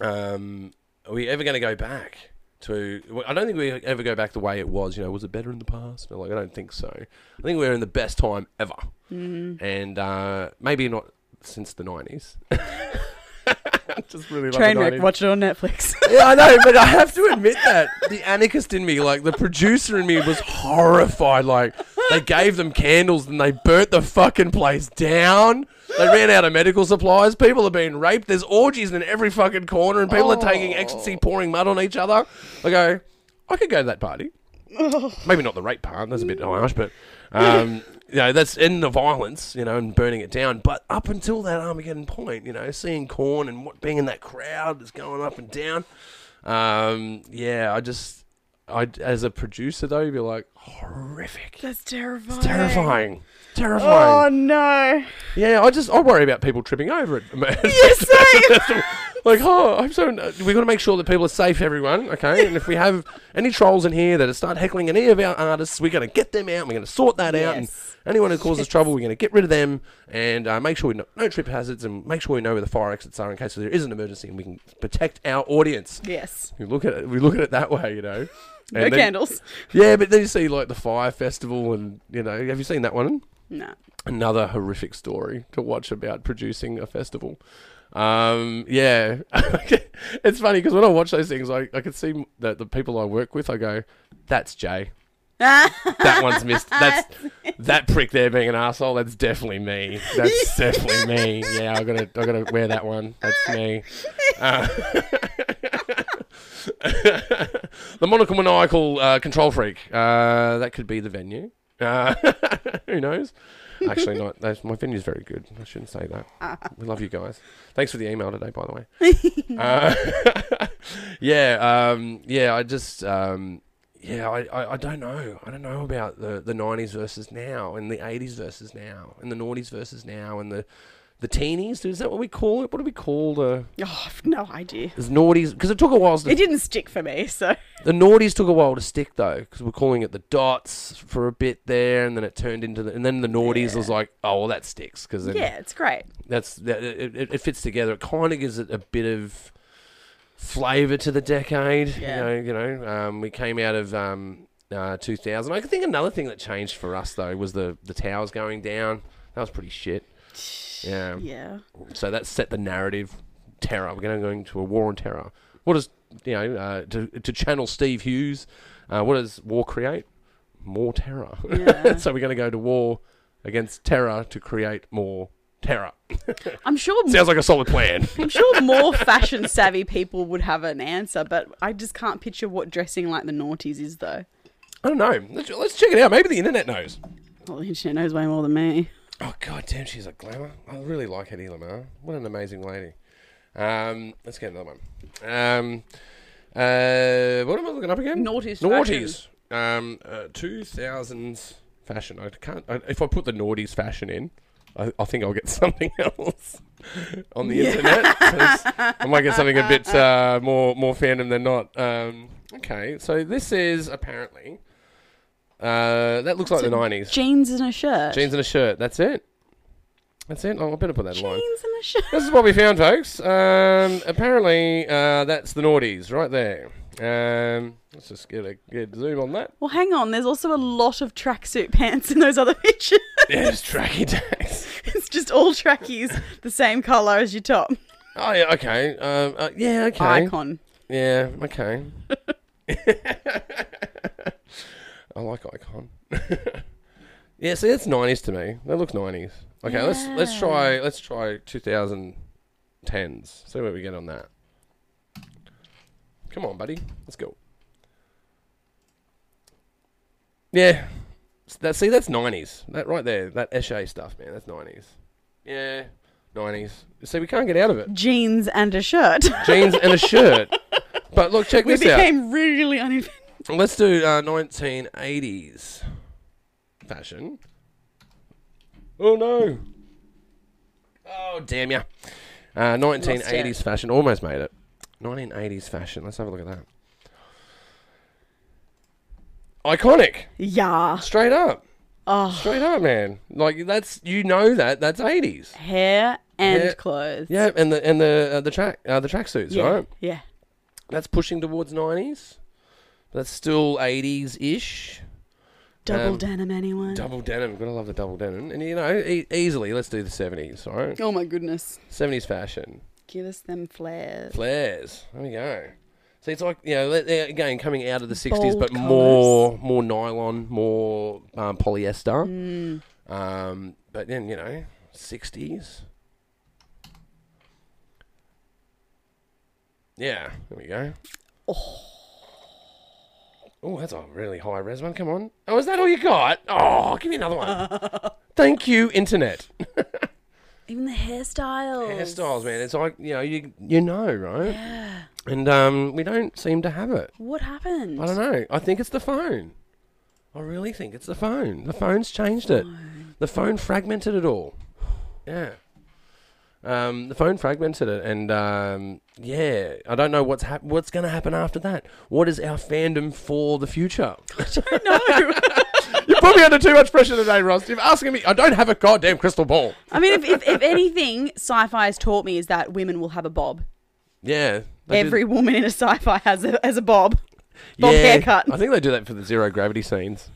Speaker 2: um, are we ever going to go back to? well, I don't think we ever go back the way it was. You know, was it better in the past? No, like I don't think so. I think we're in the best time ever, and uh, maybe not since the nineties. Just really love the
Speaker 1: Trainwreck.
Speaker 2: 90s.
Speaker 1: Watch it on Netflix.
Speaker 2: Yeah, I know, but I have to admit that the anarchist in me, like the producer in me, was horrified. Like they gave them candles and they burnt the fucking place down. They ran out of medical supplies. People are being raped. There's orgies in every fucking corner, and people are taking ecstasy, pouring mud on each other. I go, I could go to that party. Maybe not the rape part. That's a bit harsh, but um, you know that's in the violence, you know, and burning it down. But up until that Armageddon point, you know, seeing corn and what being in that crowd that's going up and down. Um, yeah, I just, I as a producer though, you'd be like horrific,
Speaker 1: That's terrifying.
Speaker 2: terrifying, terrifying.
Speaker 1: Oh no!
Speaker 2: Yeah, I just I worry about people tripping over it.
Speaker 1: Yes, same.
Speaker 2: like, oh, I'm so. We've got to make sure that people are safe, everyone. Okay, and if we have any trolls in here that start heckling any of our artists, we're going to get them out. We're going to sort that out. And
Speaker 1: Yes.
Speaker 2: anyone who causes trouble, we're going to get rid of them and uh, make sure we know no trip hazards and make sure we know where the fire exits are in case there is an emergency and we can protect our audience.
Speaker 1: Yes.
Speaker 2: We look at it. We look at it that way, you know.
Speaker 1: No
Speaker 2: And then-
Speaker 1: candles.
Speaker 2: Yeah, but then you see like the fire festival, and you know, have you seen that one?
Speaker 1: No.
Speaker 2: another horrific story to watch about producing a festival. Um, yeah, it's funny because when I watch those things, I, I can see m- that the people I work with, I go, "That's Jay.
Speaker 1: Oh,
Speaker 2: That one's missed. That's that prick there being an asshole. That's definitely me. That's definitely me. Yeah, I gotta I gotta wear that one. That's me." Uh, the monocle maniacal uh, control freak. Uh, that could be the venue. Uh, who knows? Actually, not. That's, my venue's very good. I shouldn't say that. We love you guys. Thanks for the email today, by the way. Uh, yeah, um, yeah. I just, um, yeah, I, I, I don't know. I don't know about the the '90s versus now, and the '80s versus now, and the noughties versus now, and the the teenies. Is that what we call it? What do we call the
Speaker 1: Oh, I've no idea.
Speaker 2: is noughties? Because it took a while. To,
Speaker 1: It didn't stick for me, so
Speaker 2: the noughties took a while to stick though, because we're calling it the dots for a bit there, and then it turned into the, and then the noughties was like, oh, well, that sticks because then
Speaker 1: yeah, it's great.
Speaker 2: that's that it, it- it fits together. It kind of gives it a bit of flavor to the decade.
Speaker 1: Yeah.
Speaker 2: You know, you know, um, we came out of um, uh, 2000. I think another thing that changed for us though was the the towers going down. That was pretty shit. Yeah.
Speaker 1: Yeah.
Speaker 2: So that set the narrative. Terror. We're going to go into a war on terror. What does you know uh, to to channel Steve Hughes? Uh, what does war create? More terror.
Speaker 1: Yeah.
Speaker 2: so we're going to go to war against terror to create more terror.
Speaker 1: I'm sure
Speaker 2: Sounds like a solid plan.
Speaker 1: I'm sure more fashion savvy people would have an answer, but I just can't picture what dressing like the naughties is though.
Speaker 2: I don't know. Let's, let's check it out. Maybe the internet knows.
Speaker 1: Well, the internet knows way more than me.
Speaker 2: Oh god damn, she's a glamour. I really like Hedy Lamar. What an amazing lady. Um, let's get another one. Um, uh, what am I looking up again?
Speaker 1: Noughties
Speaker 2: Naughties. Um, two thousands fashion. I can't. I, if I put the naughties fashion in, I, I think I'll get something else on the internet. 'cause I might get something a bit uh, more more fandom than not. Um, okay, so this is apparently. Uh, that looks like the nineties.
Speaker 1: Jeans and a shirt.
Speaker 2: Jeans and a shirt. That's it. That's it. Oh, I better put that in line.
Speaker 1: Jeans and a shirt.
Speaker 2: This is what we found, folks. Um, apparently, uh, that's the naughties right there. Um, let's just get a good zoom on that.
Speaker 1: Well, hang on. There's also a lot of tracksuit pants in those other pictures.
Speaker 2: There's tracky tags.
Speaker 1: It's just all trackies the same color as your top.
Speaker 2: Oh yeah, okay. Um, uh, yeah, okay.
Speaker 1: Icon.
Speaker 2: Yeah, okay. I like Icon. yeah, see, that's nineties to me. That looks nineties. Okay, let's let's
Speaker 1: Yeah.
Speaker 2: try let's try two thousand tens. See where we get on that. Come on, buddy. Let's go. Yeah, S- that see that's nineties. That right there, that Eshe stuff, man. That's nineties. Yeah, nineties. See, we can't get out of it.
Speaker 1: Jeans and a shirt.
Speaker 2: Jeans and a shirt. But look, check
Speaker 1: we
Speaker 2: this out.
Speaker 1: became really uninventive.
Speaker 2: Let's do uh, 1980s fashion. Oh no! Oh damn ya! Uh, 1980s fashion. Almost made it. 1980s fashion. Let's have a look at that. Iconic.
Speaker 1: Yeah.
Speaker 2: Straight up.
Speaker 1: Oh,
Speaker 2: Straight up, man. Like that's you know that that's 80s.
Speaker 1: hair and
Speaker 2: Yeah.
Speaker 1: clothes.
Speaker 2: Yeah, and the and the uh, the track uh, the tracksuits,
Speaker 1: Yeah.
Speaker 2: right?
Speaker 1: Yeah.
Speaker 2: That's pushing towards 90s. That's still 80s ish.
Speaker 1: Double
Speaker 2: Um,
Speaker 1: denim, anyone?
Speaker 2: Double denim, gotta love the double denim, and you know, e- easily let's do the seventies, all right?
Speaker 1: oh my goodness.
Speaker 2: Seventies fashion
Speaker 1: Give us them flares.
Speaker 2: flares. There we go. See, it's like you know, let- uh, again coming out of the sixties,
Speaker 1: Bold
Speaker 2: but
Speaker 1: colours.
Speaker 2: more more nylon, more um, polyester. Um, but then you know, sixties. Yeah, there we go. Oh, that's a really high res one. Come on. Oh, is that all you got? Oh, give me another one. Thank you, internet.
Speaker 1: Even the hairstyles.
Speaker 2: Hairstyles, man. It's like you know, you you know, right? Yeah. And um, we don't seem to have it.
Speaker 1: What happened?
Speaker 2: I don't know. I think it's the phone. I really think it's the phone. The phone's changed it. The phone fragmented it all. Yeah. Um, the phone fragmented it, and um, yeah, I don't know what's hap- what's going to happen after that. What is our fandom for the future? You're probably under too much pressure today, Ross. You're asking me. I don't have a goddamn crystal ball.
Speaker 1: I mean, if, if, if anything, sci fi has taught me is that women will have a bob.
Speaker 2: Yeah. they did-
Speaker 1: Every woman in a sci fi has a, has a bob. Bob haircut.
Speaker 2: I think they do that for the zero gravity scenes.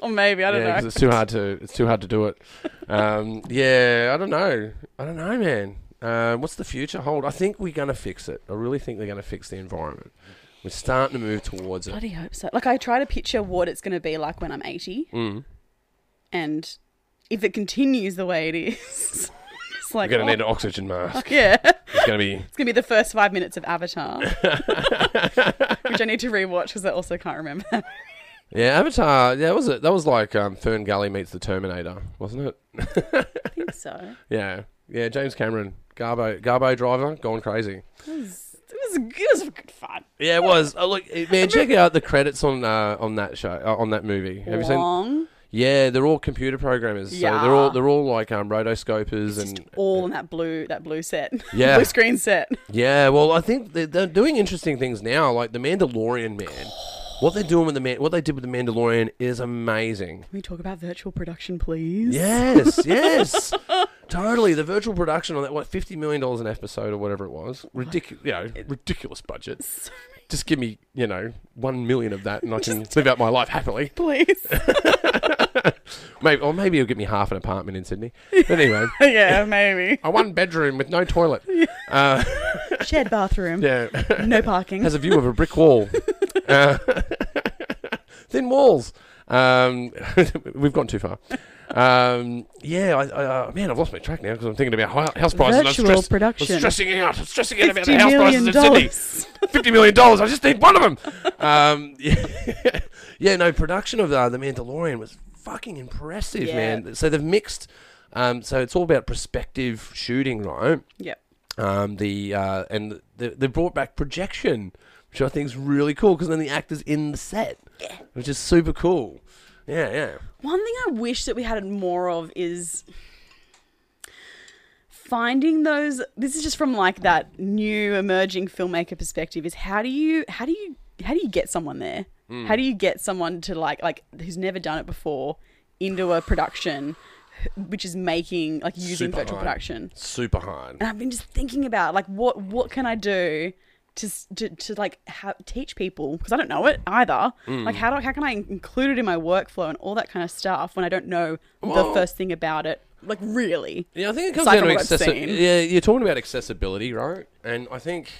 Speaker 1: Or maybe, I don't
Speaker 2: yeah,
Speaker 1: know.
Speaker 2: it's too hard to it's too hard to do it. Um, yeah, I don't know. I don't know, man. Uh, what's the future hold? I think we're gonna fix it. I really think they're gonna fix the environment. We're starting to move towards it.
Speaker 1: Bloody hope so. Like, I try to picture what it's going to be like when I'm 80.
Speaker 2: Mm.
Speaker 1: And if it continues the way it is, it's like,
Speaker 2: We're gonna
Speaker 1: oh,
Speaker 2: need an oxygen mask.
Speaker 1: yeah. It's
Speaker 2: It's gonna be
Speaker 1: going to be the first five minutes of Avatar, which I need to rewatch because I also can't remember.
Speaker 2: yeah. Avatar. Yeah, that was it. That was like um, Fern Gully meets the Terminator, wasn't it?
Speaker 1: I think so.
Speaker 2: Yeah, yeah. James Cameron, Garbo, Garbo driver, gone crazy.
Speaker 1: It was, it was, it was good fun.
Speaker 2: Yeah, it was. Oh, look, eh, man, check out the credits on uh, on that show, uh, on that movie. Have you seen?
Speaker 1: Long,
Speaker 2: Yeah, they're all computer programmers. So they're
Speaker 1: Yeah.
Speaker 2: all they're all like um, rotoscopers and
Speaker 1: all in that blue, that blue set,
Speaker 2: Yeah.
Speaker 1: blue screen set.
Speaker 2: yeah. Well, I think they're, they're doing interesting things now, like the Mandalorian man. What they're doing with the man, what they did with the Mandalorian is amazing.
Speaker 1: Can we talk about virtual production, please?
Speaker 2: Yes, yes, totally. The virtual production on that, what fifty million dollars an episode or whatever it was, ridiculous. You know, ridiculous budget. Just give me, you know, one million of that, and I can live out my life happily.
Speaker 1: Please.
Speaker 2: Maybe, or maybe it'll get me half an apartment in Sydney. But anyway,
Speaker 1: yeah, maybe.
Speaker 2: a one bedroom with no toilet. Uh,
Speaker 1: Shared bathroom.
Speaker 2: yeah.
Speaker 1: No parking.
Speaker 2: has a view of a brick wall. Uh, thin walls. Um, we've gone too far. Um, yeah, I, I, uh, man, I've lost my track now because I'm thinking about hou- house prices. and I'm
Speaker 1: Virtual
Speaker 2: stressed-
Speaker 1: production.
Speaker 2: I'm stressing out. I'm stressing out about
Speaker 1: Fifty
Speaker 2: the house prices
Speaker 1: million
Speaker 2: in Sydney.
Speaker 1: dollars.
Speaker 2: Fifty million dollars. I just need one of them. Um, yeah, yeah, no production of uh, the Mandalorian was fucking impressive,
Speaker 1: Yeah.
Speaker 2: man. So they've mixed. Um, so it's all about perspective shooting, right?
Speaker 1: Yep.
Speaker 2: um, the uh, and the, they brought back projection, which I think is really cool because then the actors in the set, which is super cool. Yeah, yeah,
Speaker 1: One thing I wish that we had more of is finding those this is just from like that new emerging filmmaker perspective is how do you how do you how do you get someone there?
Speaker 2: Hmm.
Speaker 1: How do you get someone to like like who's never done it before into a production which is making like using
Speaker 2: Super
Speaker 1: virtual
Speaker 2: hard.
Speaker 1: production?
Speaker 2: super hard.
Speaker 1: and I've been just thinking about like what what can I do to s- to, to like ha- teach people because I don't know it either.
Speaker 2: Hmm.
Speaker 1: Like how do, how can I in- include it in my workflow and all that kind of stuff when I don't know
Speaker 2: Well-
Speaker 1: the first thing about it Like really.
Speaker 2: Yeah, I think it comes
Speaker 1: Aside
Speaker 2: down to
Speaker 1: from what I've seen.
Speaker 2: accessibility. Yeah, you're talking about accessibility, right? And I think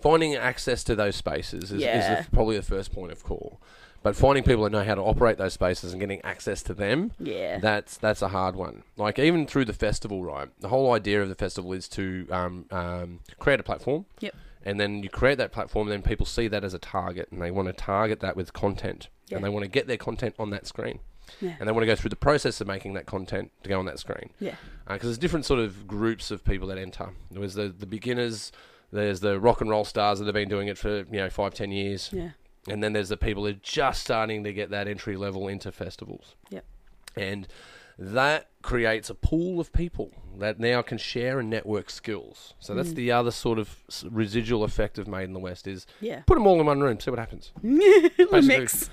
Speaker 2: finding access to those spaces is,
Speaker 1: Yeah.
Speaker 2: is the, probably the first point of call. But finding people that know how to operate those spaces and getting access to them,
Speaker 1: Yeah.
Speaker 2: that's that's a hard one. Like even through the festival, right? The whole idea of the festival is to um, um, create a platform.
Speaker 1: Yep.
Speaker 2: And then you create that platform, then people see that as a target, and they want to target that with content,
Speaker 1: Yeah.
Speaker 2: and they want to get their content on that screen,
Speaker 1: Yeah.
Speaker 2: and they want to go through the process of making that content to go on that screen
Speaker 1: Yeah.
Speaker 2: because there's different sort of groups of people that enter. There's the the beginners, there's the rock and roll stars that have been doing it for you know five ten years,
Speaker 1: Yeah.
Speaker 2: and then there's the people who are just starting to get that entry level into festivals.
Speaker 1: Yep.
Speaker 2: and that creates a pool of people that now can share and network skills. So that's the other sort of s- residual effect of Made in the West is
Speaker 1: Yeah.
Speaker 2: put them all in one room, see what happens.
Speaker 1: the
Speaker 2: Basically.
Speaker 1: mix.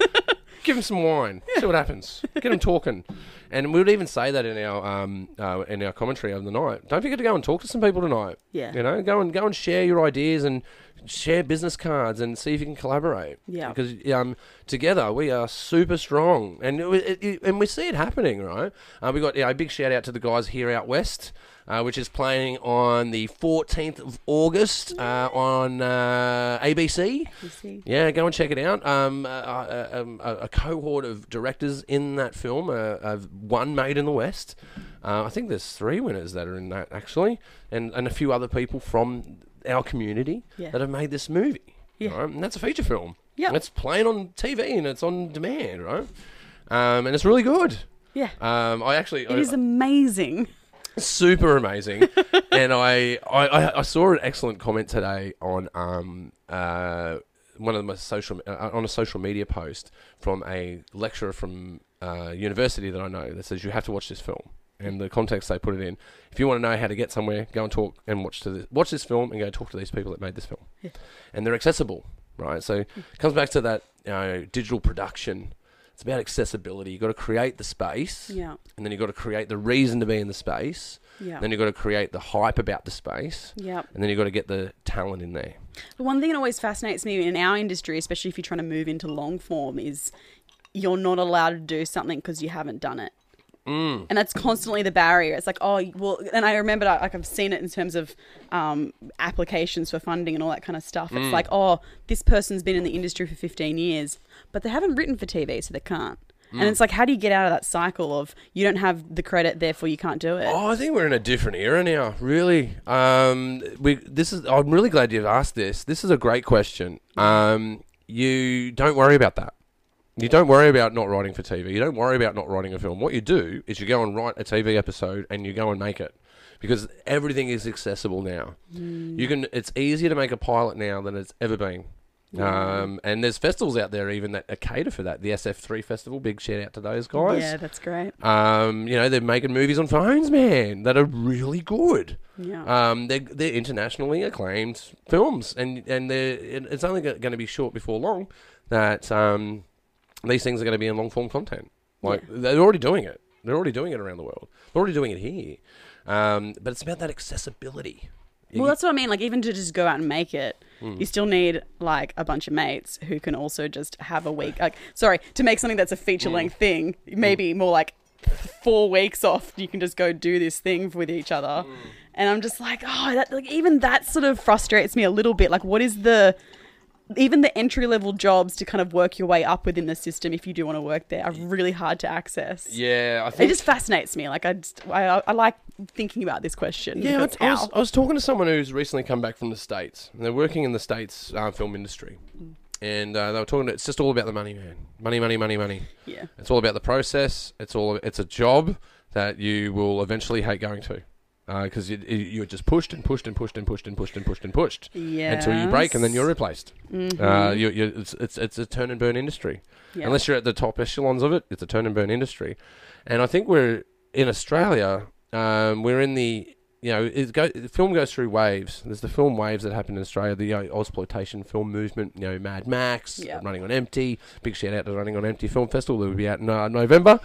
Speaker 2: Give them some wine. See what happens. Get them talking. And we would even say that in our um, uh, in our commentary over the night. Don't forget to go and talk to some people tonight.
Speaker 1: Yeah.
Speaker 2: You know, go and go and share your ideas and share business cards and see if you can collaborate.
Speaker 1: Yeah.
Speaker 2: Because um, together we are super strong, and it, it, it- and we see it happening, right? Uh, we got yeah, a big shout out to the guys here out west. Uh, which is playing on the 14th of August uh, on uh, ABC.
Speaker 1: You see?
Speaker 2: Yeah, go and check it out. Um, uh, uh, um, a, a cohort of directors in that film, uh, uh, one made in the West. Uh, I think there's three winners that are in that actually, and and a few other people from our community
Speaker 1: Yeah.
Speaker 2: that have made this movie.
Speaker 1: Yeah.
Speaker 2: right? and that's a feature film.
Speaker 1: Yeah.
Speaker 2: And it's playing on TV and it's on demand, right? Um, and it's really good.
Speaker 1: Yeah.
Speaker 2: Um, I actually
Speaker 1: It
Speaker 2: I-
Speaker 1: is amazing.
Speaker 2: super amazing. and I, I, I- I saw an excellent comment today on um uh one of my social uh, on a social media post from a lecturer from uh, university that I know that says you have to watch this film. And the context they put it in. If you want to know how to get somewhere, go and talk and watch to this, watch this film and go talk to these people that made this film.
Speaker 1: Yeah.
Speaker 2: And they're accessible, right? So it comes back to that you know, digital production. It's about accessibility. You've got to create the space
Speaker 1: Yeah.
Speaker 2: and then you've got to create the reason to be in the space.
Speaker 1: Yeah.
Speaker 2: Then you've got to create the hype about the space.
Speaker 1: Yeah.
Speaker 2: And then you've got to get the talent in there.
Speaker 1: The one thing that always fascinates me in our industry, especially if you're trying to move into long form, is you're not allowed to do something because you haven't done it. Mm. And that's constantly the barrier. It's like, oh, well, and I remember, like, like, I've seen it in terms of um, applications for funding and all that kind of stuff. It's
Speaker 2: Mm.
Speaker 1: like, oh, this person's been in the industry for 15 years, but they haven't written for TV, so they can't.
Speaker 2: Mm.
Speaker 1: And it's like, how do you get out of that cycle of you don't have the credit, therefore you can't do it?
Speaker 2: Oh, I think we're in a different era now. Really, um, we this is. I'm really glad you've asked this. This is a great question. Um, you don't worry about that. You don't worry about not writing for TV. You don't worry about not writing a film. What you do is you go and write a TV episode and you go and make it because everything is accessible now.
Speaker 1: Mm.
Speaker 2: You can. It's easier to make a pilot now than it's ever been. Um, and there's festivals out there even that are cater for that. The SF3 festival. Big shout out to those guys.
Speaker 1: yeah, that's great.
Speaker 2: Um, you know, they're making movies on phones, man, that are really good.
Speaker 1: Yeah.
Speaker 2: Um, they're, they're internationally acclaimed films, and and they're, it- it's only going to be short before long that um, these things are going to be in long form content. Like they're already doing it. They're already doing it around the world. They're already doing it here. Um, but it's about that accessibility.
Speaker 1: Well, that's what I mean. Like, even to just go out and make it,
Speaker 2: Hmm.
Speaker 1: you still need like a bunch of mates who can also just have a week. Like, sorry, to make something that's a feature
Speaker 2: Hmm.
Speaker 1: length thing, maybe more like four weeks off. You can just go do this thing with each other.
Speaker 2: Hmm.
Speaker 1: And I'm just like, oh, that like even that sort of frustrates me a little bit. Like, what is the even the entry level jobs to kind of work your way up within the system if you do want to work there are really hard to access.
Speaker 2: Yeah, I think
Speaker 1: It just fascinates me. Like I, just, I, I like thinking about this question.
Speaker 2: Yeah, I,
Speaker 1: because
Speaker 2: I was,
Speaker 1: ow.
Speaker 2: I was talking to someone who's recently come back from the states, and they're working in the states uh, film industry, and uh, they were talking. It's just all about the money, man. Money, money, money, money.
Speaker 1: yeah,
Speaker 2: It's all about the process. It's all. It's a job that you will eventually hate going to, because you, you- you're just pushed and pushed and pushed and pushed and pushed and pushed and pushed
Speaker 1: yeah.
Speaker 2: until you break, and then you're replaced. Uh, you, you, it's, it's it's a turn and burn industry.
Speaker 1: Mm-hmm. Yeah.
Speaker 2: Unless you're at the top echelons of it, it's a turn and burn industry. And I think we're in Australia. Um, we're in the you know it go, the film goes through waves. There's the film waves that happened in Australia, the you know, exploitation film movement. You know, Mad Max,
Speaker 1: Yeah.
Speaker 2: Running on Empty. Big shout out to Running on Empty Film Festival that will be out in uh, November.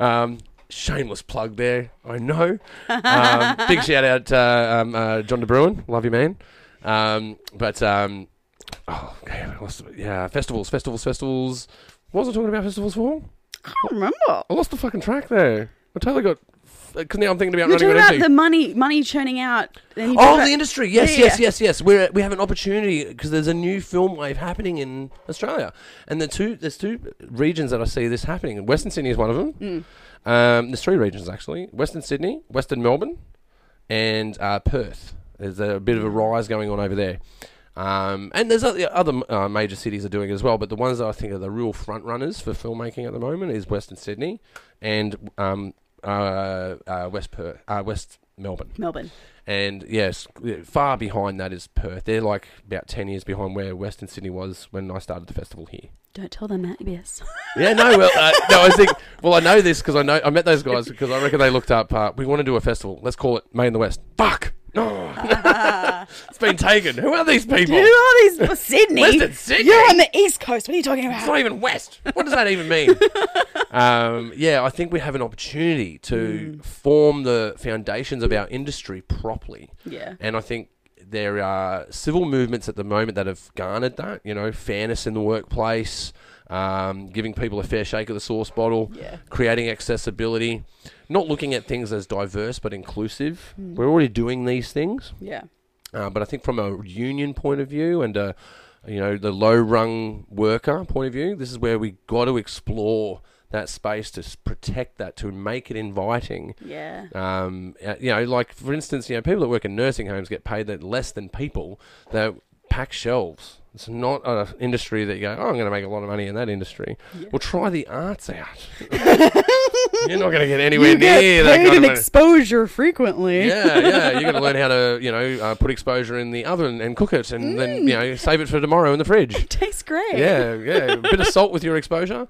Speaker 2: um, shameless plug there, I know. Um, big shout out uh, um, uh, John De Bruin, love you man. Um, but um, oh, yeah, I lost- yeah, festivals, festivals, festivals. What was I talking about festivals for? Oh,
Speaker 1: I don't remember.
Speaker 2: I lost the fucking track there. I totally got Because now I'm thinking about
Speaker 1: We're
Speaker 2: running
Speaker 1: talking
Speaker 2: on
Speaker 1: about
Speaker 2: empty.
Speaker 1: the money, money churning out. and you talk
Speaker 2: Oh,
Speaker 1: about-
Speaker 2: the industry. Yes,
Speaker 1: Yeah,
Speaker 2: yes,
Speaker 1: yeah.
Speaker 2: yes, yes. We're, we have an opportunity because there's a new film wave happening in Australia, and the two there's two regions that I see this happening. And Western Sydney is one of them.
Speaker 1: Mm,
Speaker 2: Um, there's three regions actually: Western Sydney, Western Melbourne, and uh, Perth. There's a bit of a rise going on over there. Um, and there's other, other uh, major cities are doing it as well, but the ones that I think are the real front runners for filmmaking at the moment is Western Sydney and um, uh, uh, West Perth, uh, West Melbourne.
Speaker 1: Melbourne.
Speaker 2: And yes, far behind that is Perth. They're like about 10 years behind where Western Sydney was when I started the festival here.
Speaker 1: Don't tell them that, yes.
Speaker 2: Yeah, no, well, uh, no, I think, well, I know this because I know, I met those guys because I reckon they looked up, uh, we want to do a festival. Let's call it May in the West. Fuck! No! it's been taken. Who are these people?
Speaker 1: Who are these? Oh, Well, Sydney.
Speaker 2: Western Sydney?
Speaker 1: You're on the east coast. What are you talking
Speaker 2: It's
Speaker 1: about?
Speaker 2: not even West. What does that even mean? um, yeah, I think we have an opportunity to form the foundations of our industry properly.
Speaker 1: Yeah.
Speaker 2: And I think there are civil movements at the moment that have garnered that, you know, fairness in the workplace, um, giving people a fair shake of the sauce bottle,
Speaker 1: Yeah.
Speaker 2: creating accessibility, not looking at things as diverse but inclusive. We're already doing these things.
Speaker 1: Yeah.
Speaker 2: Uh, but I think from a union point of view and a, you know the low rung worker point of view, this is where we got to explore that space to s- protect that to make it inviting.
Speaker 1: Yeah.
Speaker 2: Um, uh, you know, like for instance, you know people that work in nursing homes get paid that less than people that pack shelves. It's not an industry that you go, oh, I'm going to make a lot of money in that industry. Well, try the arts out. You're not going to get anywhere near that kind of money.
Speaker 1: exposure frequently.
Speaker 2: Yeah, yeah. You're going to learn how to, you know, uh, put exposure in the oven and cook it, and then you know, save it for tomorrow in the fridge.
Speaker 1: Tastes great.
Speaker 2: Yeah, yeah. A bit of salt with your exposure.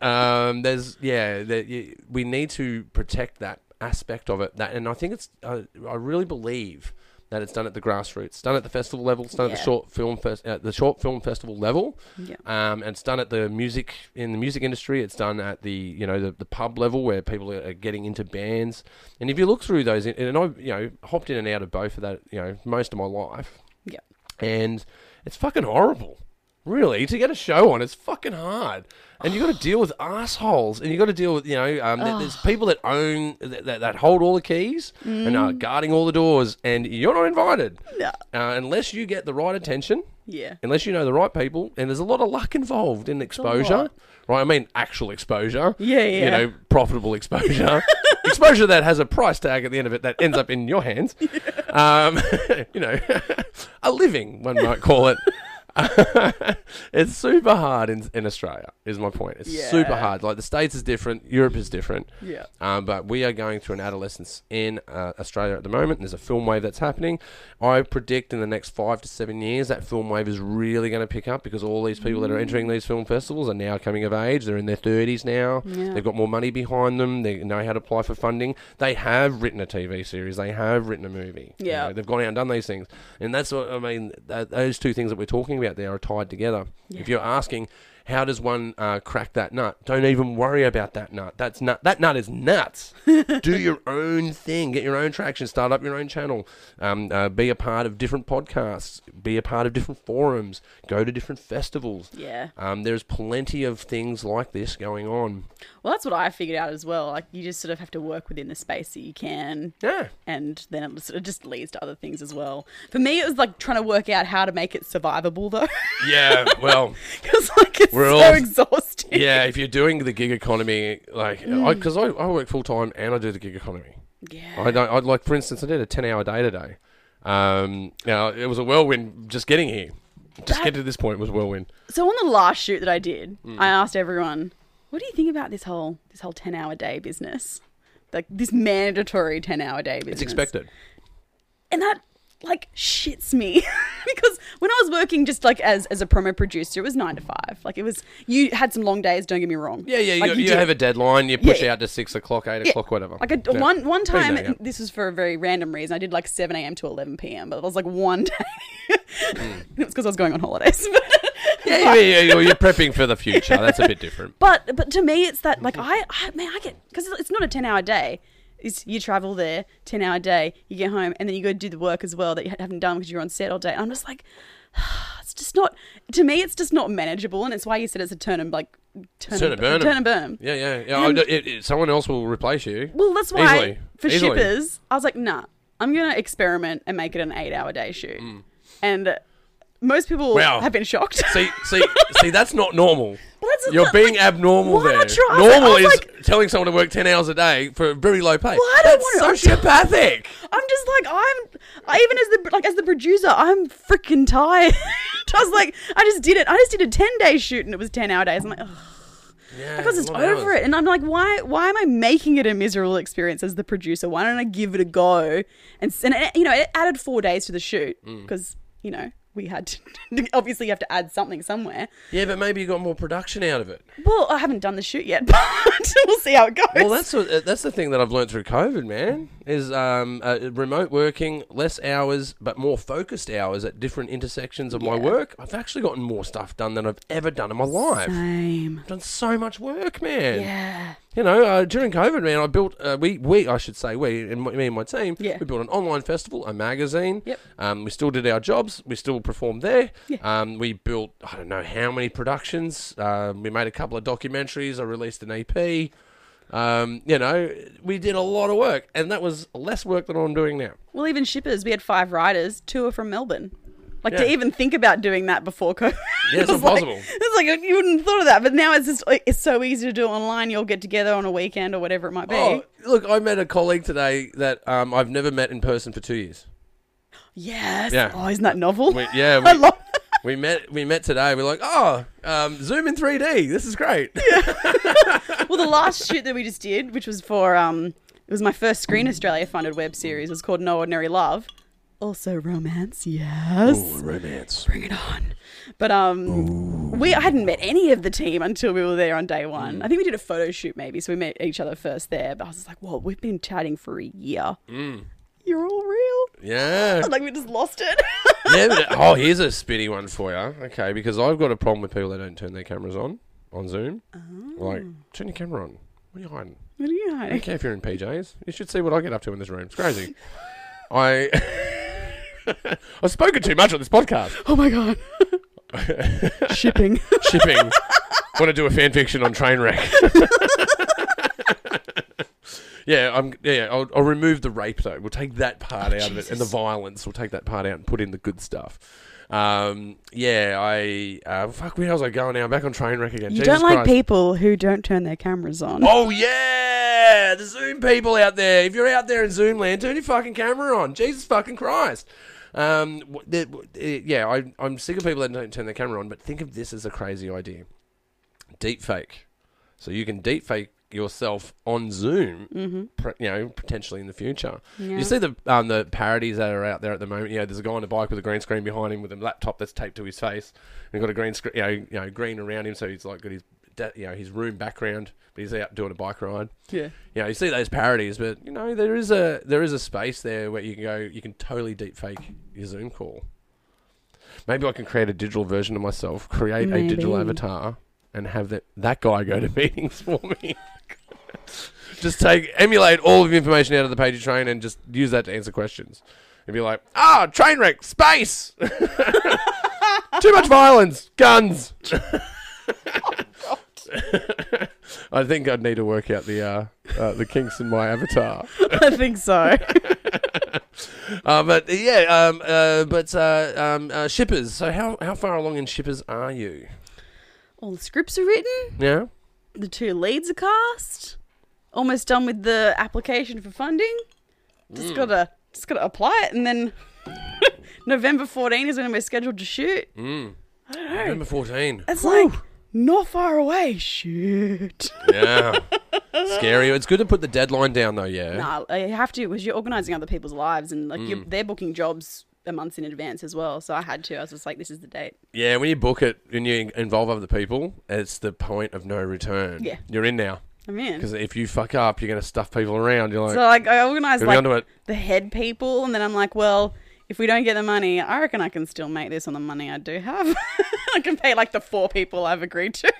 Speaker 2: Um, there's, yeah. That you, we need to protect that aspect of it. That, and I think it's, uh, I really believe that it's done at the grassroots, done at the festival level, it's done at
Speaker 1: Yeah.
Speaker 2: the short film fest, uh, the short film festival level.
Speaker 1: Yeah.
Speaker 2: Um, and it's done at the music in the music industry. It's done at the you know the, the pub level where people are, are getting into bands. And if you look through those, and I you know hopped in and out of both of that you know most of my life,
Speaker 1: Yeah.
Speaker 2: and it's fucking horrible. Really, to get a show on, it's fucking hard, and you got to deal with assholes, and you got to deal with you know um, th- there's people that own that, that, that hold all the keys and are guarding all the doors, and you're not invited
Speaker 1: Yeah.
Speaker 2: uh, unless you get the right attention
Speaker 1: Yeah.
Speaker 2: unless you know the right people, and there's a lot of luck involved in exposure,
Speaker 1: lot.
Speaker 2: right? I mean, actual exposure.
Speaker 1: Yeah, yeah.
Speaker 2: You know, profitable exposure. exposure that has a price tag at the end of it that ends up in your hands. Um, you know, a living, one might call it. it's super hard in, in Australia, is my point. It's super
Speaker 1: Yeah.
Speaker 2: hard. Like the States is different, Europe is different.
Speaker 1: Yeah.
Speaker 2: Um, but we are going through an adolescence in uh, Australia at the moment. There's a film wave that's happening. I predict in the next five to seven years that film wave is really going to pick up because all these people that are entering these film festivals are now coming of age. They're in their 30s now.
Speaker 1: Yeah.
Speaker 2: They've got more money behind them. They know how to apply for funding. They have written a TV series. They have written a movie. You
Speaker 1: Yeah.
Speaker 2: know, they've gone out and done these things. And that's what I mean. That, those two things that we're talking about there are tied together. If you're asking, how does one uh, crack that nut? Don't even worry about that nut. That's nut. That nut is nuts. Do your own thing. Get your own traction. Start up your own channel. Um, uh, be a part of different podcasts. Be a part of different forums. Go to different festivals.
Speaker 1: Yeah.
Speaker 2: Um, there's plenty of things like this going on.
Speaker 1: Well, that's what I figured out as well. Like, you just sort of have to work within the space that you can.
Speaker 2: Yeah.
Speaker 1: And then it sort of just leads to other things as well. For me, it was like trying to work out how to make it survivable, though.
Speaker 2: Yeah. Well.
Speaker 1: Because, like, it's
Speaker 2: We're
Speaker 1: so
Speaker 2: all-
Speaker 1: exhausting.
Speaker 2: yeah. If you're doing the gig economy, like,
Speaker 1: Mm.
Speaker 2: because I, I work full time and I do the gig economy.
Speaker 1: Yeah.
Speaker 2: I don't, I'd like, for instance, I did a 10 hour day today. Um, now, it was a whirlwind just getting here. Just
Speaker 1: That-
Speaker 2: get to this point was a whirlwind.
Speaker 1: So on the last shoot that I did, I asked everyone, "What do you think about this whole this whole ten hour day business? Like this mandatory ten hour day business?"
Speaker 2: It's expected.
Speaker 1: and that like shits me because when I was working just like as as a promo producer, it was nine to five. Like it was you had some long days. Don't get me wrong.
Speaker 2: Yeah, yeah. You,
Speaker 1: Like,
Speaker 2: you,
Speaker 1: did.
Speaker 2: have a deadline. You push
Speaker 1: Yeah.
Speaker 2: out to six o'clock, eight
Speaker 1: Yeah.
Speaker 2: o'clock, whatever.
Speaker 1: Like a,
Speaker 2: Yeah.
Speaker 1: one one
Speaker 2: Please
Speaker 1: time,
Speaker 2: don't, yeah.
Speaker 1: this was for a very random reason. I did like seven a.m. to eleven p.m., but it was like one day. it
Speaker 2: Hmm.
Speaker 1: was because I was going on holidays.
Speaker 2: Yeah, yeah, yeah, yeah, You're prepping for the future. That's a bit different.
Speaker 1: But but to me, it's that like I, I man, I get because it's not a ten hour day. It's you travel there ten hour day, you get home, and then you go do the work as well that you haven't done because you're on set all day. I'm just like, it's just not to me. It's just not manageable, and it's why you said it's a turn and like turn, and
Speaker 2: Turn
Speaker 1: burn
Speaker 2: and burn 'em.
Speaker 1: turn and burn 'em.
Speaker 2: Yeah, yeah, yeah. I,
Speaker 1: And-
Speaker 2: it, it, someone else will replace you.
Speaker 1: Well, that's why
Speaker 2: Easily.
Speaker 1: for
Speaker 2: Easily.
Speaker 1: shippers, I was like, nah, I'm gonna experiment and make it an eight-hour day shoot. And most people
Speaker 2: Mm. Wow.
Speaker 1: have been shocked.
Speaker 2: See, see, see. That's not normal.
Speaker 1: But that's-
Speaker 2: You're
Speaker 1: like,
Speaker 2: being abnormal
Speaker 1: why
Speaker 2: there.
Speaker 1: not try? I was like- I
Speaker 2: Normal
Speaker 1: was
Speaker 2: is
Speaker 1: like-
Speaker 2: telling someone to work ten hours a day for very low pay.
Speaker 1: I don't
Speaker 2: that's
Speaker 1: wanna-
Speaker 2: sociopathic.
Speaker 1: I'm just like I'm. I, even as the like as the producer, I'm freaking tired. I was like, I just did it. I just did a ten day shoot and it was ten hour days. I'm like, ugh,
Speaker 2: yeah,
Speaker 1: I was
Speaker 2: it's
Speaker 1: just
Speaker 2: a lot of
Speaker 1: over
Speaker 2: hours.
Speaker 1: it. And I'm like, why? Why am I making it a miserable experience as the producer? Why don't I give it a go? And s- and it, you know, it added four days to the shoot
Speaker 2: Mm.
Speaker 1: because you know we had to obviously you have to add something somewhere.
Speaker 2: Yeah, but maybe you got more production out of it.
Speaker 1: Well, I haven't done the shoot yet, but we'll see how it goes.
Speaker 2: Well, that's what, uh, that's the thing that I've learned through COVID, man, is um, uh, remote working, less hours, but more focused hours at different intersections of my
Speaker 1: Yeah.
Speaker 2: work. I've actually gotten more stuff done than I've ever done in my life.
Speaker 1: same.
Speaker 2: I've done so much work, man.
Speaker 1: Yeah.
Speaker 2: You know, uh, during COVID, man, I built uh, we we I should say we and my- me and my team.
Speaker 1: Yeah.
Speaker 2: We built an online festival, a magazine.
Speaker 1: Yep.
Speaker 2: Um, we still did our jobs. We still performed there.
Speaker 1: Yeah.
Speaker 2: Um, we built I don't know how many productions. Um, we made a couple of documentaries. I released an EP. Um, you know, we did a lot of work, and that was less work than I'm doing now.
Speaker 1: Well, even shippers, we had five riders. Two are from Melbourne. Like
Speaker 2: Yeah.
Speaker 1: to even think about doing that before COVID.
Speaker 2: Yeah, it's
Speaker 1: was like-
Speaker 2: impossible.
Speaker 1: it's like you wouldn't have thought of that, but now it's just like, it's so easy to do it online. You'll get together on a weekend or whatever it might be.
Speaker 2: Oh, look, I met a colleague today that um, I've never met in person for two years.
Speaker 1: yes.
Speaker 2: Yeah.
Speaker 1: Oh, isn't that novel?
Speaker 2: We, yeah,
Speaker 1: I
Speaker 2: we,
Speaker 1: love.
Speaker 2: we met we met today. We're like, oh, um, Zoom in 3D. This is great.
Speaker 1: well, the last shoot that we just did, which was for um, it was my first Screen Australia funded web series. It was called No Ordinary Love. Also romance, yes.
Speaker 2: romance.
Speaker 1: bring it on. But um, we I hadn't met any of the team until we were there on day one.
Speaker 2: Mm.
Speaker 1: I think we did a photo shoot maybe, so we met each other first there. But I was just like, "Whoa, we've been chatting for a year.
Speaker 2: Mm.
Speaker 1: You're all real."
Speaker 2: Yeah.
Speaker 1: Like we just lost it.
Speaker 2: yeah but, oh, here's a spitty one for you. Okay, because I've got a problem with people that don't turn their cameras on on Zoom. Like, turn your camera on. What are you hiding?
Speaker 1: what are you
Speaker 2: I don't
Speaker 1: hiding?
Speaker 2: care if you're in PJs. You should see what I get up to in this room. It's crazy. I. I've spoken too much on this podcast.
Speaker 1: Oh my god, shipping.
Speaker 2: Shipping. Want to do a fan fiction on train wreck? yeah, I'm. Yeah, yeah, I'll, I'll remove the rape though. We'll take that part out of it, and the
Speaker 1: Jesus.
Speaker 2: violence. We'll take that part out and put in the good stuff. Um, yeah, I. Uh, fuck, where was I going now? I'm back on train wreck again.
Speaker 1: you
Speaker 2: Jesus
Speaker 1: don't like
Speaker 2: Christ.
Speaker 1: people who don't turn their cameras on.
Speaker 2: Oh yeah, the Zoom people out there. If you're out there in Zoom land, turn your fucking camera on. Jesus fucking Christ. Um, wh- the- wh- eh, yeah, I, I'm sick of people that don't turn their camera on. But think of this as a crazy idea: deep fake. So you can deep fake yourself on Zoom, pre- you know, potentially in the future.
Speaker 1: Mm-hmm. Yeah.
Speaker 2: You see the um, the parodies that are out there at the moment. You know, there's a guy on a bike with a green screen behind him with a laptop that's taped to his face, and got a green screen, you know, you know, green around him, so he's like got his da- you know his room background, but he's out doing a bike ride.
Speaker 1: Yeah.
Speaker 2: You know, you see those parodies, but you know there is a there is a space there where you can go, you can totally deep fake your Zoom call. Maybe I can create a digital version of myself, create a digital
Speaker 1: Maybe.
Speaker 2: avatar, and have that that guy go to meetings for me. just take emulate all of the information out of the pager train and just use that to answer questions. And be like, ah, train wreck, space, too much violence, guns. I think I'd need to work out the uh, uh, the kinks in my avatar.
Speaker 1: I think so.
Speaker 2: Uh, but uh, yeah, um, uh, but uh, um, uh, shippers. So how how far along in shippers are you?
Speaker 1: All the scripts are written.
Speaker 2: Yeah.
Speaker 1: The two leads are cast. Almost done with the application for funding.
Speaker 2: Mm.
Speaker 1: Just gotta just gotta apply it and then November 14 is when we're scheduled to shoot.
Speaker 2: Mm.
Speaker 1: I don't know.
Speaker 2: November fourteen.
Speaker 1: It's like not far away. Shoot.
Speaker 2: Yeah. Scary. It's good to put the deadline down though. Yeah. Mm.
Speaker 1: nah, you have to because you're organizing other people's lives and like you're, they're booking jobs a month in advance as well. So I had to. I was just like, this is the date.
Speaker 2: Yeah. When you book it and you in- involve other people, it's the point of no return.
Speaker 1: Yeah.
Speaker 2: You're in now
Speaker 1: I'm in.
Speaker 2: because if you fuck up, you're gonna stuff people around. You're like,
Speaker 1: So like I organized
Speaker 2: gonna be
Speaker 1: like
Speaker 2: onto it.
Speaker 1: the head people and then I'm like, well, if we don't get the money, I reckon I can still make this on the money I do have. I can pay like the four people I've agreed to.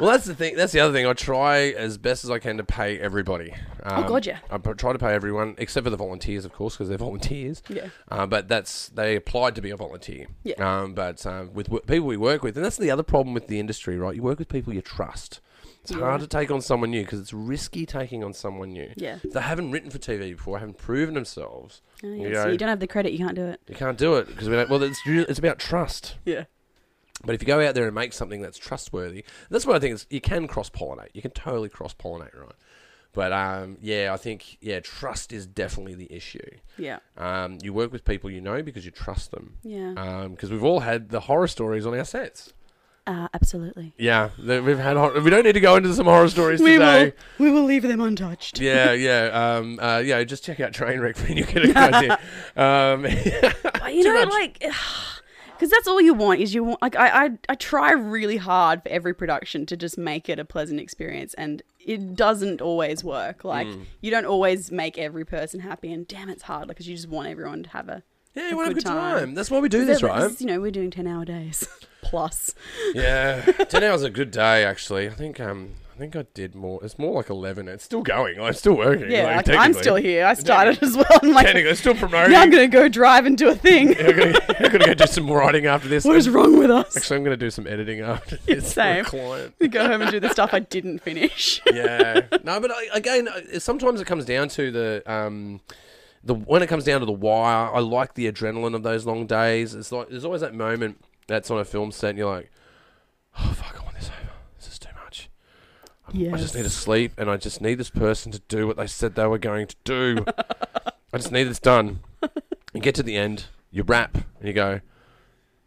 Speaker 2: well, that's the thing. That's the other thing. I try as best as I can to pay everybody. Um,
Speaker 1: God, yeah.
Speaker 2: I p- try to pay everyone except for the volunteers, of course, because they're volunteers.
Speaker 1: Yeah.
Speaker 2: Uh, but that's they applied to be a volunteer.
Speaker 1: Yeah.
Speaker 2: Um, but um, with w- people we work with, and that's the other problem with the industry, right? You work with people you trust. It's hard to take on someone new because it's risky taking on someone new.
Speaker 1: Yeah. Oh,
Speaker 2: They haven't written for TV before, haven't proven themselves.
Speaker 1: yeah,
Speaker 2: You
Speaker 1: so
Speaker 2: know,
Speaker 1: you don't have the credit, you can't do it.
Speaker 2: you can't do it because we don't. Well, it's it's about trust.
Speaker 1: Yeah.
Speaker 2: But if you go out there and make something that's trustworthy, that's what I think is you can cross pollinate. You can totally cross pollinate, right? But um, yeah, I think yeah, trust is definitely the issue.
Speaker 1: Yeah.
Speaker 2: Um, you work with people you know because you trust them.
Speaker 1: Yeah.
Speaker 2: Because Um, we've all had the horror stories on our sets.
Speaker 1: Uh, absolutely.
Speaker 2: Yeah, the- we've had. Hor- we don't need to go into some horror stories
Speaker 1: We will,
Speaker 2: today.
Speaker 1: we will leave them untouched.
Speaker 2: Yeah, yeah, um, uh, yeah. Just check out Trainwreck when you get a good idea. Um,
Speaker 1: But you
Speaker 2: Too
Speaker 1: know,
Speaker 2: much.
Speaker 1: like, because that's all you want is you want. Like, I, I, I try really hard for every production to just make it a pleasant experience, and it doesn't always work. Like,
Speaker 2: Mm.
Speaker 1: you don't always make every person happy, and damn, it's hard because you just want everyone to have a
Speaker 2: yeah, you want to have a
Speaker 1: good
Speaker 2: good
Speaker 1: time.
Speaker 2: time. That's why we do this,
Speaker 1: Yeah, but
Speaker 2: right?
Speaker 1: You know, we're doing ten hour days plus.
Speaker 2: Yeah, ten hours a good day. Actually, I think um, I think I did more. It's more like eleven. It's still going. I'm still working.
Speaker 1: Yeah, like, I'm
Speaker 2: technically.
Speaker 1: still here. I started as well. I'm like,
Speaker 2: Technically, it's still promoting.
Speaker 1: now I'm gonna go drive and do a thing.
Speaker 2: I'm gonna, I'm gonna go do some writing after this.
Speaker 1: What is wrong with us?
Speaker 2: Actually, I'm gonna do some editing after this. for a
Speaker 1: same.
Speaker 2: client.
Speaker 1: go home and do the stuff I didn't finish.
Speaker 2: yeah. No, but I, again, I- sometimes it comes down to the um, the when it comes down to the wire. I like the adrenaline of those long days. It's like there's always that moment that's on a film set, and you're like, oh fuck, I want this over. This is too much. I- I just need to
Speaker 1: Yes.
Speaker 2: sleep, and I just need this person to do what they said they were going to do. I just need this done. You get to the end, you wrap, and you go,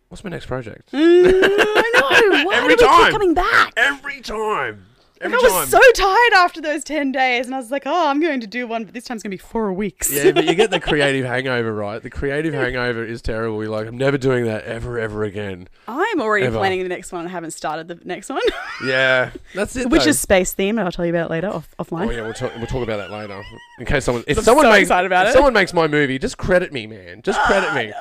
Speaker 2: "What's my next project?"
Speaker 1: Hmm. I know. Why
Speaker 2: Every
Speaker 1: do we
Speaker 2: time.
Speaker 1: keep coming back?
Speaker 2: Every time, every
Speaker 1: I
Speaker 2: time.
Speaker 1: was so tired after those 10 days, and I was like, oh, I'm going to do one, but this time's going to be four weeks.
Speaker 2: Yeah, but you get the creative hangover, right? The creative hangover is terrible. You're like, I'm never doing that ever, ever again.
Speaker 1: I'm already
Speaker 2: Ever.
Speaker 1: planning the next one and haven't started the next one,
Speaker 2: Yeah, that's it.
Speaker 1: which
Speaker 2: though.
Speaker 1: is space themed. I'll tell you about it later off-
Speaker 2: Oh
Speaker 1: offline.
Speaker 2: yeah, we'll talk, we'll talk about that later. In case someone, if
Speaker 1: I'm
Speaker 2: someone
Speaker 1: so
Speaker 2: makes,
Speaker 1: excited about
Speaker 2: if
Speaker 1: it. Ah,
Speaker 2: someone makes my movie, just credit me, man. Just credit me.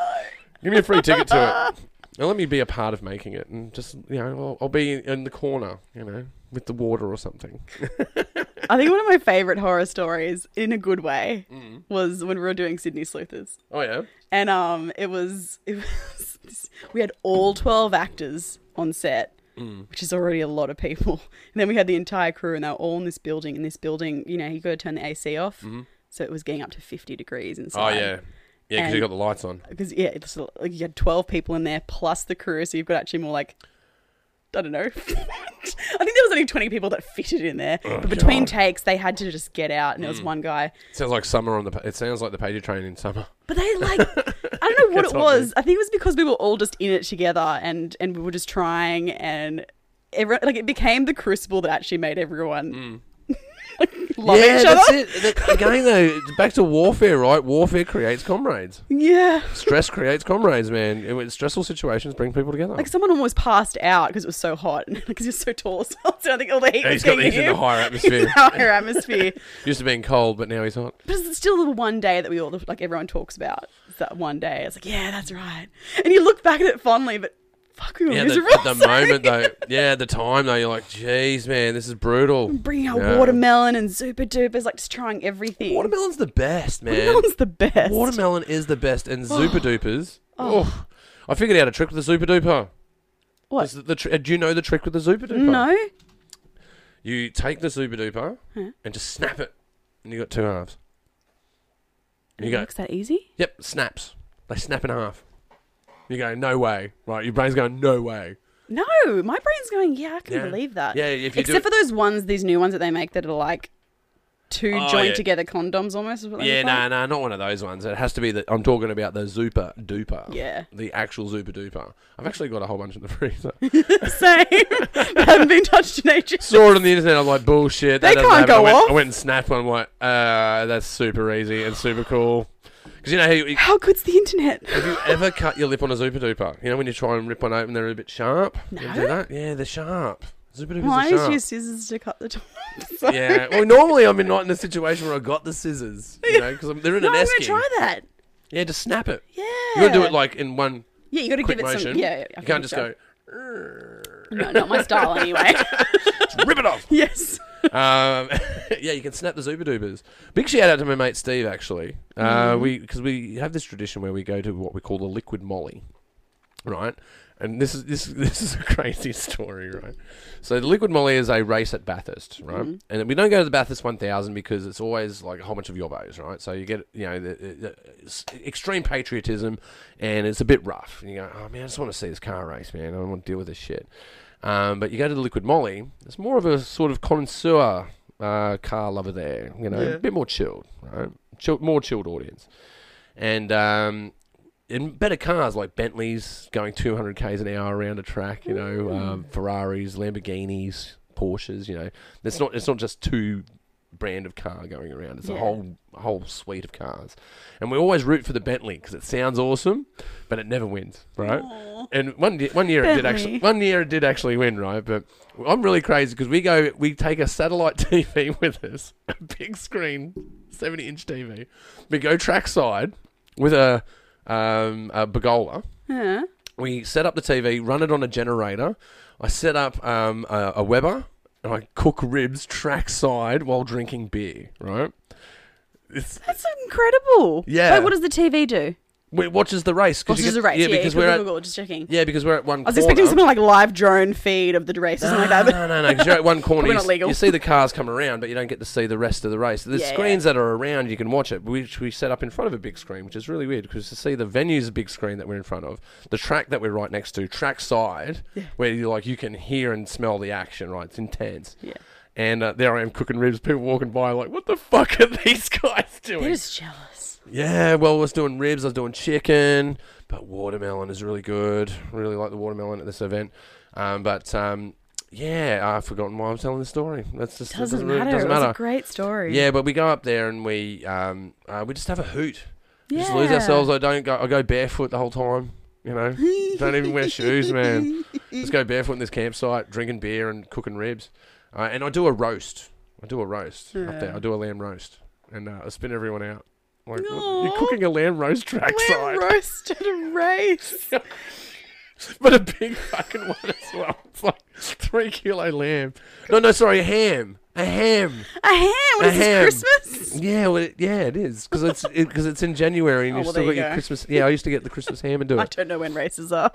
Speaker 2: Give me a free ticket to it. And let me be a part of making it, and just you know, I'll, I'll be in the corner, you know, with the water or something.
Speaker 1: I think one of my favorite horror stories, in a good way,
Speaker 2: Mm.
Speaker 1: was when we were doing Sydney Sleuthers.
Speaker 2: Oh yeah,
Speaker 1: And um, it was, it was we had all 12 actors on set,
Speaker 2: Hmm.
Speaker 1: which is already a lot of people. And then we had the entire crew, and they were all in this building. In this building, you know, you got to turn the AC off. So it was getting up to 50 degrees
Speaker 2: Mm-hmm. oh
Speaker 1: inside.
Speaker 2: yeah, yeah, because
Speaker 1: And-
Speaker 2: you got the lights on.
Speaker 1: because yeah, it's l- like you had twelve people in there plus the crew, so you've got actually more like I don't know. I think there was only twenty people that fitted in there, but between
Speaker 2: Oh, God. Hmm.
Speaker 1: takes they had to just get out, and there was one guy.
Speaker 2: sounds like summer on the. pa- It sounds like the pager train in summer.
Speaker 1: But they like I don't know what
Speaker 2: That's
Speaker 1: it
Speaker 2: what I mean.
Speaker 1: was. I think it was because we were all just in it together, and and we were just trying, and everyone like it became the crucible that actually made everyone. like, Love each other.
Speaker 2: Mm. that's it. That- Again, though, it's back to warfare, right? Warfare creates comrades.
Speaker 1: Yeah.
Speaker 2: Stress creates comrades, man. It- Stressful situations bring people together.
Speaker 1: Like someone almost passed out because it was so hot because you're so tall. So I think all the heat
Speaker 2: Yeah,
Speaker 1: was
Speaker 2: he's got-
Speaker 1: getting
Speaker 2: he's in
Speaker 1: him.
Speaker 2: the higher atmosphere.
Speaker 1: He's in the higher atmosphere.
Speaker 2: Used to being cold, but now he's hot.
Speaker 1: But it's still the one day that we all like everyone talks about. It's that one day. It's like, yeah, that's right. And you look back at it fondly, but fuck, we were
Speaker 2: Yeah, the,
Speaker 1: miserable.
Speaker 2: at the
Speaker 1: Sorry.
Speaker 2: moment though, yeah, at the time though, you're like, jeez, man, this is brutal.
Speaker 1: Bringing out
Speaker 2: Yeah.
Speaker 1: watermelon and super dupers, like just trying everything.
Speaker 2: Watermelon's the best, man.
Speaker 1: Watermelon's the best.
Speaker 2: Watermelon is the best, and Zupa Dupas. Oh. I figured out a trick with the Zupa Duper.
Speaker 1: What?
Speaker 2: Is the- the tr- uh, do you know the trick with the Zupa Duper?
Speaker 1: No.
Speaker 2: You take the Zuba Duper
Speaker 1: Yeah.
Speaker 2: and just snap it, and you got two halves. And
Speaker 1: It
Speaker 2: you go,
Speaker 1: looks that easy.
Speaker 2: yep, snaps. They snap in half. You go, no way, right? Your brain's going, no way.
Speaker 1: No, my brain's going. Yeah, I can
Speaker 2: Yeah.
Speaker 1: believe that.
Speaker 2: Yeah, if you do
Speaker 1: except for those ones, these new ones that they make that are like two
Speaker 2: Oh,
Speaker 1: joined
Speaker 2: yeah.
Speaker 1: together condoms almost. Is what they
Speaker 2: Yeah,
Speaker 1: look
Speaker 2: no,
Speaker 1: like.
Speaker 2: no, not one of those ones. It has to be that I'm talking about the Zupa Duper.
Speaker 1: Yeah.
Speaker 2: The actual Zupa Duper. I've actually got a whole bunch in the freezer.
Speaker 1: Same. They haven't been touched in ages.
Speaker 2: Saw it on the internet. I'm like, bullshit. That
Speaker 1: They
Speaker 2: doesn't
Speaker 1: can't
Speaker 2: happen." I
Speaker 1: go
Speaker 2: went,
Speaker 1: off.
Speaker 2: I went and snapped one. I'm like, uh, that's super easy and super cool. Because you know how you,
Speaker 1: How good's the internet?
Speaker 2: Have you ever cut your lip on a Zupa Duper? You know when you try and rip one open, they're a bit sharp. You ever
Speaker 1: No.
Speaker 2: do that? Yeah, they're sharp. Zupa Duper's
Speaker 1: Why
Speaker 2: are
Speaker 1: is
Speaker 2: sharp.
Speaker 1: your scissors to cut the top? Sorry.
Speaker 2: Yeah. Well, normally I'm in not in a situation where I got the scissors, you know, because they're in
Speaker 1: No,
Speaker 2: an
Speaker 1: I'm gonna
Speaker 2: esky.
Speaker 1: try that.
Speaker 2: Yeah, just snap it.
Speaker 1: Yeah.
Speaker 2: You gotta do it like in one
Speaker 1: Yeah, you got to give
Speaker 2: quick
Speaker 1: it
Speaker 2: motion.
Speaker 1: some. Yeah, yeah, I
Speaker 2: you can't just
Speaker 1: so.
Speaker 2: go
Speaker 1: No, not my style anyway.
Speaker 2: rip it off.
Speaker 1: yes.
Speaker 2: um, yeah, you can snap the Zuba Doobers. Big shout out to my mate Steve, actually. Uh, We because we have this tradition where we go to what we call the liquid molly, right? And this is this this is a crazy story, right? So the liquid molly is a race at Bathurst, right? And we don't go to the Bathurst 1000 because it's always like a whole bunch of yobbos, right? So you get you know the, the, it's extreme patriotism, and it's a bit rough. And you go, oh man, I just want to see this car race, man. I don't want to deal with this shit. Um, but you go to the Liquid Molly, it's more of a sort of connoisseur uh, car lover there, you know,
Speaker 1: Yeah.
Speaker 2: a bit more chilled, right? Chill, more chilled audience. And um, in better cars like Bentleys going 200 k's an hour around a track, you know, um, Ferraris, Lamborghinis, Porsches, you know, it's not it's not just two brand of car going around. It's a
Speaker 1: Yeah.
Speaker 2: whole whole suite of cars, and we always root for the Bentley because it sounds awesome, but it never wins, right?
Speaker 1: Aw.
Speaker 2: And one ye- one year it did
Speaker 1: Bentley.
Speaker 2: actually one year it did actually win, right? But I'm really crazy because we go we take a satellite TV with us, a big screen, seventy inch TV. We go trackside with a um, a Bagola.
Speaker 1: Yeah.
Speaker 2: We set up the TV, run it on a generator. I set up um, a, a Weber and I cook ribs trackside while drinking beer. Right? It's,
Speaker 1: That's incredible.
Speaker 2: Yeah.
Speaker 1: Wait, what does the TV do?
Speaker 2: we watches the race.
Speaker 1: Oh,
Speaker 2: 'cause you
Speaker 1: this is
Speaker 2: get-
Speaker 1: a race.
Speaker 2: Yeah,
Speaker 1: Yeah,
Speaker 2: because
Speaker 1: cool,
Speaker 2: we're
Speaker 1: cool,
Speaker 2: at
Speaker 1: cool, just checking.
Speaker 2: yeah because we're at one.
Speaker 1: I was expecting
Speaker 2: corner.
Speaker 1: something like live drone feed of the race or something like that. but-
Speaker 2: No, no, no. Because you're at one corner.
Speaker 1: Probably
Speaker 2: you,
Speaker 1: not
Speaker 2: s-
Speaker 1: legal.
Speaker 2: you see the cars come around, but you don't get to see the rest of the race. There's
Speaker 1: Yeah, yeah.
Speaker 2: screens that are around. You can watch it, which we set up in front of a big screen, which is really weird because to see the venue's a big screen that we're in front of, the track that we're right next to, track side, where you like you can hear and smell the action. Right, it's intense.
Speaker 1: Yeah.
Speaker 2: And uh, there I am cooking ribs. People walking by, like, what the fuck are these guys doing?
Speaker 1: They're just jealous.
Speaker 2: Yeah, well, I was doing ribs, I was doing chicken, but watermelon is really good. Really like the watermelon at this event. Um, but um, yeah, I've forgotten why I'm telling the story. That's just
Speaker 1: Doesn't,
Speaker 2: it
Speaker 1: matter.
Speaker 2: doesn't, Really, doesn't
Speaker 1: It was
Speaker 2: matter.
Speaker 1: a great story.
Speaker 2: Yeah, but we go up there and we um, uh, we just have a hoot. We Just lose
Speaker 1: Yeah.
Speaker 2: ourselves. I don't go. I go barefoot the whole time. You know, don't even wear shoes, man. Just go barefoot in this campsite, drinking beer and cooking ribs. Uh, and I do a roast. I do a roast up there.
Speaker 1: Yeah.
Speaker 2: I do a lamb roast, and uh, I spin everyone out. Like "What?
Speaker 1: Aw.
Speaker 2: you're cooking a lamb roast
Speaker 1: Lamb
Speaker 2: trackside,
Speaker 1: roast at a race.
Speaker 2: but a big fucking one as well. It's like three kilo lamb. No, no, sorry, a ham. A ham.
Speaker 1: A ham. What
Speaker 2: A
Speaker 1: is
Speaker 2: ham.
Speaker 1: this, Christmas?
Speaker 2: Yeah, well, it, yeah, it is because it's because it's in January and
Speaker 1: Oh,
Speaker 2: you've
Speaker 1: well,
Speaker 2: still
Speaker 1: there
Speaker 2: got
Speaker 1: you
Speaker 2: your
Speaker 1: go.
Speaker 2: Christmas. Yeah, I used to get the Christmas ham and do
Speaker 1: I
Speaker 2: it.
Speaker 1: don't know when races are.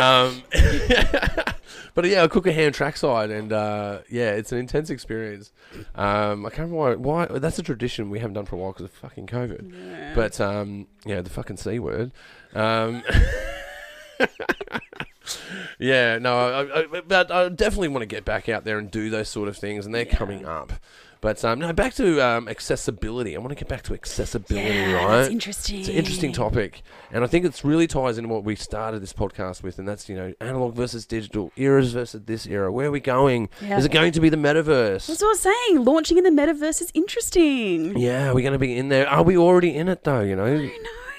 Speaker 2: Um, but yeah, I cook a ham trackside, and uh, yeah, it's an intense experience. Um, I can't remember why, why. That's a tradition we haven't done for a while because of fucking COVID. But um, yeah, the fucking c word. Um, yeah, no, I, I, but I definitely want to get back out there and do those sort of things, and they're coming up. But um, no, back to um, accessibility. I want to get back to accessibility,
Speaker 1: yeah,
Speaker 2: right?
Speaker 1: that's interesting.
Speaker 2: It's an interesting topic, and I think it's really ties into what we started this podcast with, and that's you know analog versus digital, eras versus this era. Where are we going?
Speaker 1: Yeah.
Speaker 2: Is it going to be the metaverse?
Speaker 1: That's what I was saying. Launching in the metaverse is interesting.
Speaker 2: Yeah, we're going to be in there. Are we already in it though? You know.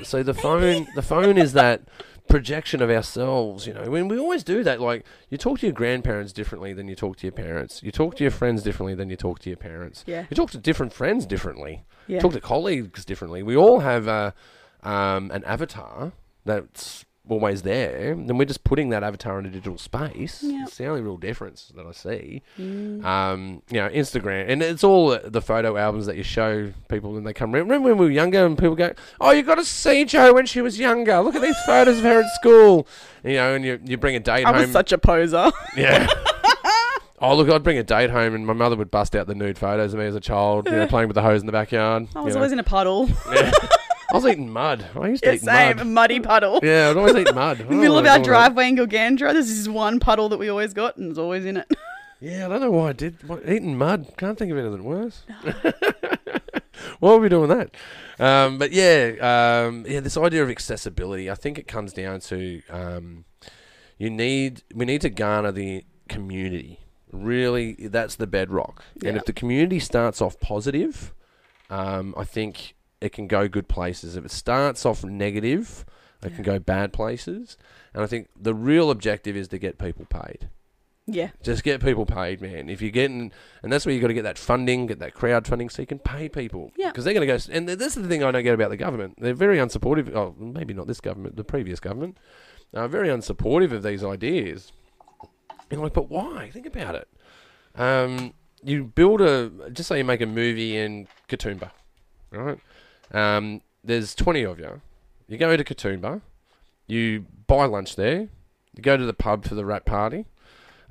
Speaker 2: So the phone, the phone is that projection of ourselves. You know, when we always do that, like you talk to your grandparents differently than you talk to your parents. You talk to your friends differently than you talk to your parents.
Speaker 1: Yeah.
Speaker 2: You talk to different friends differently.
Speaker 1: Yeah.
Speaker 2: Talk to colleagues differently. We all have a, um, an avatar that's always there, and we're just putting that avatar in a digital space.
Speaker 1: Yep. Mm.
Speaker 2: It's the only real difference that I see. Um, you know, Instagram, and it's all the photo albums that you show people when they come. around. Remember when we were younger, and people go, "Oh, you got to see Joe when she was younger. Look at these photos of her at school." You know, and you you bring a date
Speaker 1: I
Speaker 2: home.
Speaker 1: was such a poser.
Speaker 2: Yeah. Oh look! I'd bring a date home, and my mother would bust out the nude photos of me as a child, you know, playing with the hose in the backyard.
Speaker 1: I
Speaker 2: you
Speaker 1: was
Speaker 2: know.
Speaker 1: always in a puddle.
Speaker 2: Yeah. I was eating mud. I used to
Speaker 1: Yeah,
Speaker 2: eat
Speaker 1: same. A
Speaker 2: mud.
Speaker 1: muddy puddle.
Speaker 2: Yeah, Oh, I'd always eat mud. In
Speaker 1: In the middle of our driveway in Gilgandra, there's this one puddle that we always got and it's always in it.
Speaker 2: Yeah, I don't know why I did what, eating mud. Can't think of anything worse. why were we doing that? Um, but yeah, um, yeah, this idea of accessibility, I think it comes down to um, you need we need to garner the community. Really, that's the bedrock. And
Speaker 1: Yeah.
Speaker 2: if the community starts off positive, um, I think it can go good places. If it starts off negative, it can go bad places. And I think the real objective is to get people paid.
Speaker 1: Yeah.
Speaker 2: Just get people paid, man. If you're getting, and that's where you got to get that funding, get that crowd funding, so you can pay people.
Speaker 1: Yeah.
Speaker 2: Because they're going to go. s- And th- this is the thing I don't get about the government. They're very unsupportive. Oh, maybe not this government, the previous government. Are very unsupportive of these ideas. And like, but why? Think about it. Um, you build a, just say you make a movie in Katoomba, right? Um, there's 20 of you. You go to Katoomba, you buy lunch there, you go to the pub for the rap party.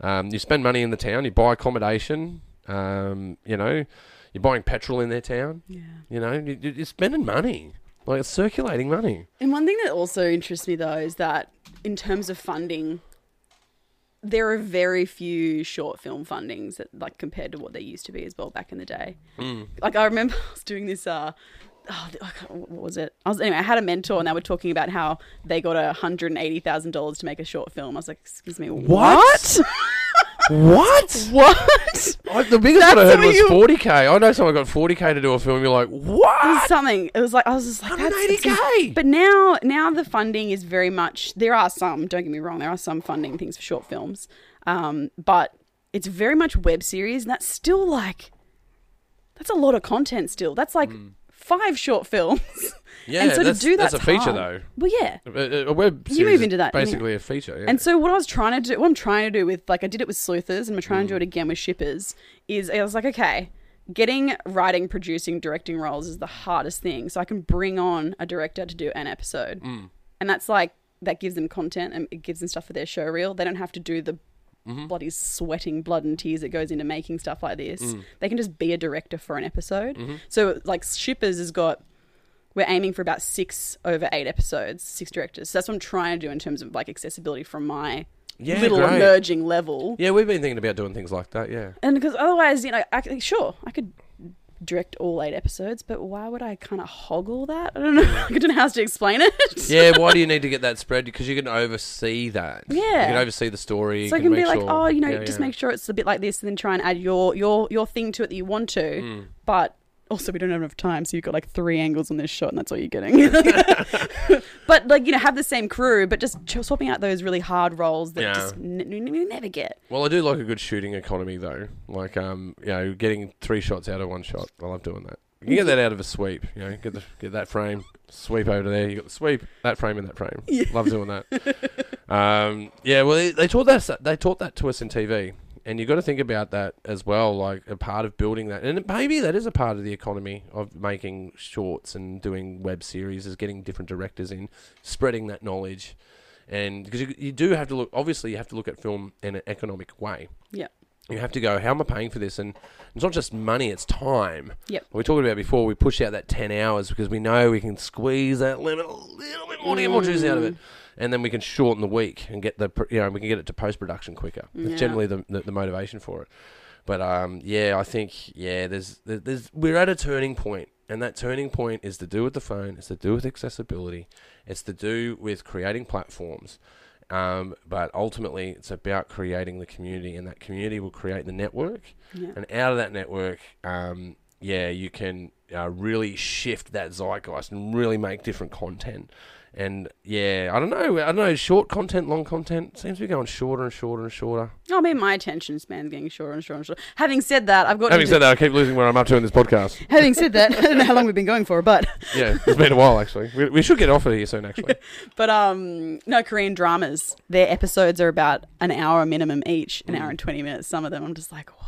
Speaker 2: Um, you spend money in the town. You buy accommodation. Um, you know, you're buying petrol in their town.
Speaker 1: Yeah.
Speaker 2: You know, you, you- you're spending money. Like it's circulating money.
Speaker 1: And one thing that also interests me though is that in terms of funding, there are very few short film fundings that like compared to what they used to be as well back in the day. Like I remember I was doing this. Uh, oh, I can't- what was it? I was anyway. I had a mentor, and they were talking about how they got hundred and eighty thousand dollars to make a short film. I was like, excuse me, what?
Speaker 2: What?
Speaker 1: What?
Speaker 2: I, the biggest
Speaker 1: That's
Speaker 2: one I heard
Speaker 1: what
Speaker 2: was
Speaker 1: you-
Speaker 2: 40k. I know someone got 40k to do a film. You're like, what?
Speaker 1: something. It was like I was just like that's-
Speaker 2: 180K.
Speaker 1: But now, now the funding is very much. There are some. Don't get me wrong. There are some funding things for short films, um, but it's very much web series, and that's still like that's a lot of content. Still, that's like five short films.
Speaker 2: Hmm. Yeah,
Speaker 1: and so
Speaker 2: that's-
Speaker 1: to do
Speaker 2: that's
Speaker 1: that's,
Speaker 2: a feature,
Speaker 1: hard.
Speaker 2: though. Uh,
Speaker 1: Well, yeah.
Speaker 2: A, a- a web
Speaker 1: You
Speaker 2: series
Speaker 1: move
Speaker 2: is
Speaker 1: into that, I mean-
Speaker 2: basically a feature. Yeah.
Speaker 1: And so what I was trying to do, what I'm trying to do with, like I did it with sleuthers, and we're trying to do it again with shippers, is I was like, okay, getting writing, producing, directing roles is the hardest thing. So I can bring on a director to do an episode, and that's like that gives them content and it gives them stuff for their show reel. They don't have to do the bloody sweating blood and tears that goes into making stuff like this. They can just be a director for an episode. So like shippers has got we're aiming for about six over eight episodes, six directors. So that's what I'm trying to do in terms of like accessibility from my
Speaker 2: Yeah,
Speaker 1: little
Speaker 2: great.
Speaker 1: emerging level.
Speaker 2: yeah, we've been thinking about doing things like that. Yeah.
Speaker 1: And because otherwise, you know, I, could- sure, I could direct all eight episodes, but why would I kind of hoggle that? I don't know. I don't know how else to explain it.
Speaker 2: Yeah. Why do you need to get that spread? Because you can oversee that.
Speaker 1: Yeah.
Speaker 2: You can oversee the story.
Speaker 1: So I can be
Speaker 2: make
Speaker 1: like,
Speaker 2: sure-
Speaker 1: oh, you know,
Speaker 2: yeah,
Speaker 1: just
Speaker 2: yeah.
Speaker 1: make sure it's a bit like this, and then try and add your your your thing to it that you want to.
Speaker 2: Mm.
Speaker 1: But also, we don't have enough time, so you've got like three angles on this shot, and that's all you're getting. but like, you know, have the same crew, but just ch- swapping out those really hard roles that
Speaker 2: Yeah.
Speaker 1: just n- n- we never get.
Speaker 2: Well, I do like a good shooting economy though. Like, um, you know, getting three shots out of one shot. I love doing that. You can get that out of a sweep. You know, get the get that frame, sweep over to there. You got the sweep, that frame, and that frame. Love doing that. um, yeah. Well, they, they taught us they taught that to us in TV, and you got to think about that as well. Like a part of building that, and maybe that is a part of the economy of making shorts and doing web series is getting different directors in, spreading that knowledge and because you, you do have to look obviously you have to look at film in an economic way
Speaker 1: Yeah.
Speaker 2: you have to go how am i paying for this and it's not just money it's time
Speaker 1: Yep.
Speaker 2: we talked about before we push out that 10 hours because we know we can squeeze that limit a little bit more to get more juice out of it and then we can shorten the week and get the pr- you know we can get it to post-production quicker
Speaker 1: Yeah.
Speaker 2: that's generally the, the, the motivation for it but um, yeah i think yeah there's, there- there's we're at a turning point and that turning point is to do with the phone it's to do with accessibility it's to do with creating platforms um, but ultimately it's about creating the community and that community will create the network
Speaker 1: Yeah.
Speaker 2: and out of that network, um, yeah, you can uh, really shift that zeitgeist and really make different content. And yeah, I don't know, I don't know, short content, long content seems to be going shorter and shorter and shorter.
Speaker 1: Oh, I mean, my attention span's getting shorter and shorter and shorter. Having said that, I've got.
Speaker 2: Having said that, I keep losing where I'm up to in this podcast.
Speaker 1: having said that, I don't know how long we've been going for, but
Speaker 2: Yeah, it's been a while actually. We, we should get off of here soon actually.
Speaker 1: But um, no Korean dramas. Their episodes are about an hour minimum each, an hour
Speaker 2: Mm.
Speaker 1: and twenty minutes. Some of them, I'm just like, whoa.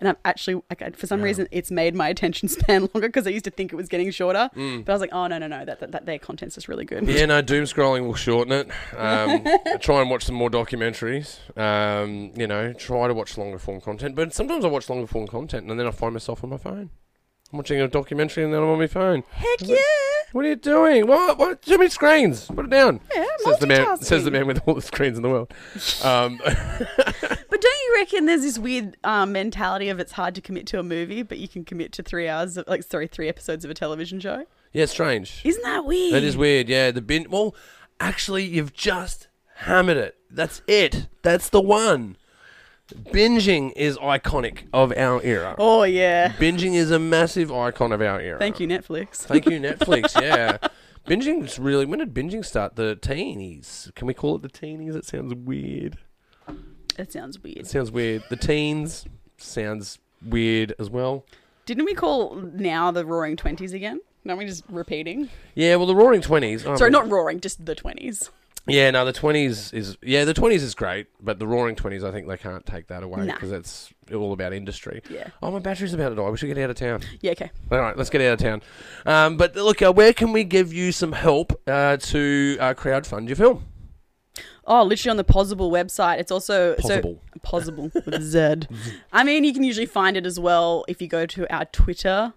Speaker 1: And I'm actually like, I- for some reason, it's made my attention span longer because I used to think it was getting shorter.
Speaker 2: Mm.
Speaker 1: But I was like, oh no, no, no, that, that, that their content's just really good.
Speaker 2: Yeah, no, doom scrolling will shorten it. Um, try and watch some more documentaries. Um, you know, try to watch longer form content. But sometimes I watch longer form content and then I find myself on my phone. I'm watching a documentary and then I'm on my phone.
Speaker 1: Heck yeah,
Speaker 2: What are you doing? What? What? Too many screens. Put it down.
Speaker 1: yeah,
Speaker 2: Says the man.
Speaker 1: multitasking.
Speaker 2: Says the man with all the screens in the world. Um,
Speaker 1: But don't you reckon there's this weird um, mentality of it's hard to commit to a movie, but you can commit to three hours, of, like sorry, three episodes of a television show?
Speaker 2: yeah, strange.
Speaker 1: Isn't that weird?
Speaker 2: That is weird. Yeah, the bin. Well, actually, you've just hammered it. That's it. That's the one. Binging is iconic of our era.
Speaker 1: Oh yeah.
Speaker 2: Binging is a massive icon of our era.
Speaker 1: Thank you, Netflix.
Speaker 2: Thank you, Netflix. Yeah. Binging's really. When did binging start? The teenies. Can we call it the teenies? It sounds weird.
Speaker 1: That sounds weird.
Speaker 2: It sounds weird. The teens sounds weird as well.
Speaker 1: Didn't we call now the Roaring Twenties again? Aren't we just repeating?
Speaker 2: Yeah, well, the Roaring Twenties. oh,
Speaker 1: Sorry,
Speaker 2: man.
Speaker 1: not roaring, just the twenties.
Speaker 2: Yeah, no, the twenties is yeah, the twenties is great, but the Roaring Twenties, I think they can't take that away
Speaker 1: Nah.
Speaker 2: because that's all about industry.
Speaker 1: Yeah.
Speaker 2: Oh, my battery's about to die. We should get out of town.
Speaker 1: Yeah. Okay.
Speaker 2: All right, let's get out of town. Um, but look, uh, where can we give you some help uh, to uh, crowdfund your film?
Speaker 1: Oh, literally on the Possible website. It's also
Speaker 2: Possible.
Speaker 1: So, Possible with a Z. I mean, you can usually find it as well if you go to our Twitter.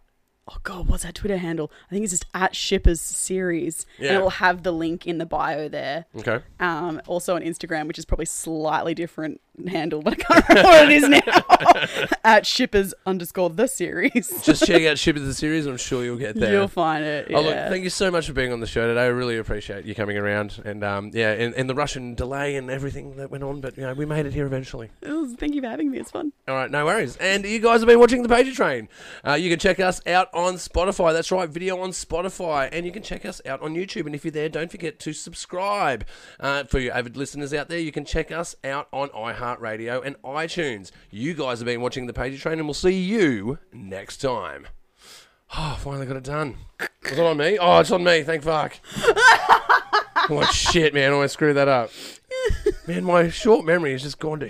Speaker 1: Oh God, what's our Twitter handle? I think it's just at Shippers Series, and
Speaker 2: Yeah.
Speaker 1: it will have the link in the bio there.
Speaker 2: Okay.
Speaker 1: Um, also on Instagram, which is probably slightly different handle, but I can't remember what it is now. at Shippers underscore the series,
Speaker 2: Just check out Ship of the Series. I'm sure you'll get there.
Speaker 1: you'll find it. Yeah.
Speaker 2: Oh, look, thank you so much for being on the show today. I really appreciate you coming around. And um, yeah, and, and the Russian delay and everything that went on, but you know, we made it here eventually.
Speaker 1: It was- thank you for having me. It's fun.
Speaker 2: All right, no worries. And you guys have been watching The Pager Train. Uh, you can check us out on Spotify. That's right, video on Spotify. And you can check us out on YouTube. And if you're there, don't forget to subscribe. Uh, for you avid listeners out there, you can check us out on iHeartRadio and iTunes. You guys have been watching The Pager Train, and we'll see you next time. Oh, finally got it done. Was it on me? Oh, it's on me. Thank fuck. oh, shit, man. I almost screwed that up. Man, my short memory has just gone to